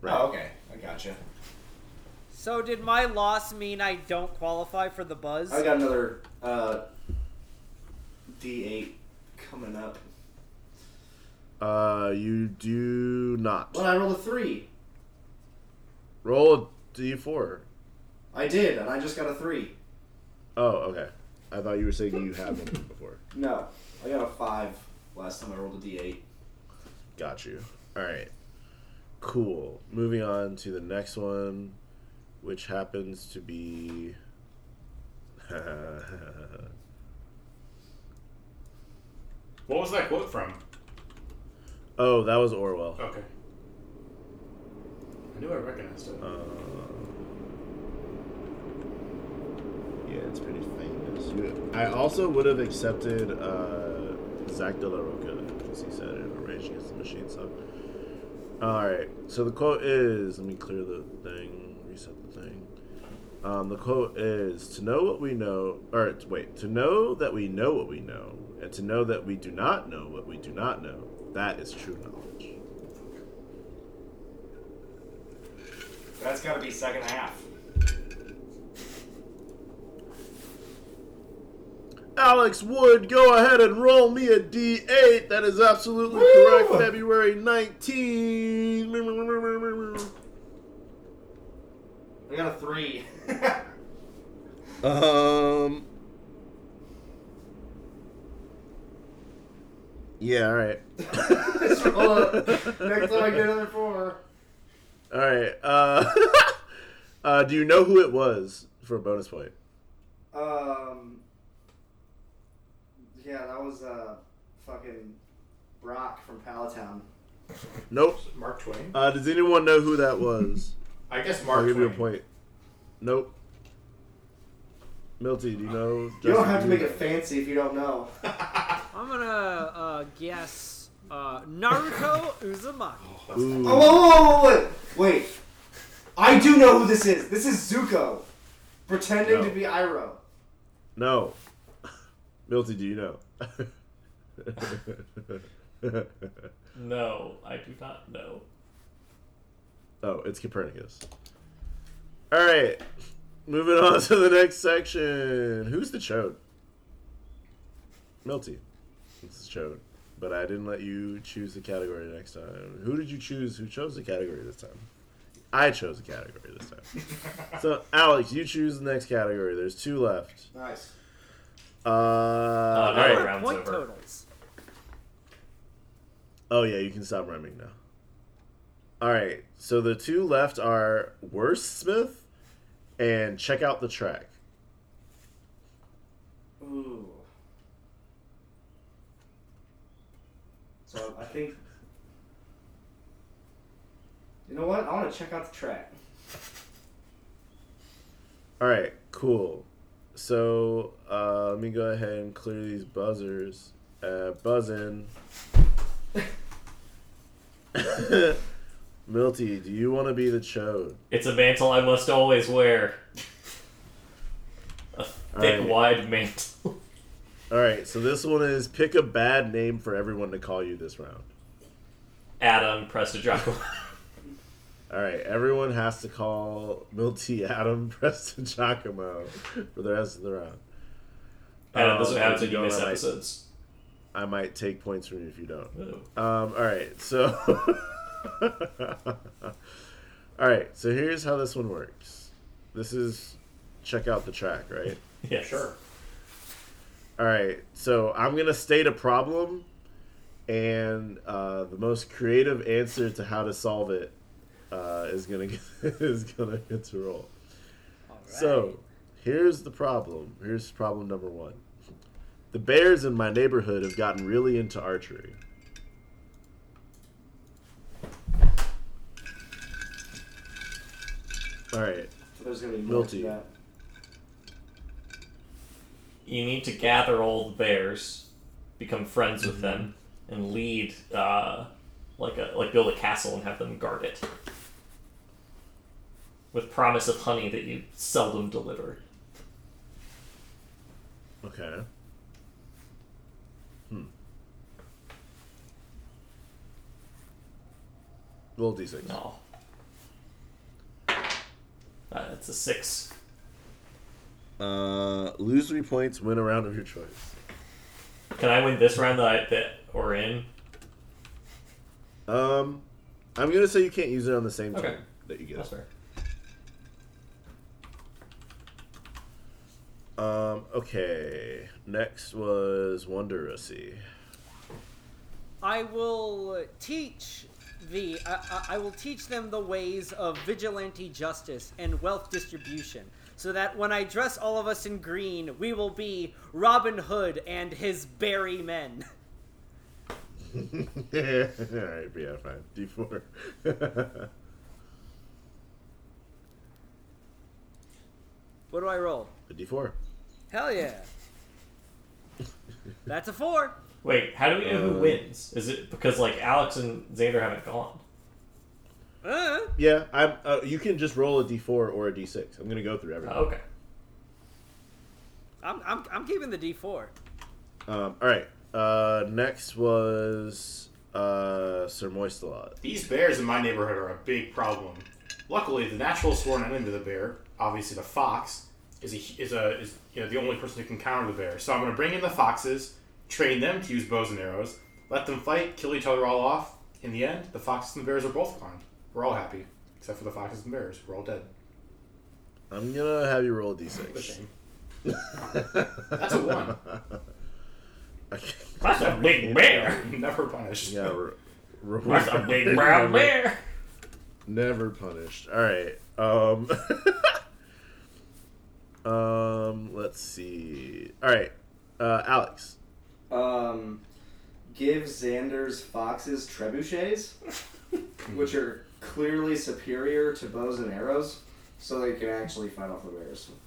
S1: Right.
S3: Oh, okay. I gotcha.
S7: So did my loss mean I don't qualify for the buzz?
S5: I got another uh, D8 coming up.
S3: Oh.
S1: Uh, you do not
S5: Well, I rolled a three.
S1: roll a d4.
S5: I did, and I just got a three.
S1: Oh, okay. I thought you were saying you had one before.
S5: No, I got a five last time I rolled a D8.
S1: Got you. All right. Cool. Moving on to the next one, which happens to be.
S6: What was that quote from?
S1: oh, that was Orwell.
S6: Okay. I knew I recognized it.
S1: Uh, yeah, it's pretty famous. You- I also would have accepted uh, Zach De La Roca because he said it in a Rage Against the Machine song. All right, so the quote is let me clear the thing, reset the thing. Um, the quote is to know what we know, or it's- wait, to know that we know what we know, and to know that we do not know what we do not know, that is true knowledge.
S3: That's got to be second half.
S1: Alex Wood, go ahead and roll me a D8. That is absolutely correct. February 19th.
S3: I got a three.
S1: Um. Yeah, alright.
S5: Just roll up. Next time I get another four.
S1: Alright. Uh, uh, do you know who it was for a bonus point?
S5: Um. Yeah, that was uh, fucking Brock from Palatown.
S1: Nope.
S4: Mark Twain?
S1: Uh, does anyone know who that was?
S4: I guess
S1: I'll
S4: Mark
S1: give
S4: Twain.
S1: you a point. Nope. Milty, do you know?
S5: You
S1: Justin,
S5: don't have
S1: do
S5: to
S1: you
S5: make
S1: know?
S5: it fancy if you don't know.
S7: I'm gonna uh, guess uh, Naruto Uzumaki.
S1: Ooh.
S5: Oh, whoa, whoa, whoa, whoa, wait. Wait. I do know who this is. This is Zuko. Pretending
S1: No.
S5: to be Iroh.
S1: No. Milty, do you know?
S2: No, I do not know.
S1: oh, it's Copernicus. All right. Moving on to the next section. Who's the chode? Milty. This is chode. But I didn't let you choose the category next time. Who did you choose? Who chose the category this time? I chose the category this time. so, Alex, you choose the next category. There's two left.
S5: Nice.
S1: Uh,
S2: Uh,
S1: all
S2: no,
S1: right.
S7: What are
S2: round's
S7: point
S2: over.
S7: totals?
S1: Oh yeah, you can stop rhyming now. All right, so the two left are Wordsmith and check out the track.
S5: Ooh. So I think. You know what? I want to check out the track.
S1: All right, cool. So uh, let me go ahead and clear these buzzers. Uh, buzz in. Milty, do you want to be the chode?
S2: It's a mantle I must always wear. A thick,
S1: Alright.
S2: wide mantle.
S1: All right, so this one is pick a bad name for everyone to call you this round.
S2: Adam Prestigiaco.
S1: All right, everyone has to call Milty Adam Preston Giacomo for the rest of the round.
S2: Adam,
S1: Um,
S2: this is what happens when
S1: you
S2: you miss
S1: don't like-
S2: episodes.
S1: I might take points from you if you don't.
S2: Oh.
S1: Um, all right, so all right, so here's how this one works. This is check out the track, right?
S2: Yeah, sure.
S1: All right, so I'm gonna state a problem, and uh, the most creative answer to how to solve it uh, is gonna get, is gonna get to roll.
S7: Alright.
S1: So here's the problem. Here's problem number one. The bears in my neighborhood have gotten really into archery. All right.
S5: There's gonna be more
S1: Milty.
S5: to that.
S2: You need to gather old bears, become friends
S1: Mm-hmm.
S2: with them, and lead uh, like a like build a castle and have them guard it. With promise of honey that you seldom deliver.
S1: Okay. Hmm. Roll d6.
S2: No. Uh, it's a six.
S1: Uh, lose three points, win a round of your choice.
S2: Can I win this round that I, that we're in?
S1: Um, I'm gonna say you can't use it on the same
S2: Okay.
S1: turn that you
S2: That's
S1: get.
S2: fair.
S1: Um, okay. Next was Wonderousy.
S7: I will teach the uh, I, I, I will teach them the ways of vigilante justice and wealth distribution, so that when I dress all of us in green, we will be Robin Hood and his Barry men.
S1: All right, yeah, fine. D4.
S7: What do I roll?
S1: a D4.
S7: Hell yeah! That's a four.
S2: Wait, how do we know who
S1: Uh,
S2: wins? Is it because like Alex and Xander haven't gone?
S7: Uh,
S1: Yeah, I'm. Uh, you can just roll a D4 or a D6. I'm gonna go through everything.
S2: Oh, okay.
S7: I'm, I'm I'm keeping the D four.
S4: Oh.
S1: Um, all right. Uh, next was uh, Sir Moistelot.
S4: These bears in my neighborhood are a big problem. Luckily, the natural sworn enemy of the bear, obviously the fox, is a, is a is you know the only person who can counter the bear. So I'm going to bring in the foxes, train them to use bows and arrows, let them fight, kill each other all off. In the end, the foxes and the bears are both gone. We're all happy, except for the foxes and bears. We're all dead.
S1: I'm gonna have you roll a
S4: What a
S1: D6.
S4: shame. That's a one.
S1: Okay.
S2: That's a big bear.
S4: Never punished.
S1: Yeah. Re-
S2: That's a big
S1: never,
S2: brown bear.
S1: Never punished. All right. Um. um. Let's see. All right. Uh, Alex.
S5: Um, give Xander's foxes trebuchets, which are clearly superior to bows and arrows, so they can actually fight off the bears.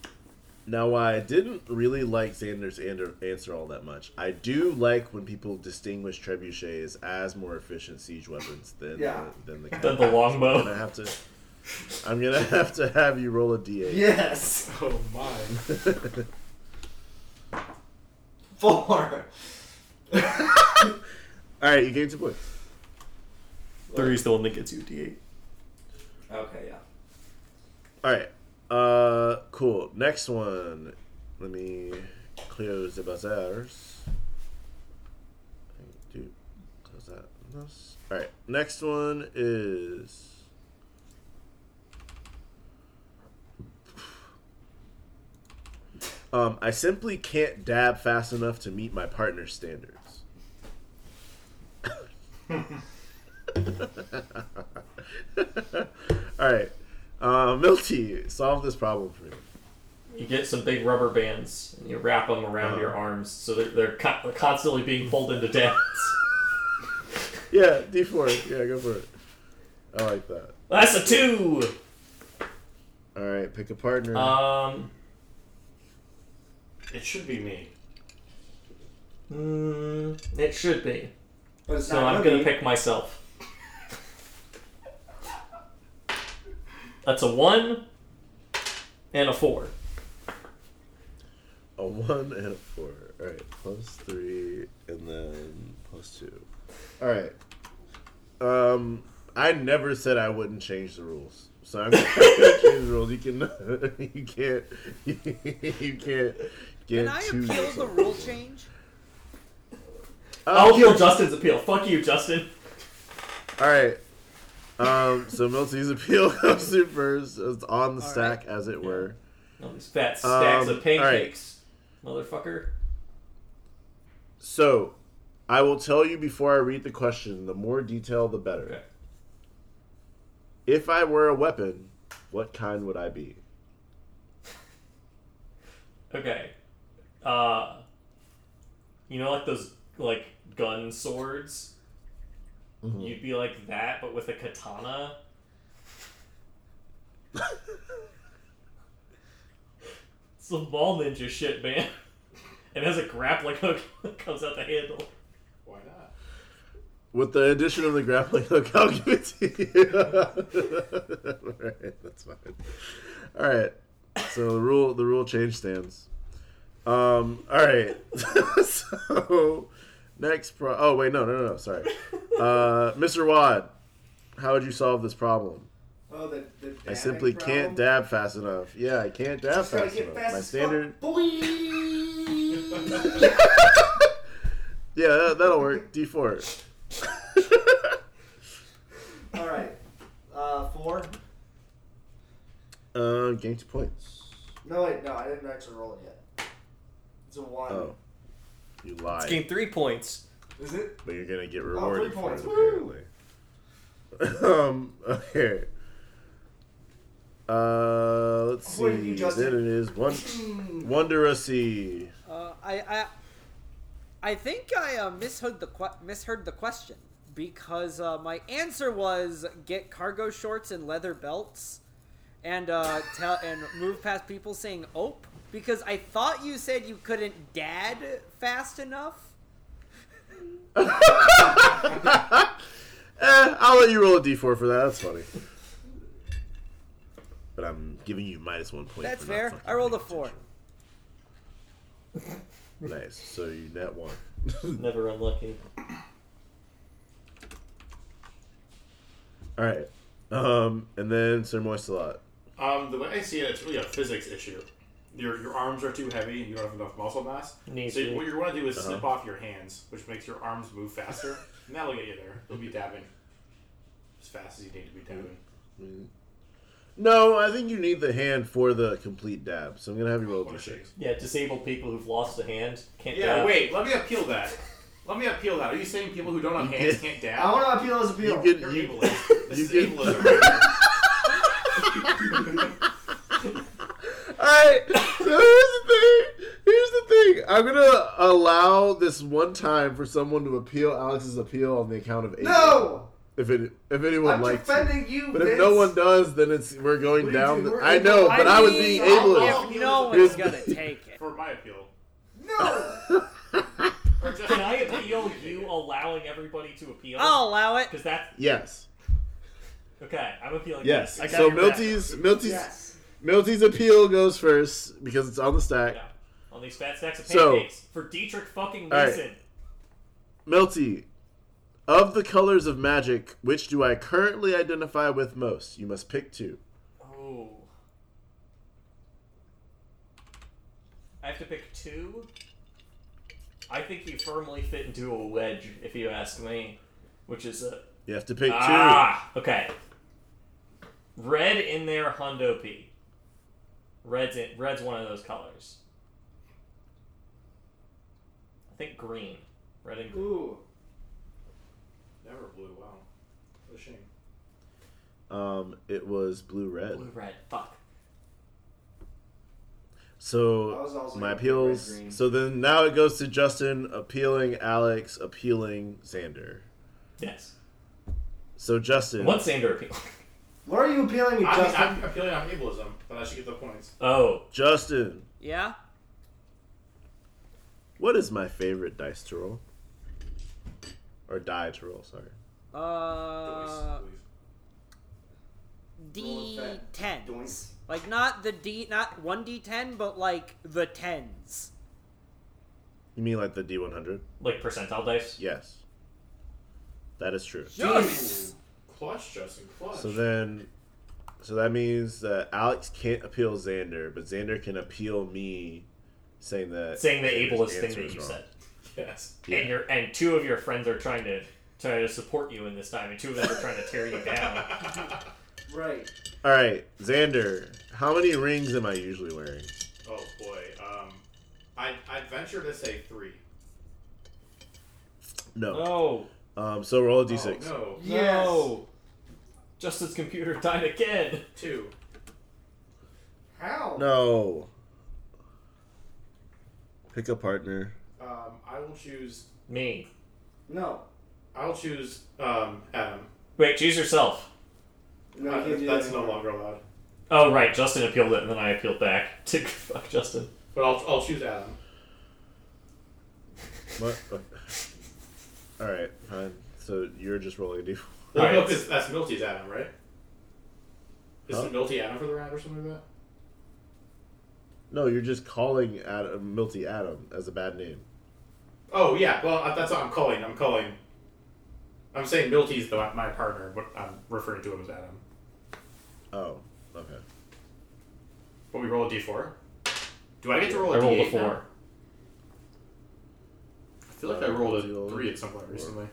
S1: Now, why I didn't really like Xander's an- answer all that much, I do like when people distinguish trebuchets as more efficient siege weapons than
S5: Yeah.
S1: the, than the
S2: Then the
S1: I'm gonna
S2: longbow.
S1: have to. I'm gonna have to have you roll a d8.
S5: Yes,
S4: Oh my.
S5: four.
S1: All right, you gain two points.
S2: Three's the one that gets you D8.
S5: Okay, yeah.
S1: All right, uh, cool. Next one. Let me close the bazaars. Do close that. and This. All right. Next one is. Um, I simply can't dab fast enough to meet my partner's standards. All right, uh, Milty, solve this problem for me.
S2: You get some big rubber bands and you wrap them around
S1: Uh-huh.
S2: your arms so they're, they're co- constantly being pulled into dance.
S1: Yeah, D four. Yeah, go for it. I like that.
S2: That's a two.
S1: All right, pick a partner.
S2: Um.
S4: It should be me.
S2: mm, it should be.
S5: But it's
S2: So
S5: not
S2: I'm
S5: gonna
S2: gonna
S5: be.
S2: pick myself. That's a one and a four.
S1: A one and a four. All right, plus three and then plus two. All right. Um, I never said I wouldn't change the rules, so I'm gonna change the rules. You can, you can't, you can't get.
S7: Can I
S1: too-
S7: appeal the rule change?
S1: Oh,
S2: I'll appeal Justin's appeal. Fuck you, Justin.
S1: All right. Um, so Milty's appeal comes in first. It's on the
S7: All
S1: stack, as it were.
S2: All these fat
S1: Um,
S2: stacks of
S1: all right.
S2: pancakes, motherfucker.
S1: So, I will tell you before I read the question. The more detail, the better.
S2: Okay.
S1: If I were a weapon, what kind would I be?
S2: Okay. Uh, you know, like those like gun swords.
S1: Mm-hmm.
S2: You'd be like that, but with a katana. Some ball ninja shit, man. It has a grappling hook that comes out the handle.
S4: Why not?
S1: With the addition of the grappling hook, I'll give it to you. Alright, that's fine. Alright. So the rule the rule change stands. Um alright. so next pro oh wait, no, no, no, no, sorry. Uh Mr. Wad, how would you solve this problem?
S3: Oh, the, the
S1: I simply can't dab fast enough. Yeah, I can't dab fast enough. My standard Yeah, that, that'll work. D four.
S3: All right, uh, four.
S1: um, gain two points.
S3: No, wait, no, I didn't actually roll it yet. It's a one.
S1: Oh, you
S2: It's
S1: lied.
S2: gained three points.
S3: Is it?
S1: But you're gonna get rewarded
S3: Oh, three
S1: for
S3: points.
S1: it apparently. um. Okay. Uh, let's see.
S3: What did you, Justin?
S1: then it is one. Wonderacy.
S7: Uh, I, I I think I uh, misheard the que- misheard the question because uh, my answer was get cargo shorts and leather belts, and uh, tell and move past people saying "ope" because I thought you said you couldn't dad fast enough.
S1: Eh, I'll let you roll a d4 for that. That's funny. But I'm giving you minus one point.
S7: That's
S1: for not
S7: fair.
S1: fucking
S7: I rolled a
S1: paying
S7: four.
S1: attention. nice. So you net one.
S2: Never unlucky.
S1: All right. Um, and then Sir Moistelot.
S4: Um, the way I see it, it's really a physics issue. Your, your arms are too heavy and you don't have enough muscle mass.
S2: Needs
S4: so
S2: to.
S4: what you want to do is
S1: Uh-huh.
S4: snip off your hands, which makes your arms move faster, and that'll get you there. You'll be dabbing as fast as you need to be dabbing.
S1: No, I think you need the hand for the complete dab. So I'm gonna have you roll
S4: What
S1: a
S4: a
S1: d6.
S4: shakes.
S2: Yeah, disabled people who've lost a hand can't.
S4: Yeah,
S2: dab.
S4: wait. Let me appeal that. Let me appeal that. Are you saying people who don't have hands
S1: get-
S4: can't
S3: I
S4: dab?
S3: want to appeal his appeal.
S1: You get
S4: You're
S1: you,
S4: ableist. This
S1: you
S4: is
S1: get-
S4: ableism. right here.
S1: Alright, so here's the thing. Here's the thing. I'm gonna allow this one time for someone to appeal Alex's appeal on the account of eight.
S3: no,
S1: If it if anyone
S3: I'm
S1: likes it.
S3: defending you.
S1: But
S3: Vince.
S1: if no one does, then it's we're going
S3: What do you
S1: down.
S3: do?
S1: The,
S3: We're
S1: I know,
S3: able-
S1: but
S7: I
S1: I was
S7: mean-
S1: being
S4: I'll-
S1: ableist.
S4: I'll-
S7: No
S1: Here's
S7: one's gonna take it.
S4: For my appeal.
S3: no.
S4: Or just-
S2: Can I appeal you allowing everybody to appeal?
S7: I'll allow it.
S2: Because that's
S1: Yes,
S2: okay. I'm appealing.
S1: yes.
S2: I got
S1: So
S2: your back.
S1: Milty's Milty's
S3: yes.
S1: Milty's appeal goes first because it's on the stack.
S2: Yeah. On these fat stacks of
S1: So-
S2: pancakes for Dietrich fucking
S1: All right.
S2: Mason.
S1: Melty, of the colors of magic, which do I currently identify with most? You must pick two.
S2: Oh. I have to pick two. I think you firmly fit into a wedge, if you ask me, which is a
S1: You have to pick
S2: ah okay. Red in there, Hundo P. Red's in, red's one of those colors. I think green, red and green.
S3: Ooh.
S4: Never blew. Wow. What a shame.
S1: two. Um, it was blue red.
S2: Blue red. Fuck.
S3: I was
S1: So
S3: also
S1: my
S3: gonna pick red,
S1: appeals.
S3: green.
S1: So then now it goes to Justin appealing, Alex appealing, Xander.
S2: Yes.
S1: So Justin,
S2: One Sander appeal.
S3: What are you appealing me,
S4: I mean,
S3: Justin?
S4: I'm appealing on ableism, but I should get the points.
S2: Oh,
S1: Justin,
S7: Yeah.
S1: what is my favorite dice to roll? Or die to roll? Sorry.
S7: Uh,
S4: Always, always.
S3: Roll
S7: d
S3: effect.
S7: tens.
S3: Doink.
S7: Like not the d, not one d ten, but like the tens.
S1: You mean like the D100?
S2: Like percentile dice.
S1: Yes. That is true.
S7: Yes.
S4: Clutch, Justin, clutch.
S1: So then, so that means that Alex can't appeal Xander, but Xander can appeal me, saying that
S2: Saying the
S1: Xander's
S2: ableist thing
S1: answer
S2: that
S1: is
S2: you
S1: wrong.
S2: said.
S4: yes.
S1: Yeah.
S2: And your and two of your friends are trying to try to support you in this time, and two of them are trying to tear you down.
S3: Right.
S1: All right, Xander, how many rings am I usually wearing?
S4: Oh boy. Um, I I venture to say three.
S1: No.
S2: No,
S1: Um. So roll a d6.
S4: Oh, no,
S2: no. Justin's computer died again.
S4: two.
S3: How?
S1: No. Pick a partner.
S4: Um, I will choose.
S2: Me.
S3: No.
S4: I'll choose um, Adam.
S2: Wait, choose yourself.
S3: No,
S4: Uh,
S3: you can't do
S4: that's
S3: that
S4: no
S3: anymore.
S4: longer allowed.
S2: Oh right, Justin appealed it, and then I appealed back. To fuck Justin.
S4: But I'll, I'll choose Adam.
S1: What? All right. Fine. So you're just rolling a d4.
S4: Look
S2: Alright.
S4: up his, that's Milty's Adam, right? Is
S1: Huh?
S4: it Milty Adam for the round or something like
S1: No, you're just calling Adam, Milty Adam as a bad name.
S4: that? Oh yeah. Well, I- that's what I'm calling. I'm calling. I'm saying Milty's the, my partner, but I'm referring to him as Adam.
S1: Oh. Okay.
S4: But we roll a d4. Do I get to roll
S2: I
S4: a
S2: rolled a
S4: d8 now?
S2: four.
S4: I feel like
S1: Uh,
S4: I rolled
S1: roll a
S4: a three at some point
S1: four.
S4: recently.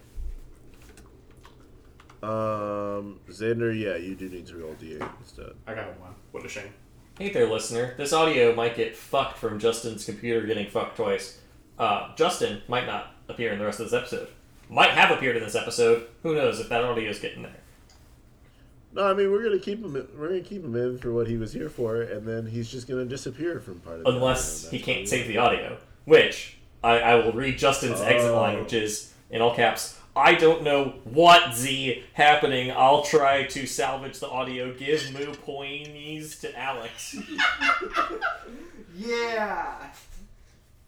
S1: Um, Xander, yeah, you do need to roll d8 instead.
S4: I got a one. What a shame.
S2: Hey there, listener. This audio might get fucked from Justin's computer getting fucked twice. Uh, Justin might not appear in the rest of this episode. Might have appeared in this episode. Who knows if that audio's getting there.
S1: No, I mean we're gonna keep him. We're gonna keep him in for what he was here for, and then he's just gonna disappear from part of. the
S2: Unless
S1: episode,
S2: he
S1: that's
S2: can't
S1: fine.
S2: save the audio. Which, I, I will read Justin's exit
S1: Oh.
S2: line, which is, in all caps, I don't know what Z happening. I'll try to salvage the audio. Give moo pointies to Alex.
S3: Yeah.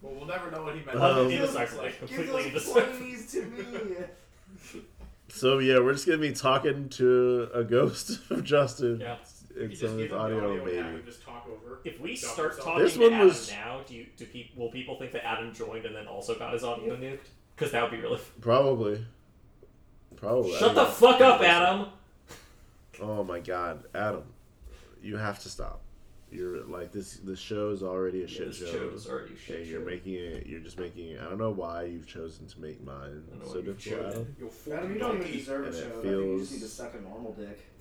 S4: Well, we'll never know what he meant.
S1: Um,
S2: It was actually
S3: Give
S2: completely
S3: those
S2: indecisive.
S3: pointies to me.
S1: So yeah, we're just gonna be talking to a ghost of Justin.
S2: Yeah.
S1: In
S4: You
S1: some
S4: just
S1: of
S4: give
S1: his
S4: him the
S1: audio,
S4: audio and have
S1: maybe.
S4: him just talk over.
S2: If we
S4: Dump
S2: start
S4: yourself.
S2: talking
S1: This
S2: to
S1: one
S2: Adam
S1: was-
S2: now, do you do people will people think that Adam joined and then also got his audio nuked? Because that would be really.
S1: Probably. Probably.
S2: Shut
S1: I
S2: the
S1: mean-
S2: fuck up, Adam.
S1: Oh my God, Adam, you have to stop. You're like this. This show is already a shit
S2: This
S1: show.
S2: show's already a
S1: Yeah,
S2: shit
S1: you're
S2: show.
S1: making it. You're just making it. I don't know why you've chosen to make mine
S2: I don't know
S1: so
S2: what you've
S1: difficult.
S2: chosen.
S1: Adam.
S4: You'll fool
S3: Adam, you
S4: me.
S3: don't even deserve
S1: And
S3: a
S1: it
S3: show. I think you
S1: feels-
S3: just need to suck a normal dick.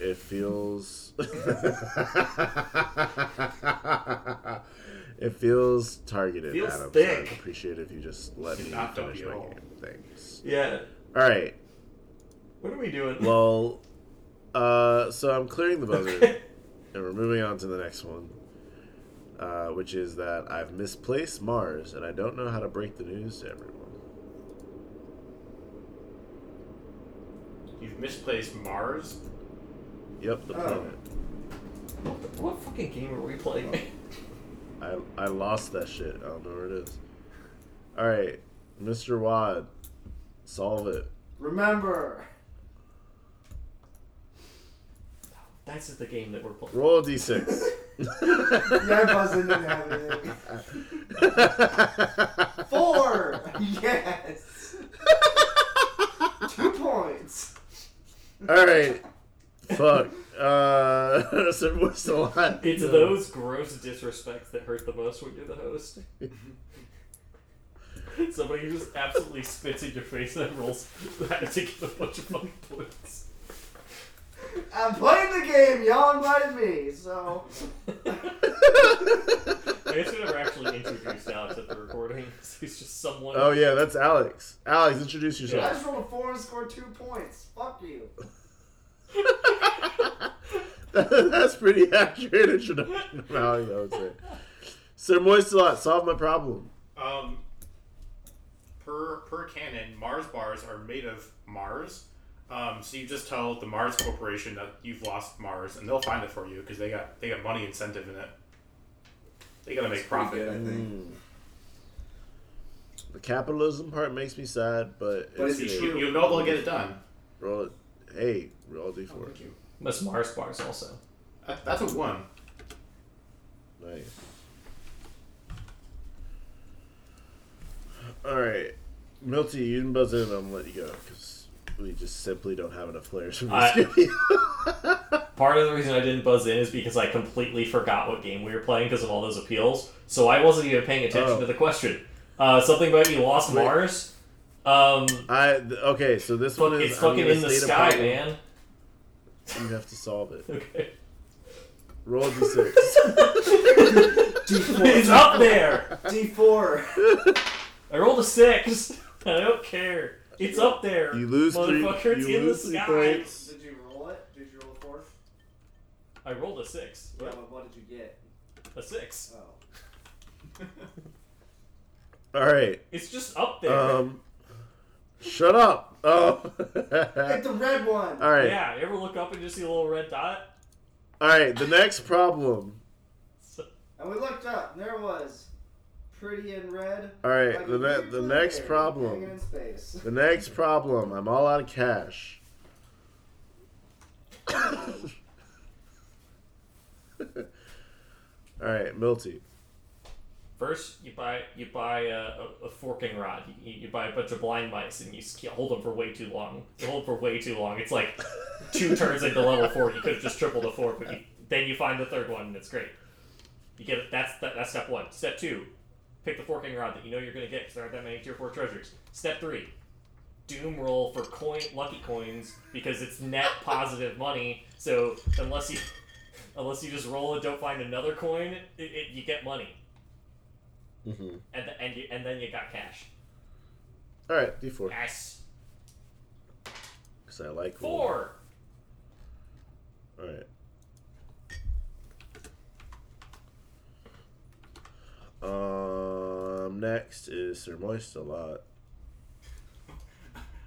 S1: It feels. it feels targeted,
S2: Feels
S1: Adam. So
S2: thick.
S1: I'd appreciate if you just let me
S4: not
S1: finish
S4: W
S1: my
S4: at all.
S1: game. Thanks.
S2: Yeah.
S1: All right.
S2: What are we doing?
S1: Well, uh, so I'm clearing the buzzer, and we're moving on to the next one, uh, which is that I've misplaced Mars, and I don't know how to break the news to everyone.
S4: You've misplaced Mars.
S1: Yep, the
S3: Oh.
S1: planet.
S2: what fucking game are we playing?
S1: I, I lost that shit. I don't know where it is. All right, Mr. Wad, solve it.
S3: Remember.
S2: That's the game that we're playing.
S1: Roll a d6.
S3: Yeah, I buzzed in and have it. Four. yes. Two points.
S1: All right. Fuck. Uh, so what's the line?
S2: It's those gross disrespects that hurt the most when you're the host. Somebody who just absolutely spits in your face and then rolls that to get a bunch of fucking points.
S3: I'm playing the game. Y'all invited me, so
S2: I guess we never actually introduced Alex at the recording. So he's just someone.
S1: Oh yeah, that's Alex. Alex, introduce
S3: I
S1: yourself.
S3: just rolled a four and scored two points. Fuck you.
S1: that's pretty accurate introduction of Alex, I would say. Sir Moistelot, solve my problem.
S4: Um, per per canon, Mars bars are made of Mars. Um, so you just tell the Mars Corporation that you've lost Mars, and they'll find it for you because they got they got money incentive in it. They gotta make
S5: Pretty
S4: profit.
S5: good, I think.
S1: The capitalism part makes me sad, but
S5: But
S1: it's
S5: it's
S1: a-
S5: true.
S4: You, you know they'll get it done.
S1: Roll it. Hey, roll a d4.
S4: Thank you.
S2: That's Mars bars also.
S4: That, that's a one.
S1: Nice. All right, Milty, you can buzz in. I'm gonna let you go because we just simply don't have enough players for this
S2: I-
S1: game.
S2: Part of the reason I didn't buzz in is because I completely forgot what game we were playing because of all those appeals. So I wasn't even paying attention
S1: Oh.
S2: to the question. Uh, something about you lost
S1: Wait.
S2: Mars. Um,
S1: I th- okay, so this
S2: fuck,
S1: one is
S2: it's
S1: I'm
S2: fucking
S1: gonna
S2: in the
S1: state a
S2: sky,
S1: problem.
S2: man.
S1: You have to solve it.
S2: Okay.
S1: Roll a d6.
S2: it's up there.
S9: D4.
S2: I rolled a six. I don't care. It's up there.
S1: You lose three.
S2: Motherfucker, it's
S1: You
S2: in the
S1: lose three
S2: sky.
S1: points.
S5: Did you roll it? Did you roll a four?
S2: I rolled a six.
S5: Yeah, but what did you get?
S2: A six.
S5: Oh.
S1: All right.
S2: It's just up there.
S1: Um, shut up. Oh.
S5: Hit the red one!
S1: All right.
S2: Yeah, you ever look up and just see a little red dot?
S1: All right. The next problem.
S5: And we looked up, and there it was. Pretty in red.
S1: All right.
S5: Like
S1: The
S5: a
S1: ne-
S5: pretty
S1: the
S5: blue
S1: next
S5: bear Hanging
S1: problem.
S5: in space.
S1: The next problem. I'm all out of cash. all right, Milty.
S2: First, you buy you buy a, a, a forking rod. You, you buy a bunch of blind mice, and you s- you hold them for way too long. You hold them for way too long. It's like two turns into level four. You could have just tripled the four, but you, then you find the third one, and it's great. You get it. That's that, that's step one. Step two, pick the forking rod that you know you're going to get because there aren't that many tier four treasures. Step three, doom roll for coin lucky coins because it's net positive money. So unless you unless you just roll and don't find another coin, it, it, you get money
S1: Mm-hmm.
S2: and the, and you, and then you got cash.
S1: All right, D4.
S2: Yes,
S1: Because I like roll.
S2: four.
S1: All right. Um. Next is Sir Moist a lot.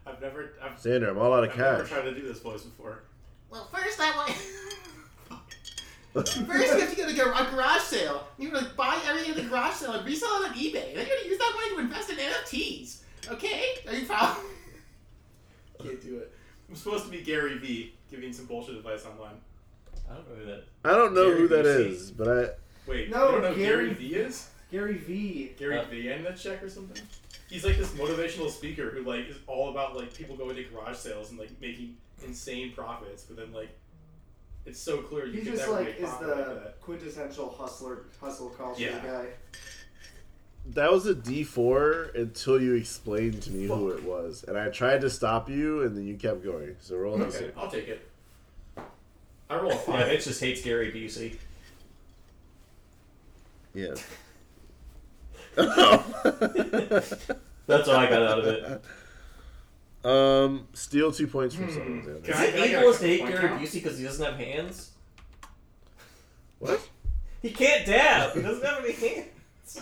S4: I've never, I've,
S1: Xander, I'm all out of
S4: I've never
S1: cash.
S4: tried to do this voice before.
S10: Well, first I want. First, you have to go to gar- a garage sale. You're gonna buy everything at the garage sale and resell it on eBay. Then you're gonna use that money to invest in NFTs. Okay? Are you proud?
S4: Can't do it. I'm supposed to be Gary V giving some bullshit advice online.
S2: I don't know who that.
S1: I don't know who
S2: Gary
S1: that
S2: Busey.
S1: is, but I.
S4: Wait,
S5: No,
S4: you don't know who
S5: Gary-
S4: Gary V is?
S5: Gary V.
S4: Gary
S2: Uh,
S4: V and the check or something? He's like this motivational speaker who like is all about like people going to garage sales and like making insane profits, but then like it's so clear you
S5: He
S4: can
S5: just
S4: never
S5: like
S4: make
S5: is
S4: profit out of
S5: the
S4: that.
S5: quintessential hustler, hustle culture
S4: Yeah.
S5: guy.
S1: That was a D4 until you explained to me who it was. And I tried to stop you, and then you kept going. So roll this.
S4: Okay, I'll take it. I roll a
S2: Yeah,
S4: five.
S2: Mitch just hates Gary Busey.
S1: Yeah.
S2: That's what I got out of it.
S1: um, steal two points from someone, Xander.
S4: Hmm. Can
S2: Is
S4: I-
S2: it
S4: can I get a
S2: equal to hate
S4: point
S2: Gary
S4: count?
S2: Busey because he doesn't have hands?
S1: What?
S2: He can't dab. He doesn't have any hands.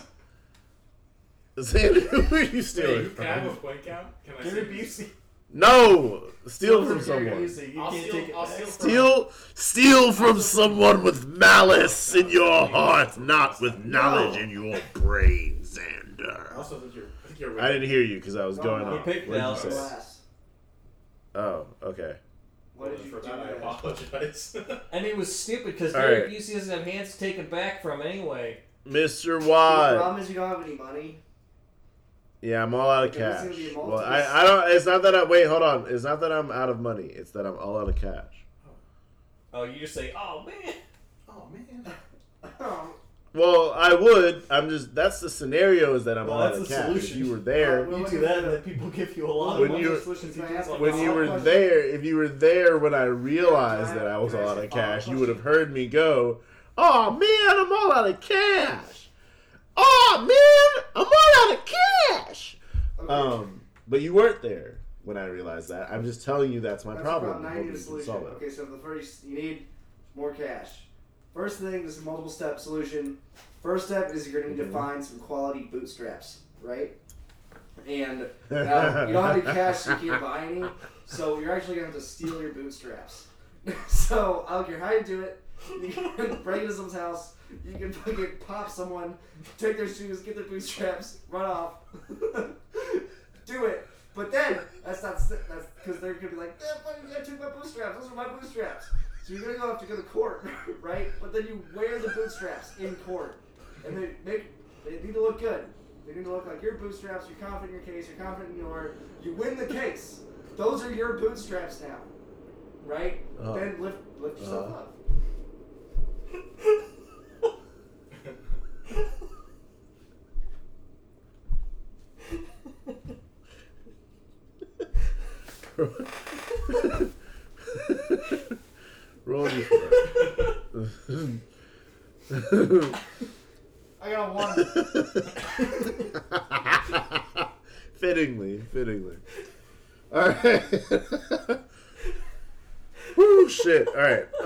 S1: Xander, who are you
S4: Wait,
S1: stealing
S4: who- can I have a
S1: from?
S4: point count? Can I
S2: Gary
S4: say-
S2: Busey.
S1: No! Steal from
S2: Gary
S1: someone.
S2: Busey. You
S4: I'll
S2: can't
S4: steal-
S2: take it
S4: I'll
S2: back.
S4: steal from-
S1: Steal, steal from someone with malice in your heart, not with knowledge in your brain,
S4: I
S1: Xander.
S4: also think you're I think you're
S1: I didn't hear you because I was
S4: Oh,
S1: going
S5: no.
S1: on.
S2: He picked
S1: What'd you
S2: Dallas.
S1: say?
S5: Glass.
S1: Oh, okay.
S5: What did you
S4: for
S5: do?
S4: that I
S5: to-
S4: apologize.
S2: And it was stupid because
S1: All
S2: Gary
S1: right.
S2: Busey doesn't have hands to take it back from anyway.
S1: Mr.
S5: The
S1: Wad.
S5: problem is you don't have any money.
S1: Yeah, I'm all out of
S5: Okay, this is
S1: cash.
S5: gonna be a
S1: Well,
S5: multi-
S1: I, I don't. It's not that I wait. Hold on. It's not that I'm out of money. It's that I'm all out of cash.
S2: Oh, you just say, oh man.
S4: oh man.
S5: Oh,
S1: Well, I would. I'm just. That's the scenario. Is that I'm
S2: Well,
S1: all out
S2: that's
S1: of
S2: the
S1: cash. If
S2: solution.
S1: you were there,
S5: Well,
S2: You do that and then people give you a lot
S1: When
S2: of money.
S1: you-
S2: Solutions
S5: Can I
S2: you
S5: ask
S2: do is
S5: a
S1: when you
S5: follow-up
S1: were
S5: question?
S1: there, if you were there when I realized
S5: Can I-
S1: that I was
S5: can I
S1: all
S5: ask
S1: out
S5: a
S1: of
S5: follow-up
S1: cash, you
S5: question?
S1: would have heard me go, "Oh man, I'm all out of cash. Oh man, I'm all out of cash."
S5: okay.
S1: Um, but you weren't there when I realized that. I'm just telling you that's my
S5: That's
S1: problem.
S5: about
S1: I'm
S5: ninety
S1: hoping
S5: to
S1: you can
S5: solution.
S1: solve it.
S5: Okay, so the first you need more cash. First thing this is a multiple step solution. First step is you're gonna need
S1: Mhm.
S5: to find some quality bootstraps, right? And now, Um, you don't have any cash, so you can't buy any. So you're actually gonna have to steal your bootstraps. so I don't care how you do it. You can break into someone's house. You can fucking pop someone, take their shoes, get their bootstraps, run off. do it. But then that's not s- that's because they're gonna be like, "Eh, fucking, I took my bootstraps. Those are my bootstraps. So you're gonna go have to go to court, right? But then you wear the bootstraps in court, and they make they need to look good. They need to look like your bootstraps. You're confident in your case. You're confident in your lawyer. You win the case. Those are your bootstraps now, right?
S1: Uh,
S5: then lift lift yourself
S1: uh.
S5: up.
S1: Roll D4.
S5: I got a one.
S1: fittingly, fittingly. All right. Woo, shit. All right. Um,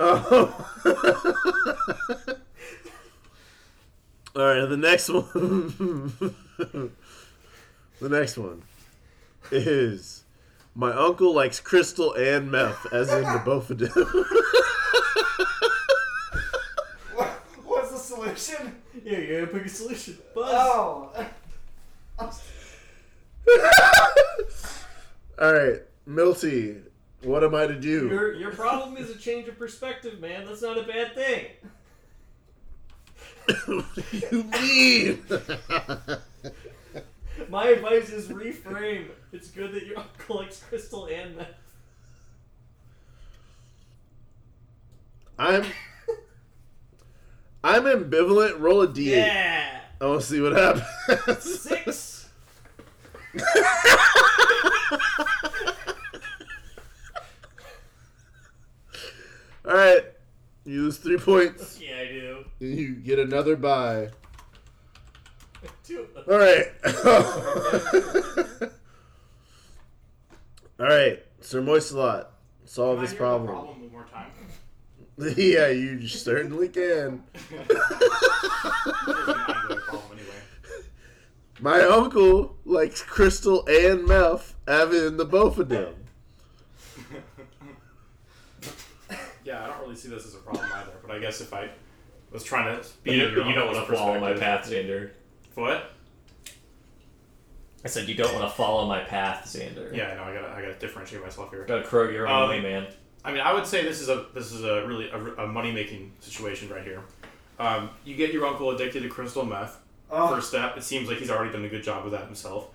S1: all right. The next one. the next one is my uncle likes crystal and meth, as in the Bofidel.
S5: What's the solution?
S2: Yeah, you gotta pick a solution.
S5: Oh,
S1: all right, Milty. What am I to do?
S2: Your your problem is a change of perspective, man. That's not a bad thing.
S1: what do you mean?
S2: My advice is reframe. It's good that your uncle likes crystal and meth.
S1: I'm I'm ambivalent. Roll a d8.
S2: Yeah.
S1: I want to see what happens.
S2: Six.
S1: All right, you lose three points.
S2: Yeah, I do.
S1: And you get another buy.
S2: Two of them.
S1: All right. All right, Sir Moiselot, solve this problem.
S4: problem one more time.
S1: yeah, you certainly can.
S4: It's an ongoing problem anyway.
S1: My uncle likes crystal and meth, having the both of them.
S4: Yeah, I don't really see this as a problem either. But I guess if I was trying to,
S2: You,
S4: speed
S2: you don't want to follow my path, Xander.
S4: What?
S2: I said you don't want to follow my path, Xander.
S4: Yeah, I know. I gotta, I gotta differentiate myself here.
S2: Gotta crow your own
S4: Um,
S2: way, man.
S4: I mean, I would say this is a this is a really a, money making situation right here. Um, you get your uncle addicted to crystal meth.
S5: Oh.
S4: First step. It seems like he's already done a good job of that himself.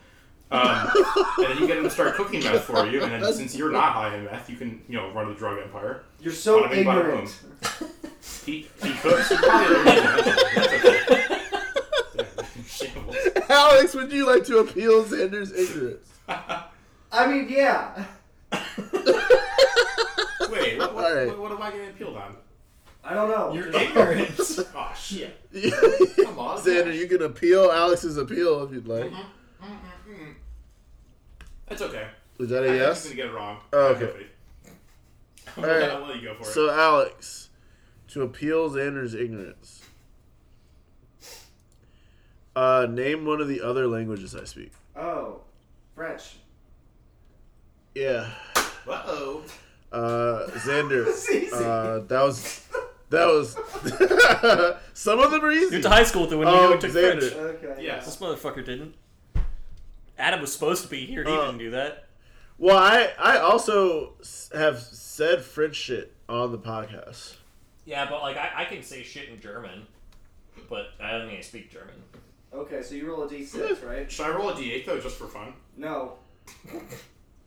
S4: Um, and then you get him to start cooking meth for you. And then since you're not high in meth, you can you know run the drug empire.
S5: you're so
S4: Bada bing, bada
S5: ignorant.
S4: He, he cooks. Damn, shambles.
S1: Alex, would you like to appeal Xander's ignorance?
S5: I mean, yeah.
S4: Wait, what, what,
S1: Alright.
S4: what, what am I getting appealed on?
S5: I don't know.
S4: You're
S5: Just-
S4: ignorant. oh shit.
S1: Xander,
S4: Come on.
S1: you can appeal Alex's appeal if you'd like.
S4: Mm-hmm. Hmm. It's okay.
S1: Is that
S4: I
S1: a
S4: think he's
S1: yes?
S4: gonna get it wrong.
S1: Oh, okay.
S4: All
S1: Alright.
S4: right. I'll let you go for it.
S1: So, Alex, to appeal Xander's ignorance, uh, name one of the other languages I speak.
S5: Oh, French.
S1: Yeah.
S4: Uh-oh.
S1: Uh, Xander,
S5: easy.
S1: uh, that was. That was. some of them are easy.
S2: Went to high school with the window
S1: Um,
S2: and took
S1: Xander.
S2: French.
S5: Okay.
S2: This
S4: Yes.
S2: motherfucker didn't. Adam was supposed to be here. He
S1: Uh,
S2: didn't do that.
S1: Well, I, I also s- have said French shit on the podcast.
S2: Yeah, but like I, I can say shit in German, but I don't think I speak German.
S5: Okay, so you roll a d6, right?
S4: Should I roll a d8 though, just for fun?
S5: No.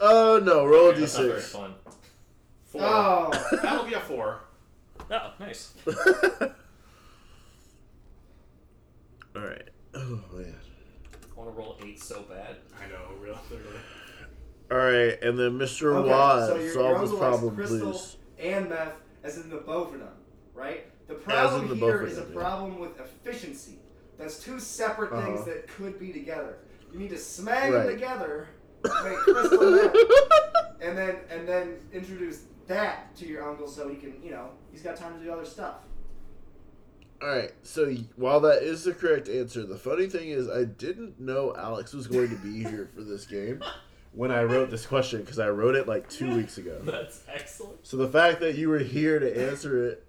S1: Oh, no. Roll a
S2: That's not very
S1: d6.
S2: fun.
S4: Four.
S5: Oh.
S4: That'll be a four.
S2: Oh, nice.
S1: All right. Oh, man.
S2: I want to roll eight so bad.
S4: I know, really. literally.
S1: All right, and then Mr.
S5: Okay,
S1: Wad
S5: so your, your
S1: solve
S5: uncle
S1: this
S5: likes
S1: problem,
S5: crystal
S1: please.
S5: and meth, as in the bovenum, right? The problem
S1: the
S5: here is a
S1: bovenum, yeah.
S5: problem with efficiency. That's two separate things
S1: Uh-huh.
S5: that could be together. You need to smag
S1: Right.
S5: them together, to make crystal meth, and then and then introduce that to your uncle so he can, you know, he's got time to do other stuff.
S1: All right, so y- while that is the correct answer, the funny thing is I didn't know Alex was going to be here for this game when I wrote this question because I wrote it like two weeks ago.
S2: That's excellent.
S1: So the fact that you were here to answer it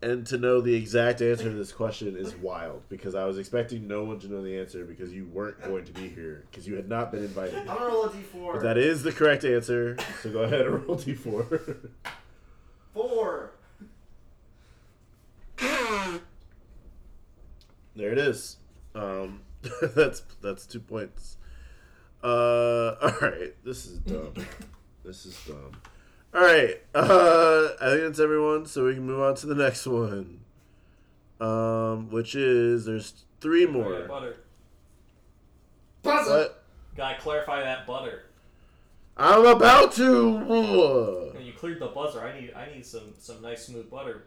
S1: and to know the exact answer to this question is wild because I was expecting no one to know the answer because you weren't going to be here because you had not been invited.
S5: I'm gonna roll a d4.
S1: But that is the correct answer, so go ahead and roll d4.
S5: Four.
S1: There it is. Um, that's that's two points. Uh, all right. This is dumb. this is dumb. All right. Uh, I think that's everyone. So we can move on to the next one, um, which is there's three more.
S2: Butter.
S5: Puzzle.
S1: But
S2: Gotta clarify that butter.
S1: I'm about to.
S2: When you cleared the buzzer, I need I need some some nice smooth butter.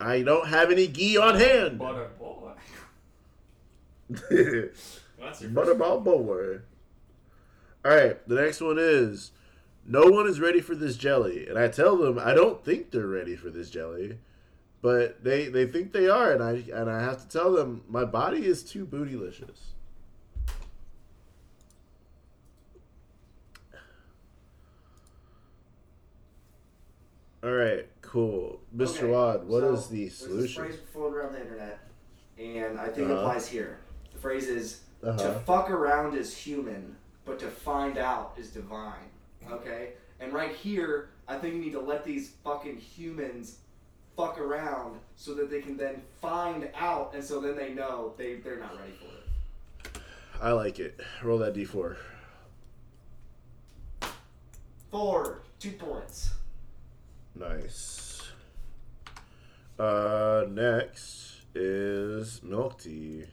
S1: I don't have any ghee on hand.
S2: Butter boy.
S4: Well, that's your first.
S1: Butterball Boy. All right, the next one is no one is ready for this jelly, and I tell them I don't think they're ready for this jelly, but they they think they are, and I and I have to tell them my body is too bootylicious. All right, cool, Mr.
S5: Okay,
S1: Wad. What
S5: so
S1: is the
S5: there's this
S1: solution?
S5: phrase floating around the internet, and I think it
S1: Uh-huh.
S5: applies here. The phrase is
S1: Uh-huh.
S5: to fuck around is human, but to find out is divine. Okay? And right here, I think you need to let these fucking humans fuck around so that they can then find out, and so then they know they, they're not ready for it.
S1: I like it. Roll that d4.
S5: Four, two points.
S1: Nice. Uh, next is milk tea.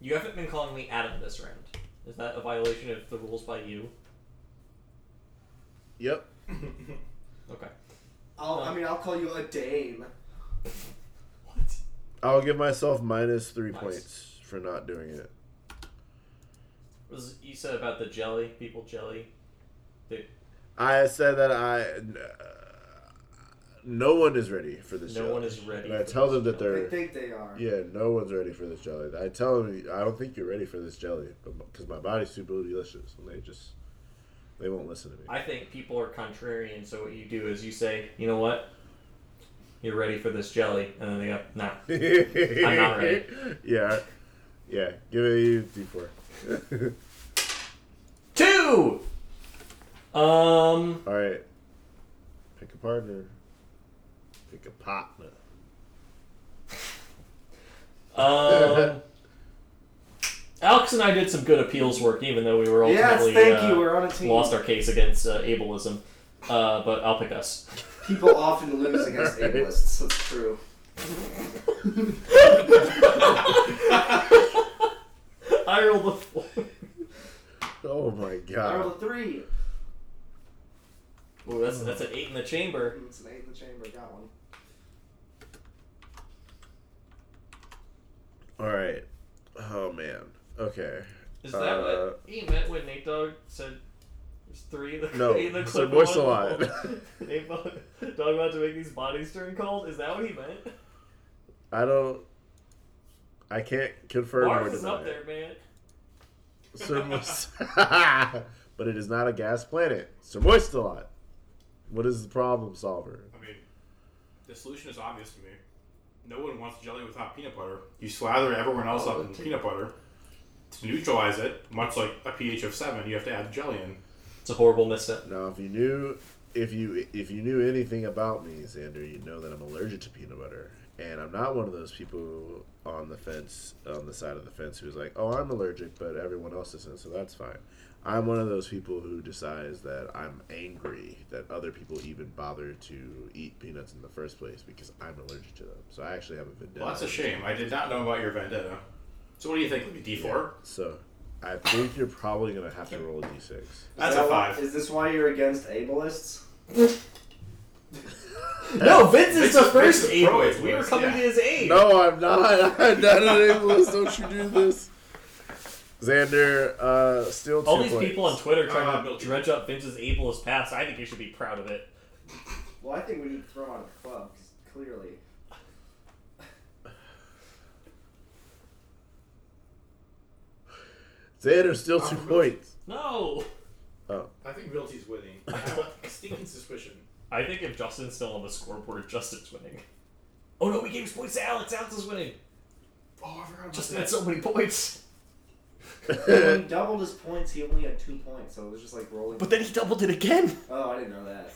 S2: You haven't been calling me Adam this round. Is that a violation of the rules by you?
S1: Yep.
S2: Okay.
S5: I'll, I
S2: Um.
S5: mean, I'll call you a dame.
S2: What?
S1: I'll give myself minus three
S2: Nice.
S1: points for not doing it.
S2: Was you said about the jelly people jelly?
S1: I said that I. n- uh, no one is ready for this
S2: No
S1: jelly.
S2: one is ready
S1: And I
S2: for
S1: tell
S2: this
S1: them that
S5: They
S1: they're.
S5: think they are.
S1: Er, Yeah, no one's ready for this jelly. I tell them, I don't think you're ready for this jelly because my body's too bootylicious. And they just. They won't listen to me.
S2: I think people are contrarian, so what you do is you say, you know what? You're ready for this jelly, and then they go, nah.
S1: I'm
S2: not ready.
S1: Yeah. Yeah. Give me a d4.
S2: Two. Um,
S1: All right. Pick a partner. Pick a partner.
S2: um. Alex and I did some good appeals work, even though we were
S5: Yes,
S2: ultimately
S5: thank
S2: uh,
S5: you. We're on a team.
S2: lost our case against uh, ableism. Uh, but I'll pick us.
S5: People often lose against ableists. That's true.
S2: I rolled a four.
S1: Oh my
S5: I rolled
S1: god.
S5: a three.
S2: Ooh, that's that's an eight in the chamber.
S5: It's an eight in the chamber. Got one.
S1: All right. Oh man. Okay.
S2: Is
S1: Uh,
S2: that what he meant when Nate Dogg said there's three in the,
S1: No,
S2: eight in the
S1: said
S2: clip and
S1: voice
S2: one
S1: a lot.
S2: ball? Nate Dogg Dogg about to make these bodies turn cold. Is that what he meant?
S1: I don't. I can't confirm or
S2: Mars is
S1: deny.
S2: up there, man.
S1: Sir Moist- but it is not a gas planet. Sir Moistelot. What is the problem solver?
S4: I mean, the solution is obvious to me. No one wants jelly without peanut butter. You slather everyone else up in peanut butter. To neutralize it, much like a pH of 7, you have to add jelly in.
S2: It's a horrible misstep.
S1: Now, if you knew, if you if you knew anything about me, Xander, you'd know that I'm allergic to peanut butter, and I'm not one of those people on the fence, on the side of the fence, who's like, "Oh, I'm allergic, but everyone else isn't, so that's fine." I'm one of those people who decides that I'm angry that other people even bother to eat peanuts in the first place because I'm allergic to them. So I actually have a vendetta.
S4: Well, that's a shame. I did not know about your vendetta. So what do you think? Like a D4?
S1: So I think you're probably gonna have to roll a d6.
S4: That's
S5: Is that
S4: a
S5: why-
S4: 5.
S5: Is this why you're against ableists?
S2: No, Vince is
S4: Vince
S2: the
S4: is-
S2: first
S4: Vince is pro
S2: ableist.
S4: ableist,
S2: We were coming
S4: yeah.
S2: to his aid.
S1: No, I'm not. I'm not an ableist. Don't you do this. Xander, uh, still two
S2: All these
S1: points.
S2: people on Twitter trying
S4: Uh,
S2: to dredge up Vince's ableist past. I think you should be proud of it.
S5: Well, I think we need to throw him out of the club, 'cause clearly.
S1: Xander, still two points. Oh.
S2: No.
S4: I think Realty's winning. I have a stinking suspicion.
S2: I think if Justin's still on the scoreboard, Justin's winning. Oh no, we gave points to Alex. Alex is winning.
S4: Oh, I forgot about
S2: Justin
S4: that.
S2: had so many points.
S5: when he doubled his points, he only had two points, so it was just like rolling.
S2: But then he doubled it again.
S5: Oh, I didn't know that.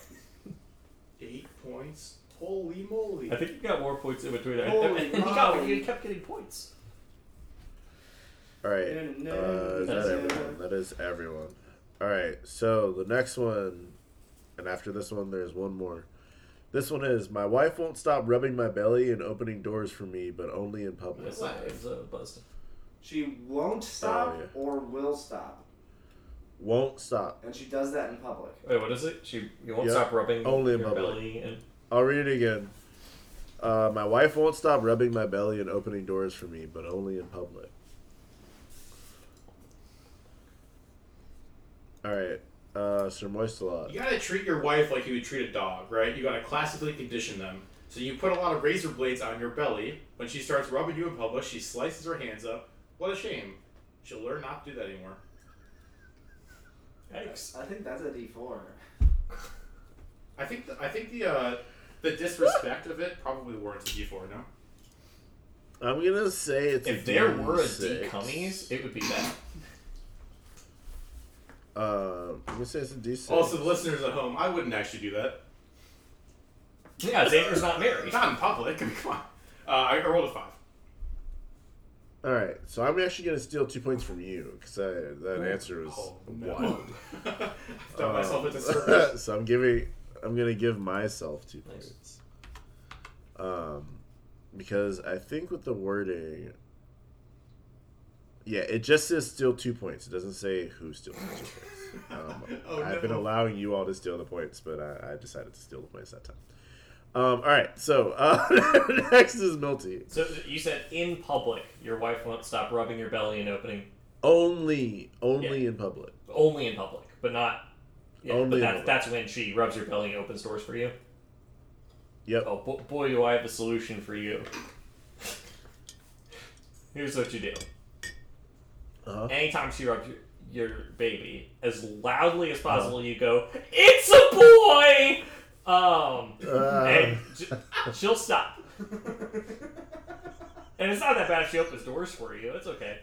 S4: eight points. Holy moly!
S2: I think you got more points in between. I-
S4: Holy
S2: I, think he got.
S4: moly.
S2: He kept getting points.
S1: All right. Uh, is that everyone? That is everyone. All right. So the next one, and after this one, there's one more. This one is my wife won't stop rubbing my belly and opening doors for me, but only in public.
S2: It's a, it's a bust.
S5: She won't stop
S1: Oh, yeah.
S5: or will stop,
S1: Won't stop.
S5: and she does that in public.
S2: Wait, what is it? She you won't
S1: Yeah.
S2: stop rubbing
S1: Only in
S2: your
S1: public.
S2: belly and
S1: I'll read it again. Uh, my wife won't stop rubbing my belly and opening doors for me, but only in public. All right, uh, Sir Moistelot.
S4: You gotta treat your wife like you would treat a dog, right? You gotta classically condition them. So you put a lot of razor blades on your belly. When she starts rubbing you in public, she slices her hands up. What a shame. She'll learn not to do that anymore.
S2: yikes.
S5: I think that's a D four.
S4: I think the, I think the uh, the disrespect of it probably warrants a D four. No,
S1: I'm gonna say it's
S2: If there were a D
S1: D6.
S2: cummies, it would be that.
S1: Uh, I'm gonna say it's a D6.
S4: also the listeners at home, I wouldn't actually do that.
S2: Yeah, Xander's not married.
S4: Not in public. I mean, come on. Uh, I rolled a five.
S1: All right, so I'm actually gonna steal two points from you because that answer was
S4: Oh, no.
S1: wild.
S4: I've done myself a disservice.
S1: so I'm giving. I'm gonna give myself two
S2: Nice.
S1: points. Um, because I think with the wording. Yeah, it just says steal two points. It doesn't say who steals the two points. Um,
S4: Oh,
S1: I've been
S4: no.
S1: allowing you all to steal the points, but I, I decided to steal the points that time. Um, all right, so uh, next is Milty.
S2: So you said in public, your wife won't stop rubbing your belly and opening
S1: Only, only in public.
S2: only in public, but not. Yeah,
S1: Only in
S2: but that's
S1: public.
S2: that's when she rubs your belly and opens doors for you.
S1: Yep.
S2: Oh bo- boy, do I have a solution for you. Here's what you do.
S1: Uh-huh.
S2: Anytime she rubs your, your baby, as loudly as possible, you go, "It's a boy." Um,
S1: Uh,
S2: and j- she'll stop. And it's not that bad if she opens doors for you. It's okay.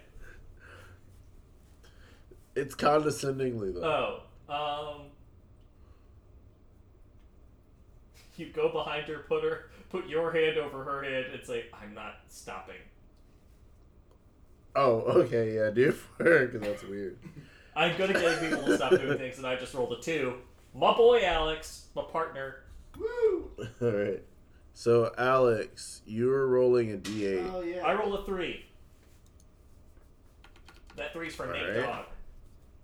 S1: it's condescendingly though.
S2: Oh, um, you go behind her, put her, put your hand over her head, and say, "I'm not stopping."
S1: oh, okay, yeah, do it for her because that's weird.
S2: I'm good at getting people to stop doing things, and I just rolled a two. My boy Alex, my partner.
S1: All right. So Alex, you were rolling a D8.
S5: Uh,
S11: Oh yeah.
S2: I rolled a three. That three's for Nate
S1: Alright.
S2: Dog.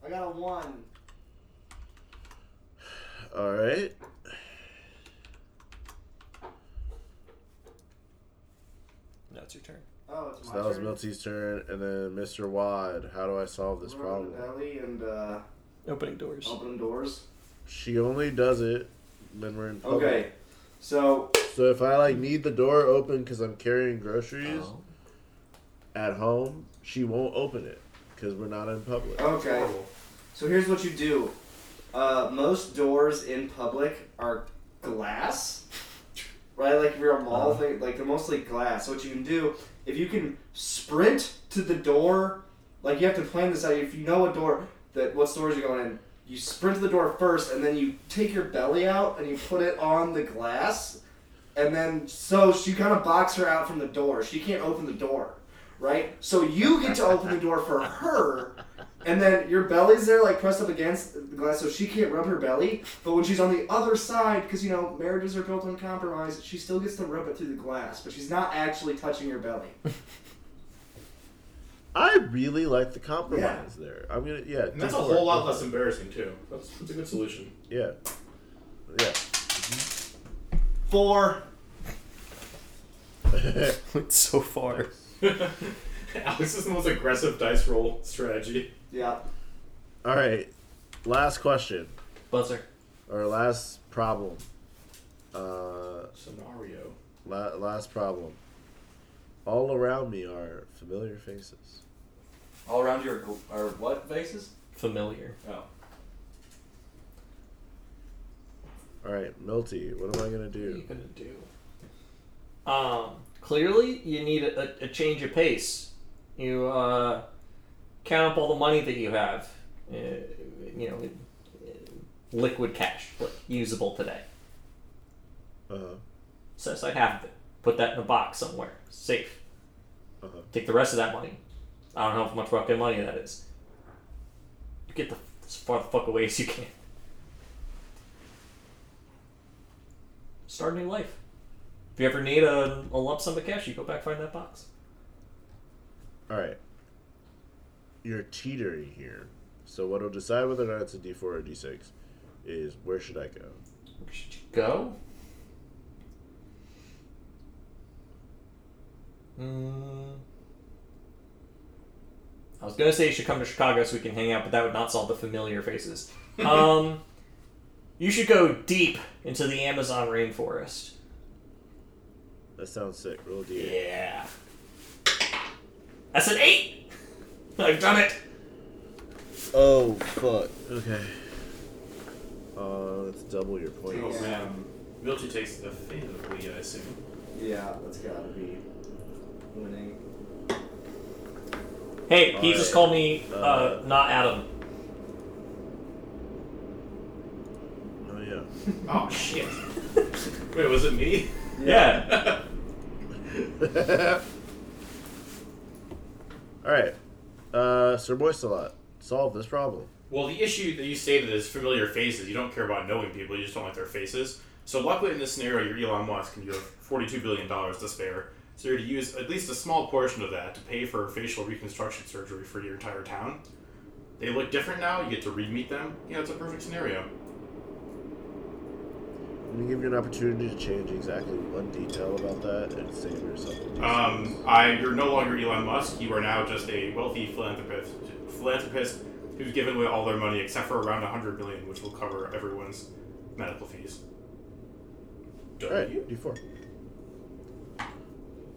S5: I got a one.
S1: All right.
S2: No, it's your turn.
S5: Oh, it's
S1: So
S5: my
S1: that was
S5: turn.
S1: Milty's turn, and then Mr. Wad. How do I solve this
S5: We're on the
S1: problem?
S5: Belly and uh,
S2: Opening doors.
S5: open doors.
S1: She only does it when we're in public.
S5: Okay, so
S1: So if I like need the door open because I'm carrying groceries at home, she won't open it because we're not in public.
S5: okay, so here's what you do. Uh, most doors in public are glass, right? Like if you're a mall thing, like they're mostly glass. So what you can do, if you can sprint to the door, like you have to plan this out. If you know what door that what stores you're going in, you sprint to the door first, and then you take your belly out and you put it on the glass, and then so she kind of box her out from the door. She can't open the door, right? So you get to open the door for her, and then your belly's there, like pressed up against the glass, so she can't rub her belly. But when she's on the other side, because you know marriages are built on compromise, she still gets to rub it through the glass, but she's not actually touching your belly.
S1: I really like the compromise there. I'm gonna yeah.
S4: And that's a
S1: D4.
S4: whole lot less embarrassing too. That's, that's a good solution.
S1: Yeah. Yeah.
S5: Four.
S8: Went so far.
S4: Alex is the most aggressive dice roll strategy.
S5: Yeah.
S1: All right. Last question
S2: Buzzer.
S1: or last problem. Uh,
S4: Scenario.
S1: la- last problem. All around me are familiar faces.
S8: All around your gl- or what faces?
S2: Familiar.
S8: Oh,
S1: All right, Milty, what am I gonna do?
S2: gonna do? Um, clearly, you need a, a, a change of pace. You uh, count up all the money that you have. Uh, you know, in- in liquid cash, like usable today.
S1: Uh-huh.
S2: set aside half of it, put that in a box somewhere, safe.
S1: Uh-huh.
S2: Take the rest of that money. I don't know how much fucking money that is. You get the as far the fuck away as you can. Start a new life. If you ever need a, a lump sum of cash, you go back find that box.
S1: All right. You're teetering here. So what'll decide whether or not it's a D4 or a D6 is where should I go?
S2: Where should you go? Mm. I was gonna say you should come to Chicago so we can hang out, but that would not solve the familiar faces. um, you should go deep into the Amazon rainforest.
S1: That sounds sick. Roll a D8.
S2: Yeah. That's an eight. I've done it.
S1: Oh, fuck. Okay. Uh, that's double your points.
S4: Oh man, Milty takes the fate of Lee, I assume.
S5: Yeah, that's gotta be winning.
S2: Hey, he
S1: Alright.
S2: just called me uh,
S1: Uh,
S2: not Adam.
S1: Oh, yeah.
S4: Oh shit. Wait, was it me?
S2: yeah.
S1: All right. Uh, Sir Moistelot, solve this problem.
S4: Well, the issue that you stated is familiar faces. You don't care about knowing people, you just don't like their faces. So, luckily, in this scenario, you're Elon Musk and you have $42 billion to spare. So, you're to use at least a small portion of that to pay for facial reconstruction surgery for your entire town. They look different now, you get to re meet them. Yeah, it's a perfect scenario.
S1: I'm gonna give you an opportunity to change exactly one detail about that and save yourself. a D6.
S4: Um, I, you're no longer Elon Musk, you are now just a wealthy philanthropist, philanthropist who's given away all their money except for around $100 million, which will cover everyone's medical fees.
S1: All right, D4.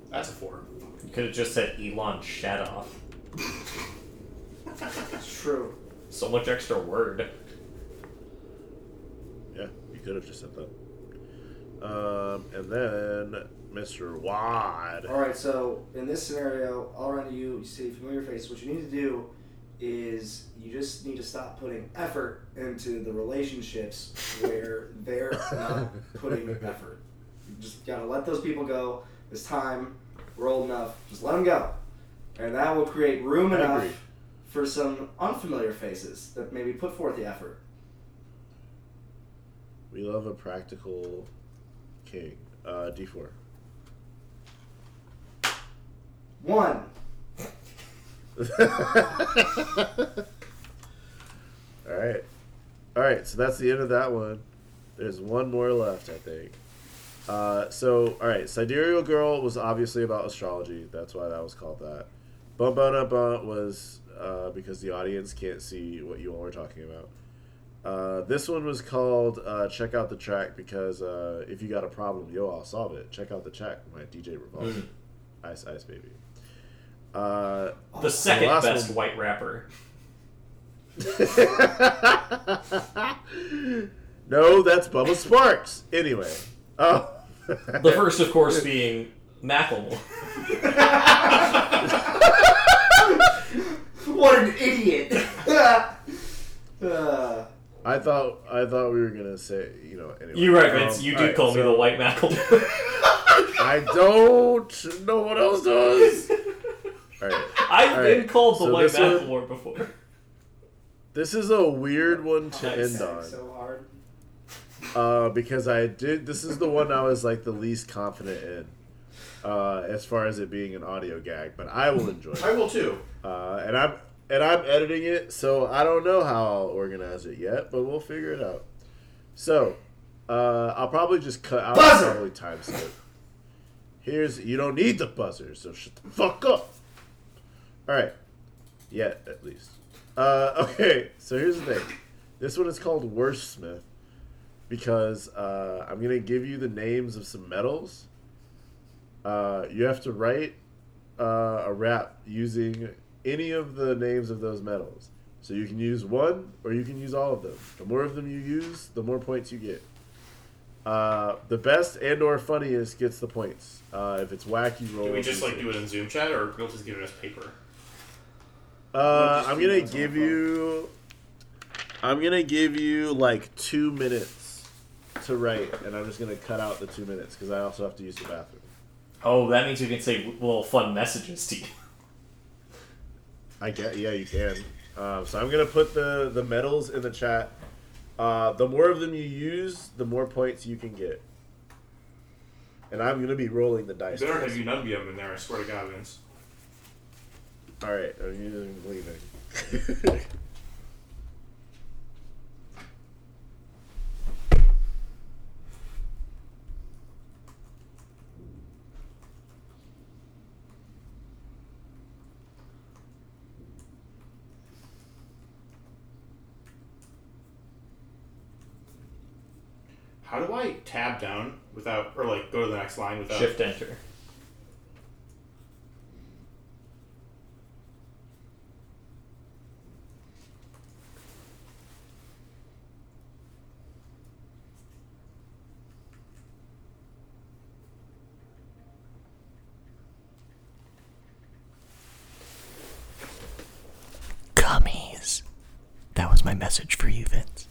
S4: That's a four.
S2: You could have just said Elon Shadoff.
S5: It's true.
S2: So much extra word.
S1: Yeah, you could have just said that. Um, and then Mr. Wad.
S5: All right, so in this scenario, all around you, you see familiar faces. What you need to do is you just need to stop putting effort into the relationships where they're not putting effort. You just gotta let those people go. It's time. We're old enough. Just let them go, and that will create room
S1: I
S5: enough
S1: agree.
S5: for some unfamiliar faces that maybe put forth the effort.
S1: We love a practical king. Uh, D4.
S5: One.
S1: All right. All right, so that's the end of that one. There's one more left, I think. Uh, so, all right, Sidereal Girl was obviously about astrology. That's why that was called that. Bum Bum Dum Bum was uh, because the audience can't see what you all are talking about. Uh, this one was called uh, Check Out the Track because uh, if you got a problem, yo, I'll solve it. Check out the track, my DJ Revolver. Ice Ice Baby. Uh,
S2: The second
S1: last
S2: best
S1: one.
S2: white rapper.
S1: no, that's Bubba Sparks. Anyway. Oh.
S2: The first, of course, being Macklemore.
S5: What an idiot! Uh,
S1: I thought I thought we were gonna say you know anyway.
S2: You're right, Vince.
S1: Um,
S2: You do
S1: alright,
S2: call me
S1: so
S2: the white Macklemore.
S1: I don't. No one else does. All right.
S2: I've
S1: Alright,
S2: been called the
S1: so
S2: white
S1: this one-
S2: Macklemore before.
S1: This is a weird one to
S2: Nice.
S1: end on.
S5: so hard.
S1: uh, because I did. This is the one I was like the least confident in, uh, as far as it being an audio gag. But I will enjoy
S4: I
S1: it,
S4: will too.
S1: uh, and I'm and I'm editing it, so I don't know how I'll organize it yet, but we'll figure it out. So uh, I'll probably just cut out
S5: Buzzer!
S1: probably time slip. Here's you don't need the buzzer, so shut the fuck up. All right, yet at least. Uh, okay, so here's the thing. This one is called Wordsmith because uh, I'm gonna give you the names of some metals. Uh, you have to write uh, a rap using any of the names of those metals. So you can use one or you can use all of them. The more of them you use, the more points you get. Uh, the best and or funniest gets the points. Uh, if it's whack, you roll.
S4: Do we
S1: a
S4: just like
S1: d6.
S4: do it in Zoom chat, or Milton's giving us paper?
S1: Uh,
S5: We'll
S1: I'm
S5: just
S1: gonna
S5: do what's on
S1: give
S5: the phone.
S1: you. I'm gonna give you like two minutes to right, and I'm just gonna cut out the two minutes because I also have to use the bathroom.
S2: Oh, that means we can say little fun messages to you.
S1: I get, yeah, you can. Um, so I'm gonna put the the medals in the chat. Uh, the more of them you use, the more points you can get. And I'm gonna be rolling the dice.
S4: better have Unumbium in there, I swear to God, Vince.
S1: All right, I'm using leaving.
S4: How do I tab down without, or like go to the next line without?
S2: Shift enter.
S12: Gummies. That was my message for you, Vince.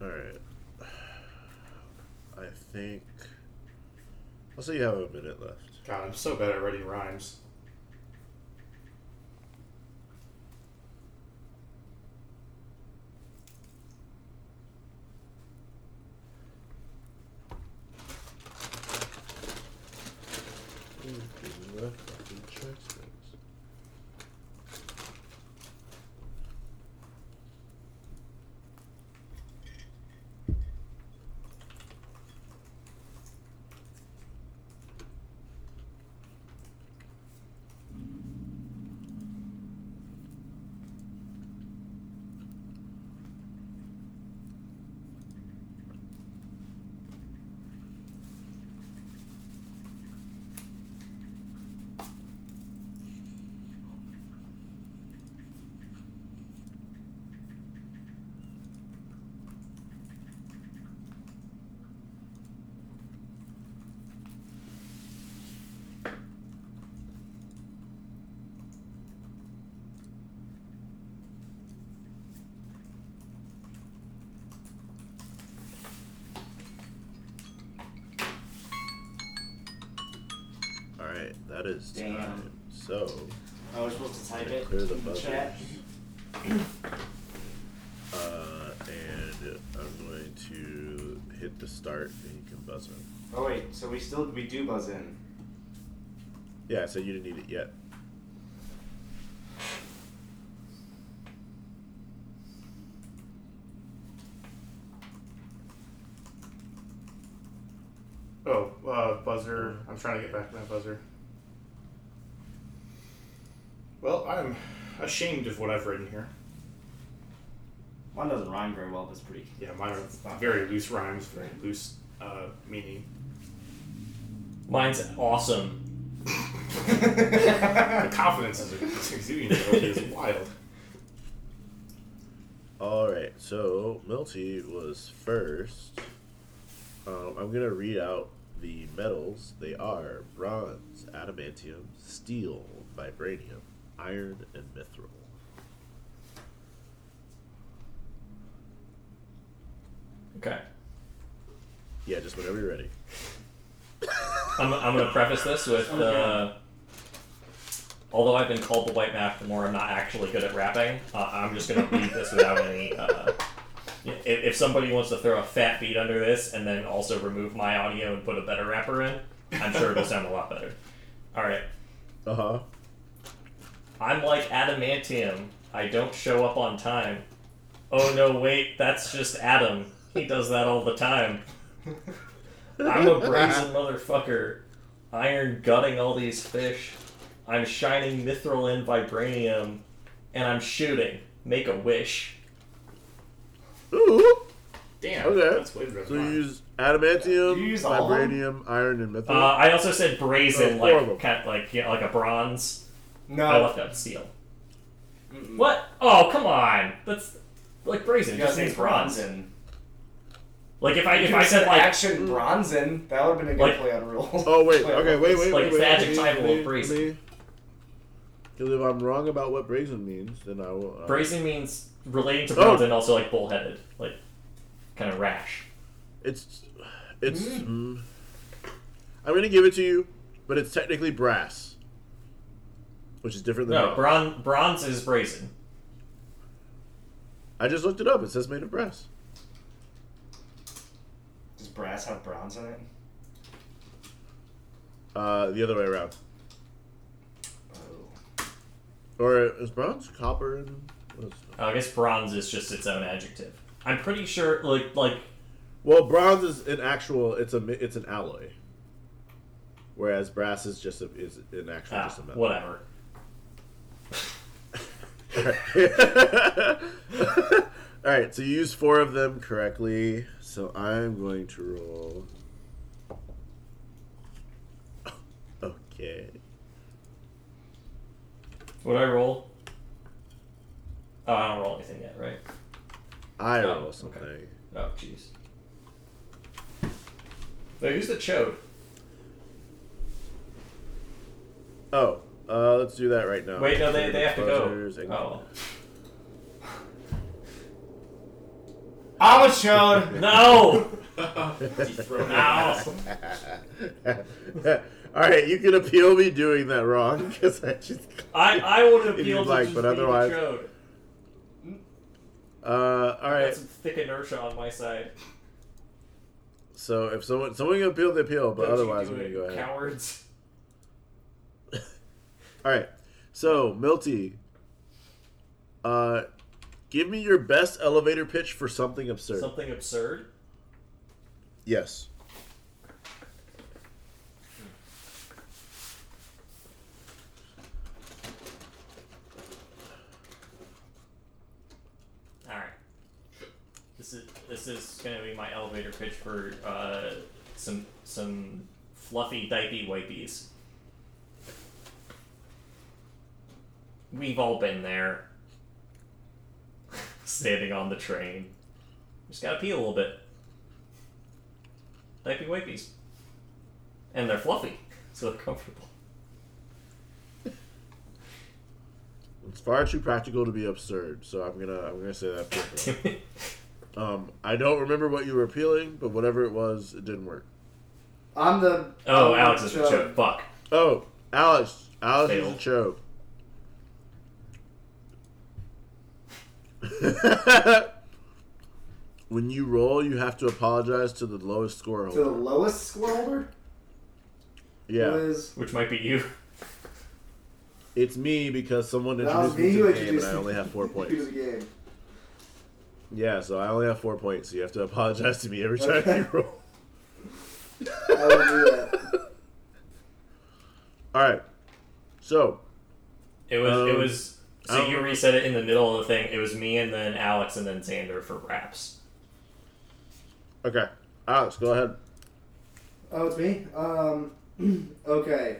S1: All right. I think. I'll say you have a minute left.
S4: God, I'm so bad at writing rhymes.
S1: Give me the fucking check strings. All right, that is
S5: Damn.
S1: time. So
S5: Oh, we're supposed to type it
S1: Clear the
S5: in the
S1: buzzers.
S5: chat.
S1: Uh, and I'm going to hit the start, and you can buzz in.
S5: Oh wait, so we still we do buzz in.
S1: Yeah, so you didn't need it yet.
S4: Oh, uh, buzzer. I'm trying to get back to my buzzer. Well, I'm ashamed of what I've written here.
S5: One doesn't rhyme very well, but it's pretty.
S4: Yeah, mine are very loose rhymes, very loose uh, meaning.
S2: Mine's awesome.
S4: The confidence is exuding though, is wild.
S1: All right, so Milty was first. Um, I'm gonna read out The metals they are bronze, adamantium, steel, vibranium, iron, and mithril.
S2: Okay.
S1: Yeah, just whenever you're ready.
S2: I'm, I'm going to preface this with uh, although I've been called the white Macklemore, I'm not actually good at rapping. Uh, I'm just going to read this without any. Uh, if, if somebody wants to throw a fat beat under this and then also remove my audio and put a better rapper in, I'm sure it'll sound a lot better. All right.
S1: Uh huh.
S2: I'm like adamantium. I don't show up on time. Oh no, wait, that's just Adam. He does that all the time. I'm a brazen motherfucker. Iron gutting all these fish. I'm shining mithril and vibranium. And I'm shooting. Make a wish.
S1: Ooh.
S6: Damn,
S1: Okay.
S6: that's way better.
S1: So
S6: than
S1: you
S6: mine.
S1: use adamantium,
S8: You use all of them?
S1: vibranium, iron, and
S2: Uh,
S1: mithril.
S2: I also said
S1: Oh,
S2: brazen,
S1: four of them.
S2: like kind of like yeah, like a bronze.
S5: No.
S2: I left out steel. What? Oh, come on. That's like brazen.
S8: You
S2: It
S8: guys
S2: just
S8: say
S2: means bronze.
S8: Bronzin.
S2: Like if I if
S5: You
S2: I
S5: could've
S2: said like
S5: action Bronzin, that would have been a good
S2: Like-
S5: play on roll.
S1: Oh wait,
S5: Play on
S1: okay,
S5: roll.
S1: wait, wait,
S2: like
S1: wait, wait.
S2: the
S1: let
S2: adjective
S1: me- let me-
S2: of brazen.
S1: let me- 'cause if I'm wrong about what brazen means, then I will. Uh,
S2: brazen means relating to
S1: Oh.
S2: bronze and also like bullheaded, like kind of rash.
S1: It's, it's. mm, I'm gonna give it to you, but it's technically brass, which is different than.
S2: No,
S1: metal.
S2: bron- bronze is brazen.
S1: I just looked it up. It says made of brass.
S5: Does brass have bronze in it?
S1: Uh, the other way around.
S5: Oh.
S1: Or is bronze copper and what is
S2: Uh, I guess bronze is just its own adjective. I'm pretty sure, like, like
S1: Well, bronze is an actual. It's a. mi- It's an alloy. Whereas brass is just a is an actual
S2: ah,
S1: just a metal.
S2: whatever.
S1: All right. So you use four of them correctly. So I'm going to roll. Okay.
S2: Would I roll? Oh, I don't roll anything yet, right?
S1: I
S2: Oh,
S1: roll
S2: okay.
S1: something.
S2: Oh, jeez. No, use the chode.
S1: Oh, uh, let's do that right now.
S2: Wait, no, they, they have to go.
S1: Buzzers and-
S2: Oh.
S5: I'm a chode.
S2: No!
S4: Dethrone.
S2: Ow!
S1: All right, you can appeal me doing that wrong because I just.
S2: I, I would
S1: If
S2: appeal
S1: you'd
S2: to
S1: like,
S2: just
S1: but
S2: being
S1: otherwise-
S2: the chode.
S1: Uh, all
S2: I
S1: right.
S2: got some thick inertia on my side.
S1: So if someone someone can appeal the appeal, but
S2: Don't you
S1: otherwise
S2: do
S1: I'm gonna
S2: it,
S1: go ahead.
S2: Cowards.
S1: All right. So Milty, uh, give me your best elevator pitch for something absurd.
S2: Something absurd.
S1: yes.
S2: All right. This is this is gonna be my elevator pitch for uh, some some fluffy dipey wipies. We've all been there. Standing on the train. Just gotta pee a little bit. Dipey wipies. And they're fluffy, so they're comfortable.
S1: It's far too practical to be absurd, so I'm gonna I'm gonna say that. For you. um, I don't remember what you were appealing, but whatever it was, it didn't work.
S3: I'm the.
S2: oh,
S3: I'm
S2: Alex
S3: the
S2: is a joke. Fuck.
S1: Oh, Alex, Alex
S2: Fail.
S1: is a choke. when you roll, you have to apologize to the lowest score
S3: To the
S1: holder.
S3: lowest score holder
S1: Yeah,
S3: was
S2: Which might be you.
S1: it's me because someone
S3: That was
S1: introduced
S3: me
S1: me
S3: who
S1: to the game, and
S3: introduced
S1: I
S3: you.
S1: only have four
S3: due to
S1: points.
S3: the game.
S1: Yeah, so I only have four points. So you have to apologize to me every time
S3: Okay.
S1: you roll.
S3: I will do that.
S1: All right. So
S2: It was. it
S1: Um,
S2: was.
S1: I
S2: So
S1: don't
S2: you
S1: know.
S2: reset it in the middle of the thing. It was me and then Alex and then Xander for wraps.
S1: okay, Alex, go ahead.
S3: Oh, it's me. Um. okay.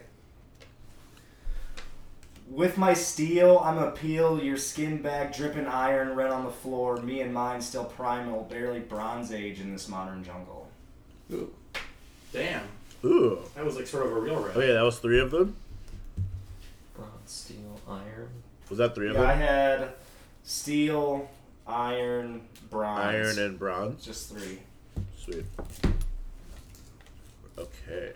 S5: With my steel, I'm a peel, your skin back, dripping iron, red on the floor, me and mine still primal, barely bronze age in this modern jungle.
S4: Damn.
S1: Ooh.
S4: That was like sort of a real red.
S1: Okay, that was three of them.
S2: Bronze, steel, iron.
S1: Was that three of
S5: Yeah, I
S1: them?
S5: had steel, iron, bronze.
S1: Iron and bronze.
S5: Just three.
S1: Sweet. Okay.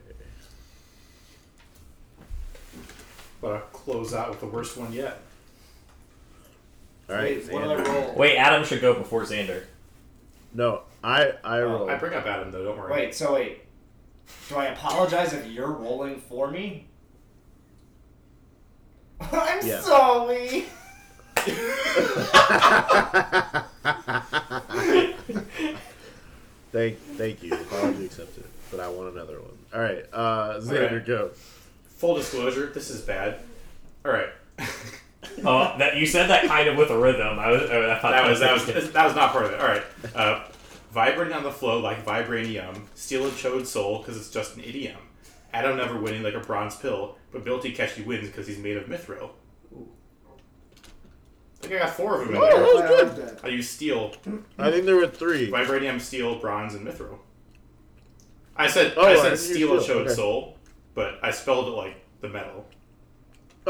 S4: But I close out with the worst one yet.
S1: All right.
S5: Wait, what did I
S1: Xander.
S5: roll?
S2: Wait, Adam should go before Xander.
S1: No, I I roll.
S4: I
S3: Oh,
S4: bring up Adam though. Don't worry.
S5: Wait, so wait. Do I apologize if you're rolling for me? I'm
S1: Yeah.
S5: sorry.
S1: thank thank you. Apology accepted. But I want another one. All right. Uh, Xander,
S4: Alright.
S1: go.
S4: Full disclosure, this is bad. All right.
S2: Oh, that you said that kind of with a rhythm. I was. Oh, I thought
S4: That was that was that was not part of it. All right. Uh, vibrating on the flow like vibranium, steal a chode soul because it's just an idiom. Adam never winning like a bronze pill, but Bilty Keshi wins because he's made of mithril. I think I got four of them in there.
S1: Oh, that was good.
S4: I use steel,
S1: I think there were three.
S4: vibranium, steel, bronze, and mithril. I said
S1: Oh,
S4: I
S1: I
S4: said
S1: didn't use
S4: steel a
S1: steel.
S4: chode
S1: Okay.
S4: soul, but I spelled it like the metal,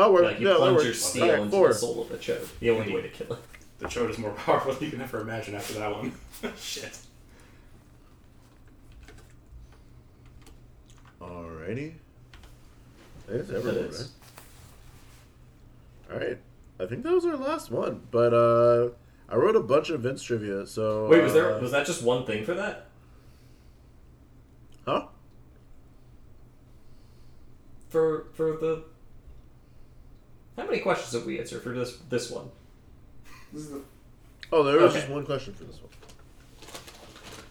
S1: Oh, we're
S2: Like you
S1: no, that
S2: plunge
S1: works.
S2: your steel
S1: Alright,
S2: into
S1: four.
S2: the soul of the chode. The only way to kill it.
S4: The chode is more powerful than you can ever imagine after that one. Shit.
S1: Alrighty. It's
S2: That
S1: everyone, right?
S2: is.
S1: All right. I think that was our last one, but uh, I wrote a bunch of Vince trivia. So
S2: Wait, was there
S1: uh,
S2: was that just one thing for that?
S1: Huh?
S2: For for the how many questions did we answer for this this one?
S5: This is the
S1: Oh, there was
S2: Okay.
S1: just one question for this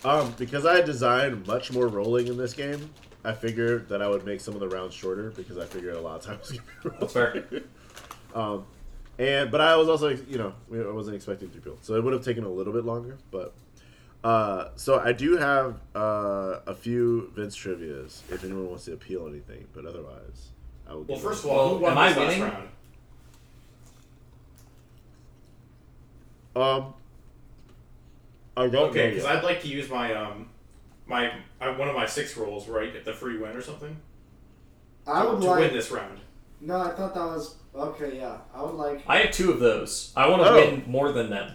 S1: one. Um, because I designed much more rolling in this game, I figured that I would make some of the rounds shorter because I figured a lot of times. you roll.
S2: That's fair.
S1: um, and but I was also you know we- I wasn't expecting three people, so it would have taken a little bit longer. But uh, so I do have uh, a few Vince trivia's if anyone wants to appeal anything, but otherwise I will.
S4: Well,
S1: give
S4: first
S1: my-
S4: of all,
S2: Well,
S4: who won
S2: am I
S4: this last
S2: winning?
S4: round?
S1: um, I don't
S4: Okay,
S1: know
S4: because
S1: yet.
S4: I'd like to use my um, my I, one of my six rolls where I get the free win or something
S3: I would
S4: to
S3: like.
S4: win this round.
S3: No, I thought that was okay. Yeah, I would like.
S2: I have two of those. I want to
S1: Oh.
S2: win more than them.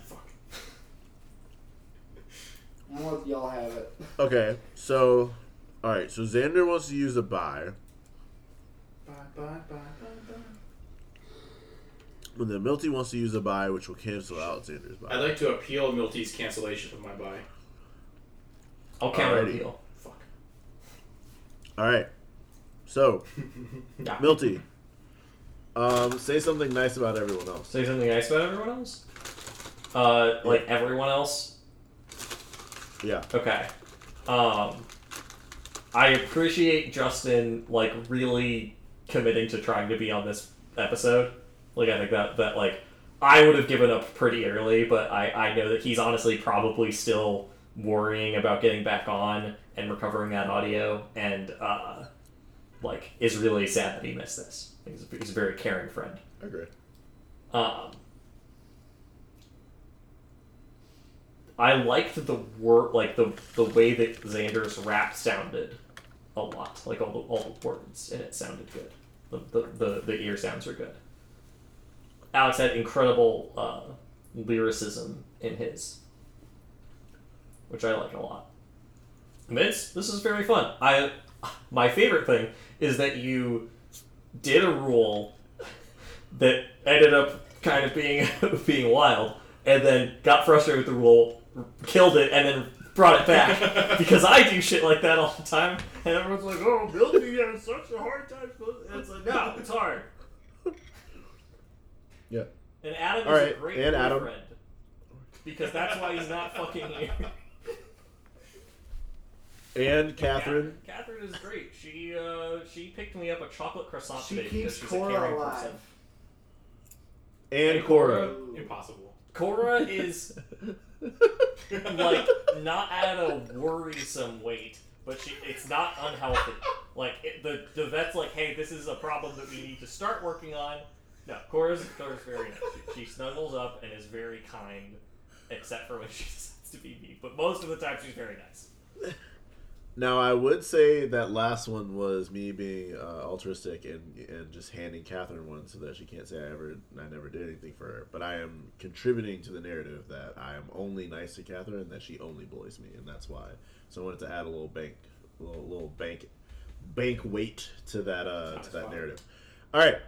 S3: I'm gonna let y'all have it.
S1: Okay, so, all right. So Xander wants to use a buy,
S4: Bye, bye, bye, bye, bye.
S1: and then Milty wants to use a buy, which will cancel out Xander's buy.
S4: I'd like to appeal Milty's cancellation of my buy.
S2: I'll counter
S1: Alrighty.
S2: appeal.
S4: Fuck.
S1: All right. So,
S2: Yeah.
S1: Milty, um, say something nice about everyone else.
S2: Say something nice about everyone else. Uh, like everyone else.
S1: Yeah.
S2: Okay. Um, I appreciate Justin like really committing to trying to be on this episode. Like I think that that like I would have given up pretty early, but I I know that he's honestly probably still worrying about getting back on and recovering that audio and uh like is really sad that he missed this. He's a, he's a very caring friend.
S1: I agree.
S2: Um, I liked the word, like the the way that Xander's rap sounded a lot. Like all the all the words, and it sounded good. The the, the, the ear sounds are good. Alex had incredible uh, lyricism in his, which I like a lot. Vince, this is very fun. I my favorite thing is that you did a rule that ended up kind of being being wild, and then got frustrated with the rule, killed it, and then brought it back because I do shit like that all the time, and everyone's like, "Oh, Billy, you have such a hard time." And it's like, no, it's hard.
S1: Yeah.
S2: And Adam
S1: All
S2: is a
S1: right,
S2: great
S1: and Adam.
S2: boyfriend because that's why he's not fucking here.
S1: And Catherine.
S2: Catherine is great. She uh, she picked me up a chocolate croissant
S3: She
S2: today
S3: keeps
S2: because she's a
S3: Cora
S2: caring
S3: alive.
S2: person.
S1: And Cora.
S4: Impossible.
S2: Cora is like not at a worrisome weight, but she it's not unhealthy. Like it, the the vet's like, hey, this is a problem that we need to start working on. No, Cora's Cora's very nice. She, she snuggles up and is very kind, except for when she decides to be mean. But most of the time, she's very nice.
S1: Now I would say that last one was me being uh, altruistic and and just handing Catherine one so that she can't say I ever I never did anything for her. But I am contributing to the narrative that I am only nice to Catherine and that she only bullies me, and that's why. So I wanted to add a little bank, little, little bank, bank weight to that uh, to that narrative. All right,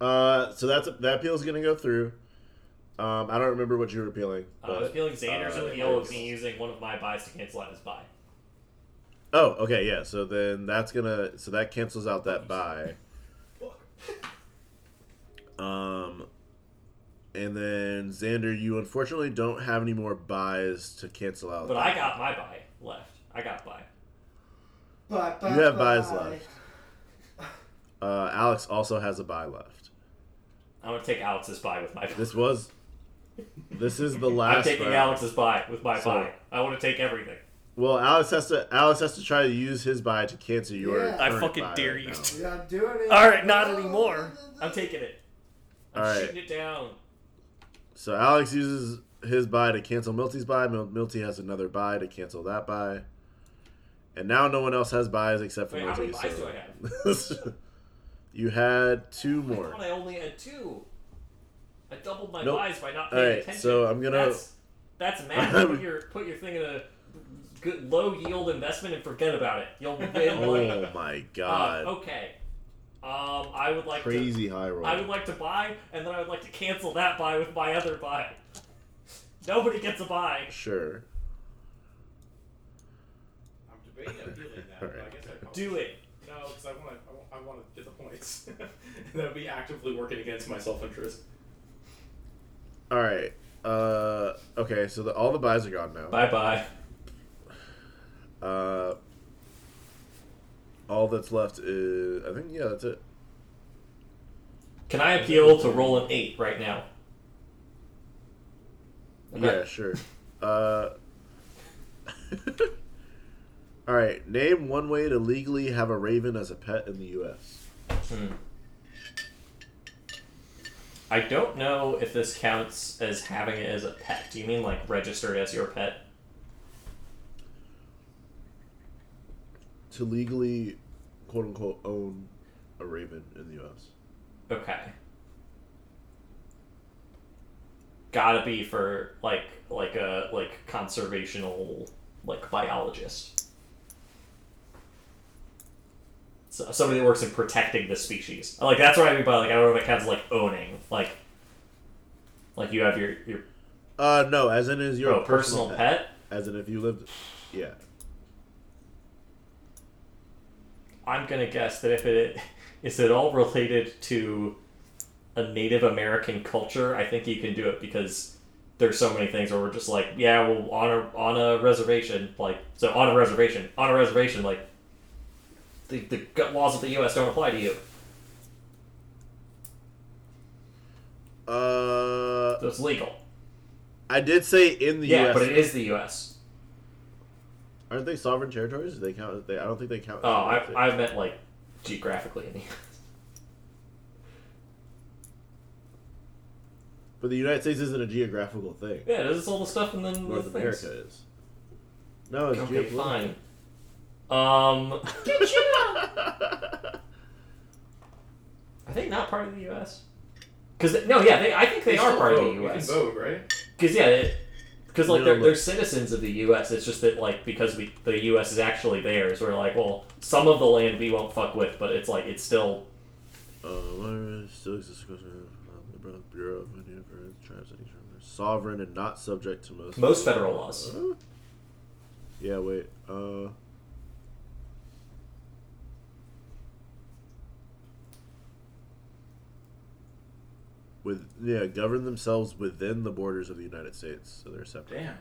S1: uh, so that's that appeal is going to go through. Um, I don't remember what you were appealing.
S2: I was
S1: but-
S2: feeling Xander's
S1: uh,
S2: appeal
S1: it's-
S2: of me using one of my buys to cancel out his buy.
S1: Oh, okay, yeah. So then that's gonna so that cancels out that buy. Um, and then Xander, you unfortunately don't have any more buys to cancel out.
S2: But I got my buy left. I got buy.
S3: Bye, bye,
S1: you have
S3: bye.
S1: buys left. Uh, Alex also has a buy left.
S2: I'm gonna take Alex's buy with my.
S1: This was. This is the last.
S2: I'm taking
S1: round.
S2: Alex's buy with my
S1: So-
S2: buy. I want to take everything.
S1: Well, Alex has to. Alex has to try to use his buy to cancel your.
S3: Yeah.
S12: I
S1: current
S12: fucking
S1: buy
S12: dare
S1: right
S12: you
S1: now.
S12: to.
S3: You're not doing it.
S12: All right, not anymore.
S2: I'm taking it. I'm
S1: All right.
S2: shooting it down.
S1: So Alex uses his buy to cancel Milty's buy. Mil- Milty has another buy to cancel that buy. And now no one else has buys except for
S2: Wait, how
S1: Milty.
S2: many buys do I have?
S1: so- you had two
S2: I
S1: more.
S2: thought I only had two. I doubled my
S1: Nope.
S2: buys by not
S1: All
S2: paying
S1: right,
S2: attention.
S1: so I'm gonna-
S2: That's, that's math. put your put your thing in a good low yield investment and forget about it. You'll win money.
S1: Oh my
S2: Uh,
S1: god.
S2: okay. Um, I would like to.
S1: Crazy high roll.
S2: I would like to buy, and then I would like to cancel that buy with my other buy. Nobody gets a buy.
S1: Sure.
S4: I'm debating appealing that, but I guess I probably
S2: Do it.
S4: No, because I want to. I want to get the points. that would be actively working against my self-interest.
S1: All right. Uh, okay, so the, all the buys are gone now.
S2: Bye bye.
S1: Uh, all that's left is. I think, yeah, that's it.
S2: Can I appeal to roll an eight right now? Okay.
S1: Yeah, sure. Uh, all right. Name one way to legally have a raven as a pet in the U.S.
S2: Hmm. I don't know if this counts as having it as a pet. Do you mean like registered as your pet?
S1: To legally, quote unquote, own a raven in the U.S.
S2: Okay. Gotta be for like like a like conservational like biologist. So, somebody that works in protecting the species. Like that's what I mean by like I don't know if it counts as, like owning. Like like you have your your
S1: Uh, no. As in, is your
S2: oh, personal pet.
S1: As in, if you lived. Yeah.
S2: I'm gonna guess that if it is at all related to a Native American culture, I think you can do it because there's so many things where we're just like, yeah, well, on a on a reservation, like so on a reservation, on a reservation, like the the gu- laws of the U.S. don't apply to you.
S1: Uh,
S2: So it's legal.
S1: I did say in the
S2: yeah,
S1: U.S.
S2: but it is the U.S.
S1: Aren't they sovereign territories? Do they count? as- They, I don't think they count. as
S2: Oh,
S1: sovereign
S2: I I meant like geographically in the U.S.
S1: But the United States isn't a geographical thing.
S2: Yeah, this is all the stuff and then
S1: North
S2: the things.
S1: America is. No, it's
S2: Okay,
S1: geopolitical.
S2: fine. Um, I think not part of the U.S. Because no, yeah, they, I think they, are
S4: still
S2: part
S4: vote.
S2: of the
S4: You can
S2: U.S.
S4: vote, right?
S2: Because yeah, because like
S1: No,
S2: they're,
S1: look.
S2: they're citizens of the U.S. It's just that like because we the U.S. is actually theirs, we're like, well, some of the land we won't fuck with, but it's like it's still
S1: Uh, Lyra still exists across the Brown Bureau of Indian Affairs, tribes, and each other. Sovereign and not subject to most
S2: most federal laws.
S1: Uh, yeah, wait. Uh, with yeah, govern themselves within the borders of the United States, so they're separate.
S4: Damn.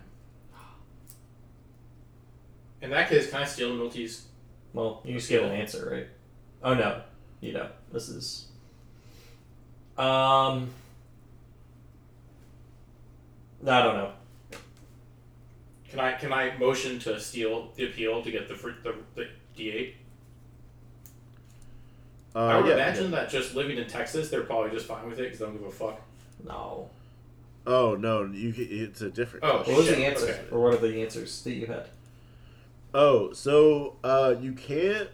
S4: In that case, can I steal Milty's?
S2: Well, you just get an answer, right? Oh no, you don't. This is. Um. I don't know.
S4: Can I can I motion to steal the appeal to get the fr- the, the D8?
S1: Uh,
S4: I would
S1: yeah,
S4: imagine
S1: yeah.
S4: that just living in Texas, they're probably just fine with it because they don't give a fuck.
S2: No.
S1: Oh no, you. ca- It's a different.
S4: Oh,
S1: question.
S2: What was
S4: Shit,
S2: the answer?
S4: okay.
S2: Or what are the answers that you had?
S1: Oh, so uh, you can't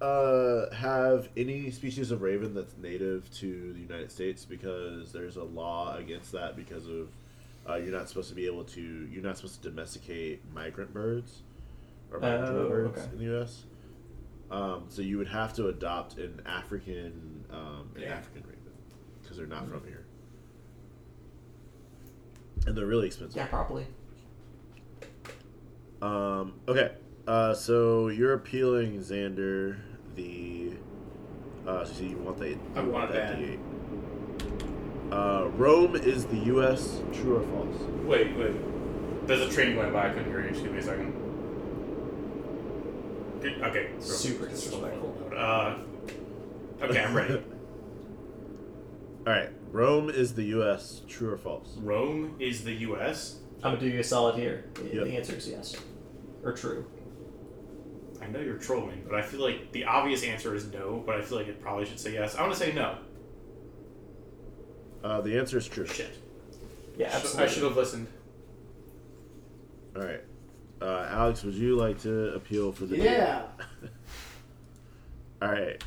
S1: uh, have any species of raven that's native to the United States because there's a law against that because of uh, you're not supposed to be able to you're not supposed to domesticate migrant birds or migratory
S2: Oh,
S1: birds
S2: okay.
S1: in the U.S. Um, so you would have to adopt an African um, an
S4: Yeah.
S1: African raven because they're not
S2: Mm-hmm.
S1: from here and they're really expensive.
S2: probably.
S1: Um, okay. Uh, so you're appealing Xander the. Uh, so you want the.
S4: I
S1: you
S4: want that.
S1: D8. Uh, Rome is the U.S. True or false?
S4: Wait, wait. There's a train going by. I couldn't hear you. Just give me a second. Good- Okay.
S8: Super disrespectful.
S4: Uh, okay, I'm ready.
S1: All right. Rome is the U.S. True or false?
S4: Rome is the U.S.
S2: I'm gonna do you a solid here. The-
S1: Yep.
S2: The answer is yes, or true.
S4: I know you're trolling, but I feel like the obvious answer is no. But I feel like it probably should say yes. I want to say no.
S1: Uh, the answer is true.
S4: Shit.
S2: Yeah,
S4: Sh-
S2: absolutely.
S4: I should have listened.
S1: All right. Uh, Alex, would you like to appeal for the?
S3: Yeah.
S1: All right.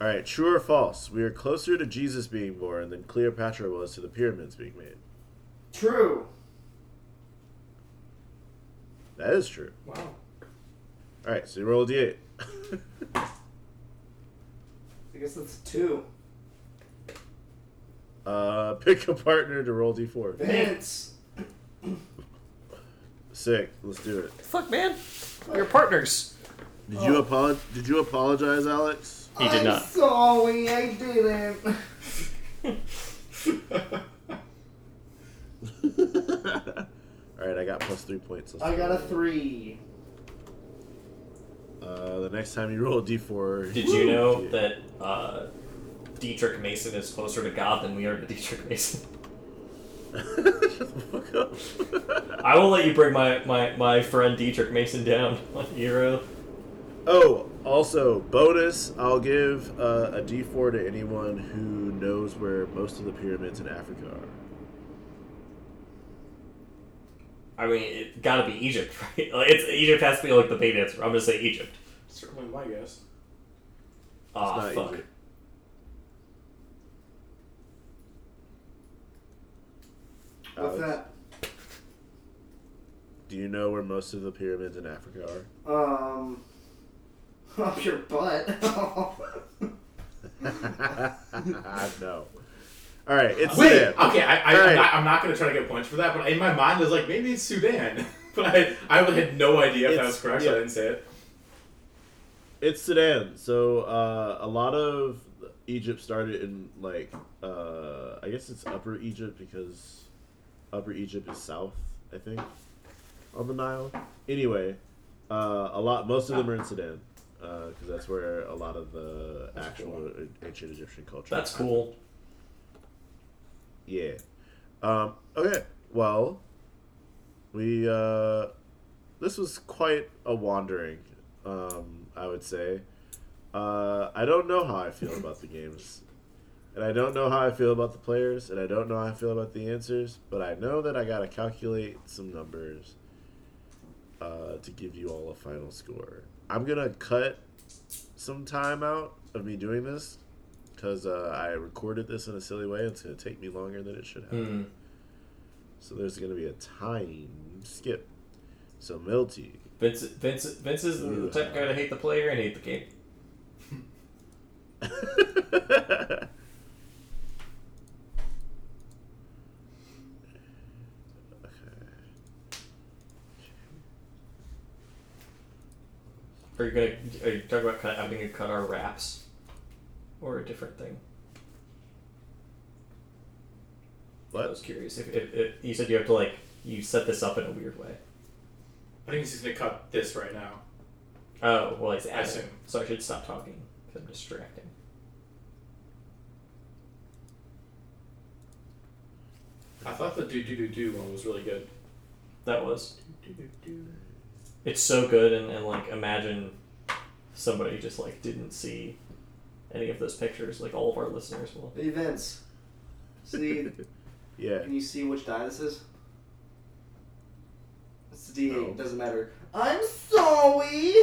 S1: All right. True or false? We are closer to Jesus being born than Cleopatra was to the pyramids being made.
S3: True.
S1: That is true.
S4: Wow.
S1: All right. So you roll a d8.
S3: I guess that's two.
S1: Uh, pick a partner to roll d4.
S3: Vince.
S1: Sick. Let's do it.
S2: Fuck, man.
S12: We're partners.
S1: Did
S3: Oh.
S1: you apologize? Did you apologize, Alex?
S2: He did
S3: I'm
S2: not.
S3: Sorry, I didn't.
S1: All right, I got plus three points. Let's
S3: I
S1: do
S3: got a
S1: it.
S3: three.
S1: Uh, the next time you roll a d4.
S2: Did you know
S1: Yeah.
S2: that uh, Dietrich Mason is closer to God than we are to Dietrich Mason?
S1: Shut the fuck up.
S2: I will let you bring my, my, my friend Dietrich Mason down on Eero.
S1: oh, also bonus. I'll give uh, a d4 to anyone who knows where most of the pyramids in Africa are.
S2: I mean, it gotta be Egypt, right? Like, it's Egypt has to be like the baby answer. I'm gonna say Egypt.
S4: Certainly my guess.
S2: Ah,
S1: It's not
S2: fuck.
S1: Egypt.
S3: What's
S1: Alex,
S3: that?
S1: Do you know where most of the pyramids in Africa are?
S3: Um. Up your butt.
S1: no. All right, it's
S4: Wait,
S1: Sam.
S4: okay, I, I,
S1: Alright.
S4: I'm, not, I'm not gonna try to get points for that, but in my mind, I was like, maybe it's Sudan, but I, I had no idea if that
S1: It's-
S4: was correct.
S1: yeah.
S4: I didn't say it.
S1: It's Sudan. So uh, a lot of Egypt started in like uh, I guess it's Upper Egypt because Upper Egypt is south, I think, on the Nile. Anyway, uh, a lot most of them are in Sudan because that's where a lot of the actual ancient Egyptian culture.
S2: That's cool.
S1: Yeah. Um, okay. Well, we uh, this was quite a wandering. Um, I would say. Uh, I don't know how I feel about the games, and I don't know how I feel about the players, and I don't know how I feel about the answers. But I know that I gotta calculate some numbers uh, to give you all a final score. I'm gonna cut some time out of me doing this because uh, I recorded this in a silly way. and It's going to take me longer than it should have.
S2: Hmm.
S1: So there's going to be a time skip. So Milty,
S2: Vince, Vince, Vince is the type of guy to hate the player and hate the game.
S1: okay,
S2: Are you gonna? Are you talking about cut, having to cut our wraps, or a different thing? I
S1: what?
S2: was curious. If, if, if you said you have to like you set this up in a weird way.
S4: I think he's just gonna cut this right now.
S2: Oh well, it's
S4: I
S2: added,
S4: assume.
S2: so I should stop talking because I'm distracting.
S4: I thought the do do do do one was really good.
S2: That was. It's so good, and, and like imagine somebody just like didn't see any of those pictures. Like all of our listeners will.
S3: hey Vince. See,
S1: Yeah.
S3: can you see which die this is? It's D8, doesn't matter. I'm sorry!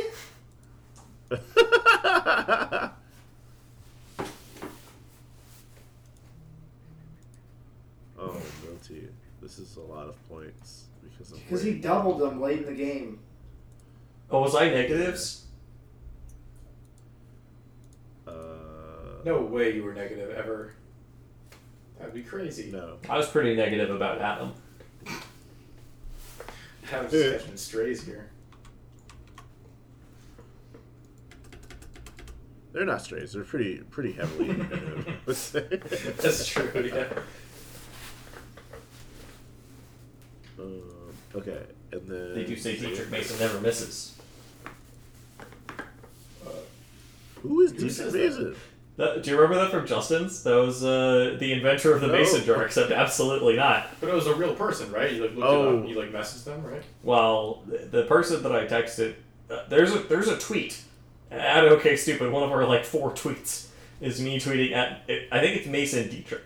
S1: oh, guilty. This is a lot of points because of
S3: Because he
S1: where
S3: doubled them late in the game.
S2: Oh, was I negatives?
S1: Uh,
S4: No way you were negative ever. That'd be crazy.
S1: No.
S2: I was pretty negative about Adam.
S4: Have just catching strays here.
S1: They're not strays. They're pretty pretty heavily. negative, I would say.
S4: That's true. Yeah.
S1: Um, okay, and then
S2: They do say Dietrich Mason never misses.
S1: Who is
S4: Who says
S1: Dietrich
S4: that?
S1: Mason?
S2: That- do you remember that from Justin's? That was uh, the inventor of the
S1: No.
S2: mason jar, except absolutely not.
S4: But it was a real person, right? You like looked
S1: Oh.
S4: it up. You like messaged them, right?
S2: Well, th- the person that I texted, uh, there's a there's a tweet at OK Stupid. One of our like four tweets is me tweeting at I think it's Mason Dietrich.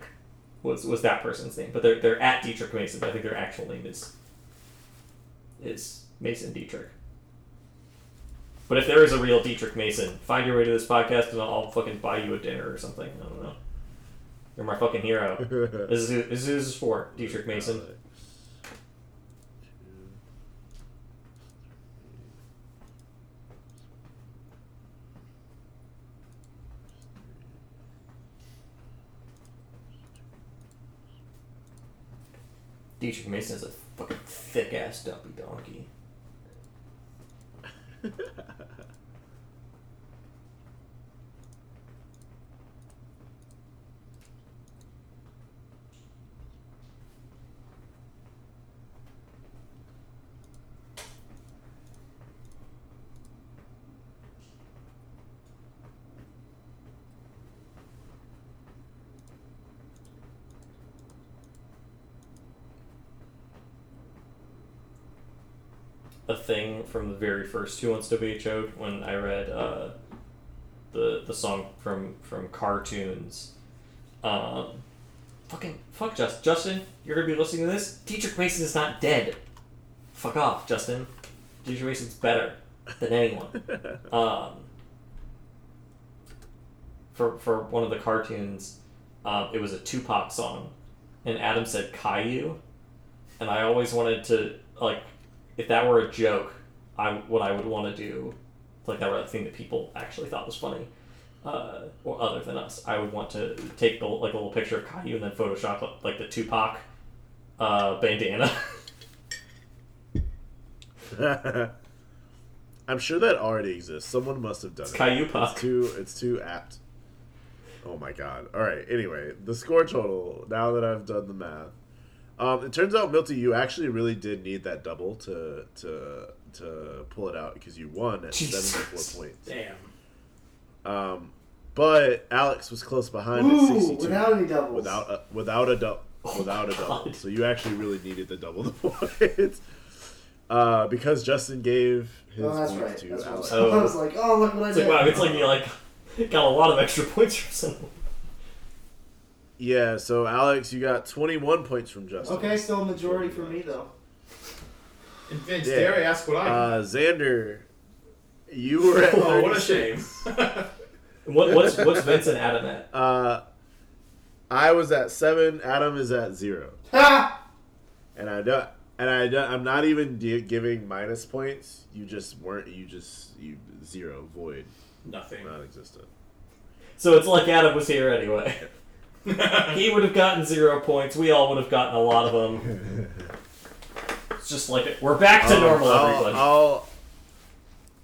S2: Was was that person's name? But they're they're at Dietrich Mason. But I think their actual name is is Mason Dietrich. But if there is a real Dietrich Mason, find your way to this podcast and I'll fucking buy you a dinner or something. I don't know. You're my fucking hero. This is who- this is who this is for Dietrich Mason. Dietrich Mason is a fucking thick ass dumpy donkey. a thing from the very first Who Wants to Be a Chode when I read uh, the the song from from cartoons. Um, fucking fuck, Just Justin, you're gonna be listening to this. Dietrich Mason is not dead. Fuck off, Justin. Dietrich Mason's better than anyone. um, for for one of the cartoons, um, it was a Tupac song, and Adam said Caillou, and I always wanted to like if that were a joke, I what I would want to do, like that were a thing that people actually thought was funny, uh, or other than us, I would want to take the, like a little picture of Caillou and then Photoshop like the Tupac uh, bandana.
S1: I'm sure that already exists. Someone must have done
S2: it's
S1: it.
S2: Caillou
S1: It's
S2: Puck.
S1: too it's too apt. Oh my god. Alright, anyway, the score total, now that I've done the math. Um, it turns out, Milty, you actually really did need that double to to to pull it out because you won at
S2: Jesus.
S1: seventy four points.
S4: Damn.
S1: Um, but Alex was close behind at
S3: Ooh,
S1: sixty two
S3: without any doubles.
S1: without a, without a double
S2: Oh
S1: without a
S2: my
S1: double.
S2: God.
S1: So you actually really needed the double the points. Uh, because Justin gave his
S3: oh, that's
S1: points
S3: right.
S1: to
S3: That's what I
S1: Alex.
S3: was,
S2: Oh.
S3: I was like, oh, look what I
S2: It's
S3: did.
S2: like wow, it's like you like got a lot of extra points from someone.
S1: Yeah, so Alex, you got 21 points from Justin.
S3: Okay, still a majority for me, though.
S4: And Vince,
S1: Yeah.
S4: dare I ask what I?
S1: Uh, Xander, you were at
S4: oh, what a
S1: 36.
S4: shame.
S2: What, what's what's Vince and Adam at?
S1: Uh, I was at seven. Adam is at zero,
S3: Ha!
S1: and I don't. And I don't, I'm not even di- giving minus points. You just weren't. You just you zero void,
S4: Nothing.
S1: non-existent.
S2: So it's like Adam was here anyway.
S4: yeah,
S2: He would have gotten zero points. We all would have gotten a lot of them. It's just like we're back to
S1: Um,
S2: normal,
S1: I'll,
S2: everybody.
S1: I'll,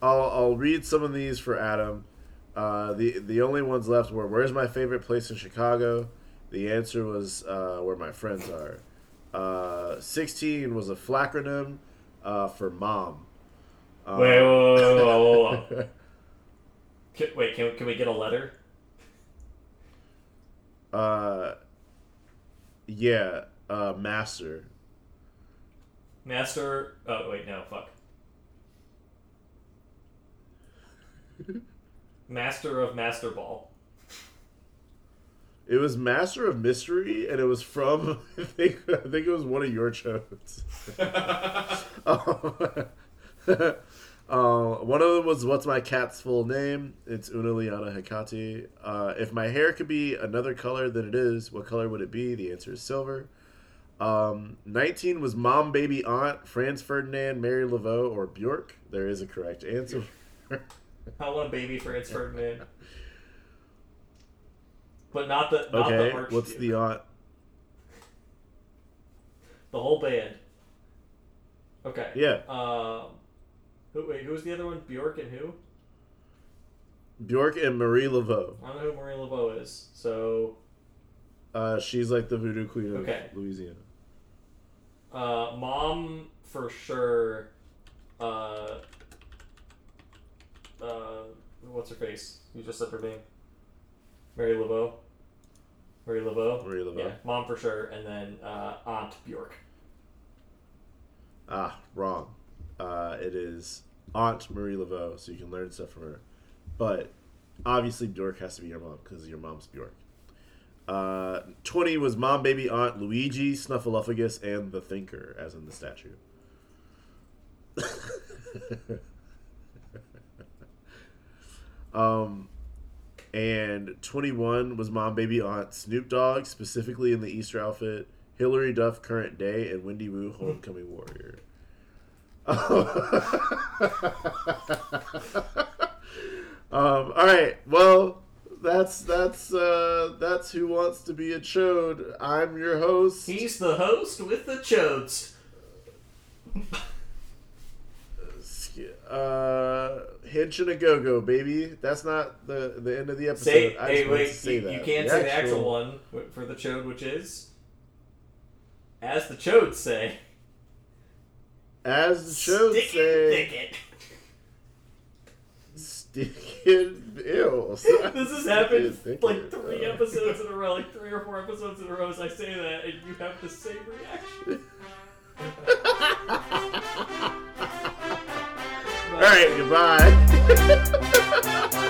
S1: I'll I'll read some of these for Adam. Uh, the the only ones left were where's my favorite place in Chicago. The answer was uh, where my friends are. Uh, Sixteen was a flacronym uh, for mom. Um,
S2: Wait, whoa, whoa, whoa, whoa, whoa. Can, wait, can, can we get a letter?
S1: uh, yeah, uh, master.
S2: Master. Oh, wait, no, fuck. Master of Master Ball.
S1: It was Master of Mystery, and it was from I think I think it was one of your shows. um, uh, one of them was "What's my cat's full name?" It's Una Liana Hecate. Uh, if my hair could be another color than it is, what color would it be? The answer is silver. Um, 19 was Mom, Baby, Aunt, Franz Ferdinand, Mary Laveau, or Bjork. There is a correct answer.
S2: I want a baby Franz Ferdinand. But not the not
S1: okay,
S2: the Archduke.
S1: what's the aunt?
S2: the whole band. Okay.
S1: Yeah.
S2: Um who wait, who's the other one? Bjork and who?
S1: Bjork and Marie Laveau.
S2: I don't know who Marie Laveau is. So
S1: Uh, she's like the voodoo queen of
S2: Okay.
S1: Louisiana.
S2: uh mom for sure. Uh uh what's her face? You just said her name. Mary Laveau. Mary Laveau.
S1: Marie Laveau.
S2: Yeah, mom for sure, and then uh, Aunt Bjork.
S1: Ah, wrong. Uh, it is Aunt Marie Laveau, so you can learn stuff from her. But obviously, Bjork has to be your mom because your mom's Bjork. Uh, 20 was Mom, Baby, Aunt, Luigi, Snuffleupagus, and the Thinker, as in the statue. um, and 21 was Mom, Baby, Aunt, Snoop Dogg, specifically in the Easter outfit, Hillary Duff, current day, and Wendy Wu, homecoming warrior. um, all right, well, that's that's uh, that's who wants to be a chode. I'm your host.
S2: He's the host with the chodes.
S1: uh, Hinch and a go go, baby. That's not the the end of the episode.
S2: Say,
S1: I just
S2: hey,
S1: wanted to
S2: wait,
S1: say
S2: you,
S1: that.
S2: you can't
S1: The
S2: say the actual one w- for the chode, which is, as the chodes say,
S1: As the show
S2: stick
S1: say,
S2: it,
S1: stick it. Ew.
S2: thick it. This has happened
S1: Stick
S2: like
S1: it,
S2: three
S1: uh.
S2: episodes in a row, like three or four episodes in a row. As I say that, and you have the same reaction.
S1: All right. Goodbye.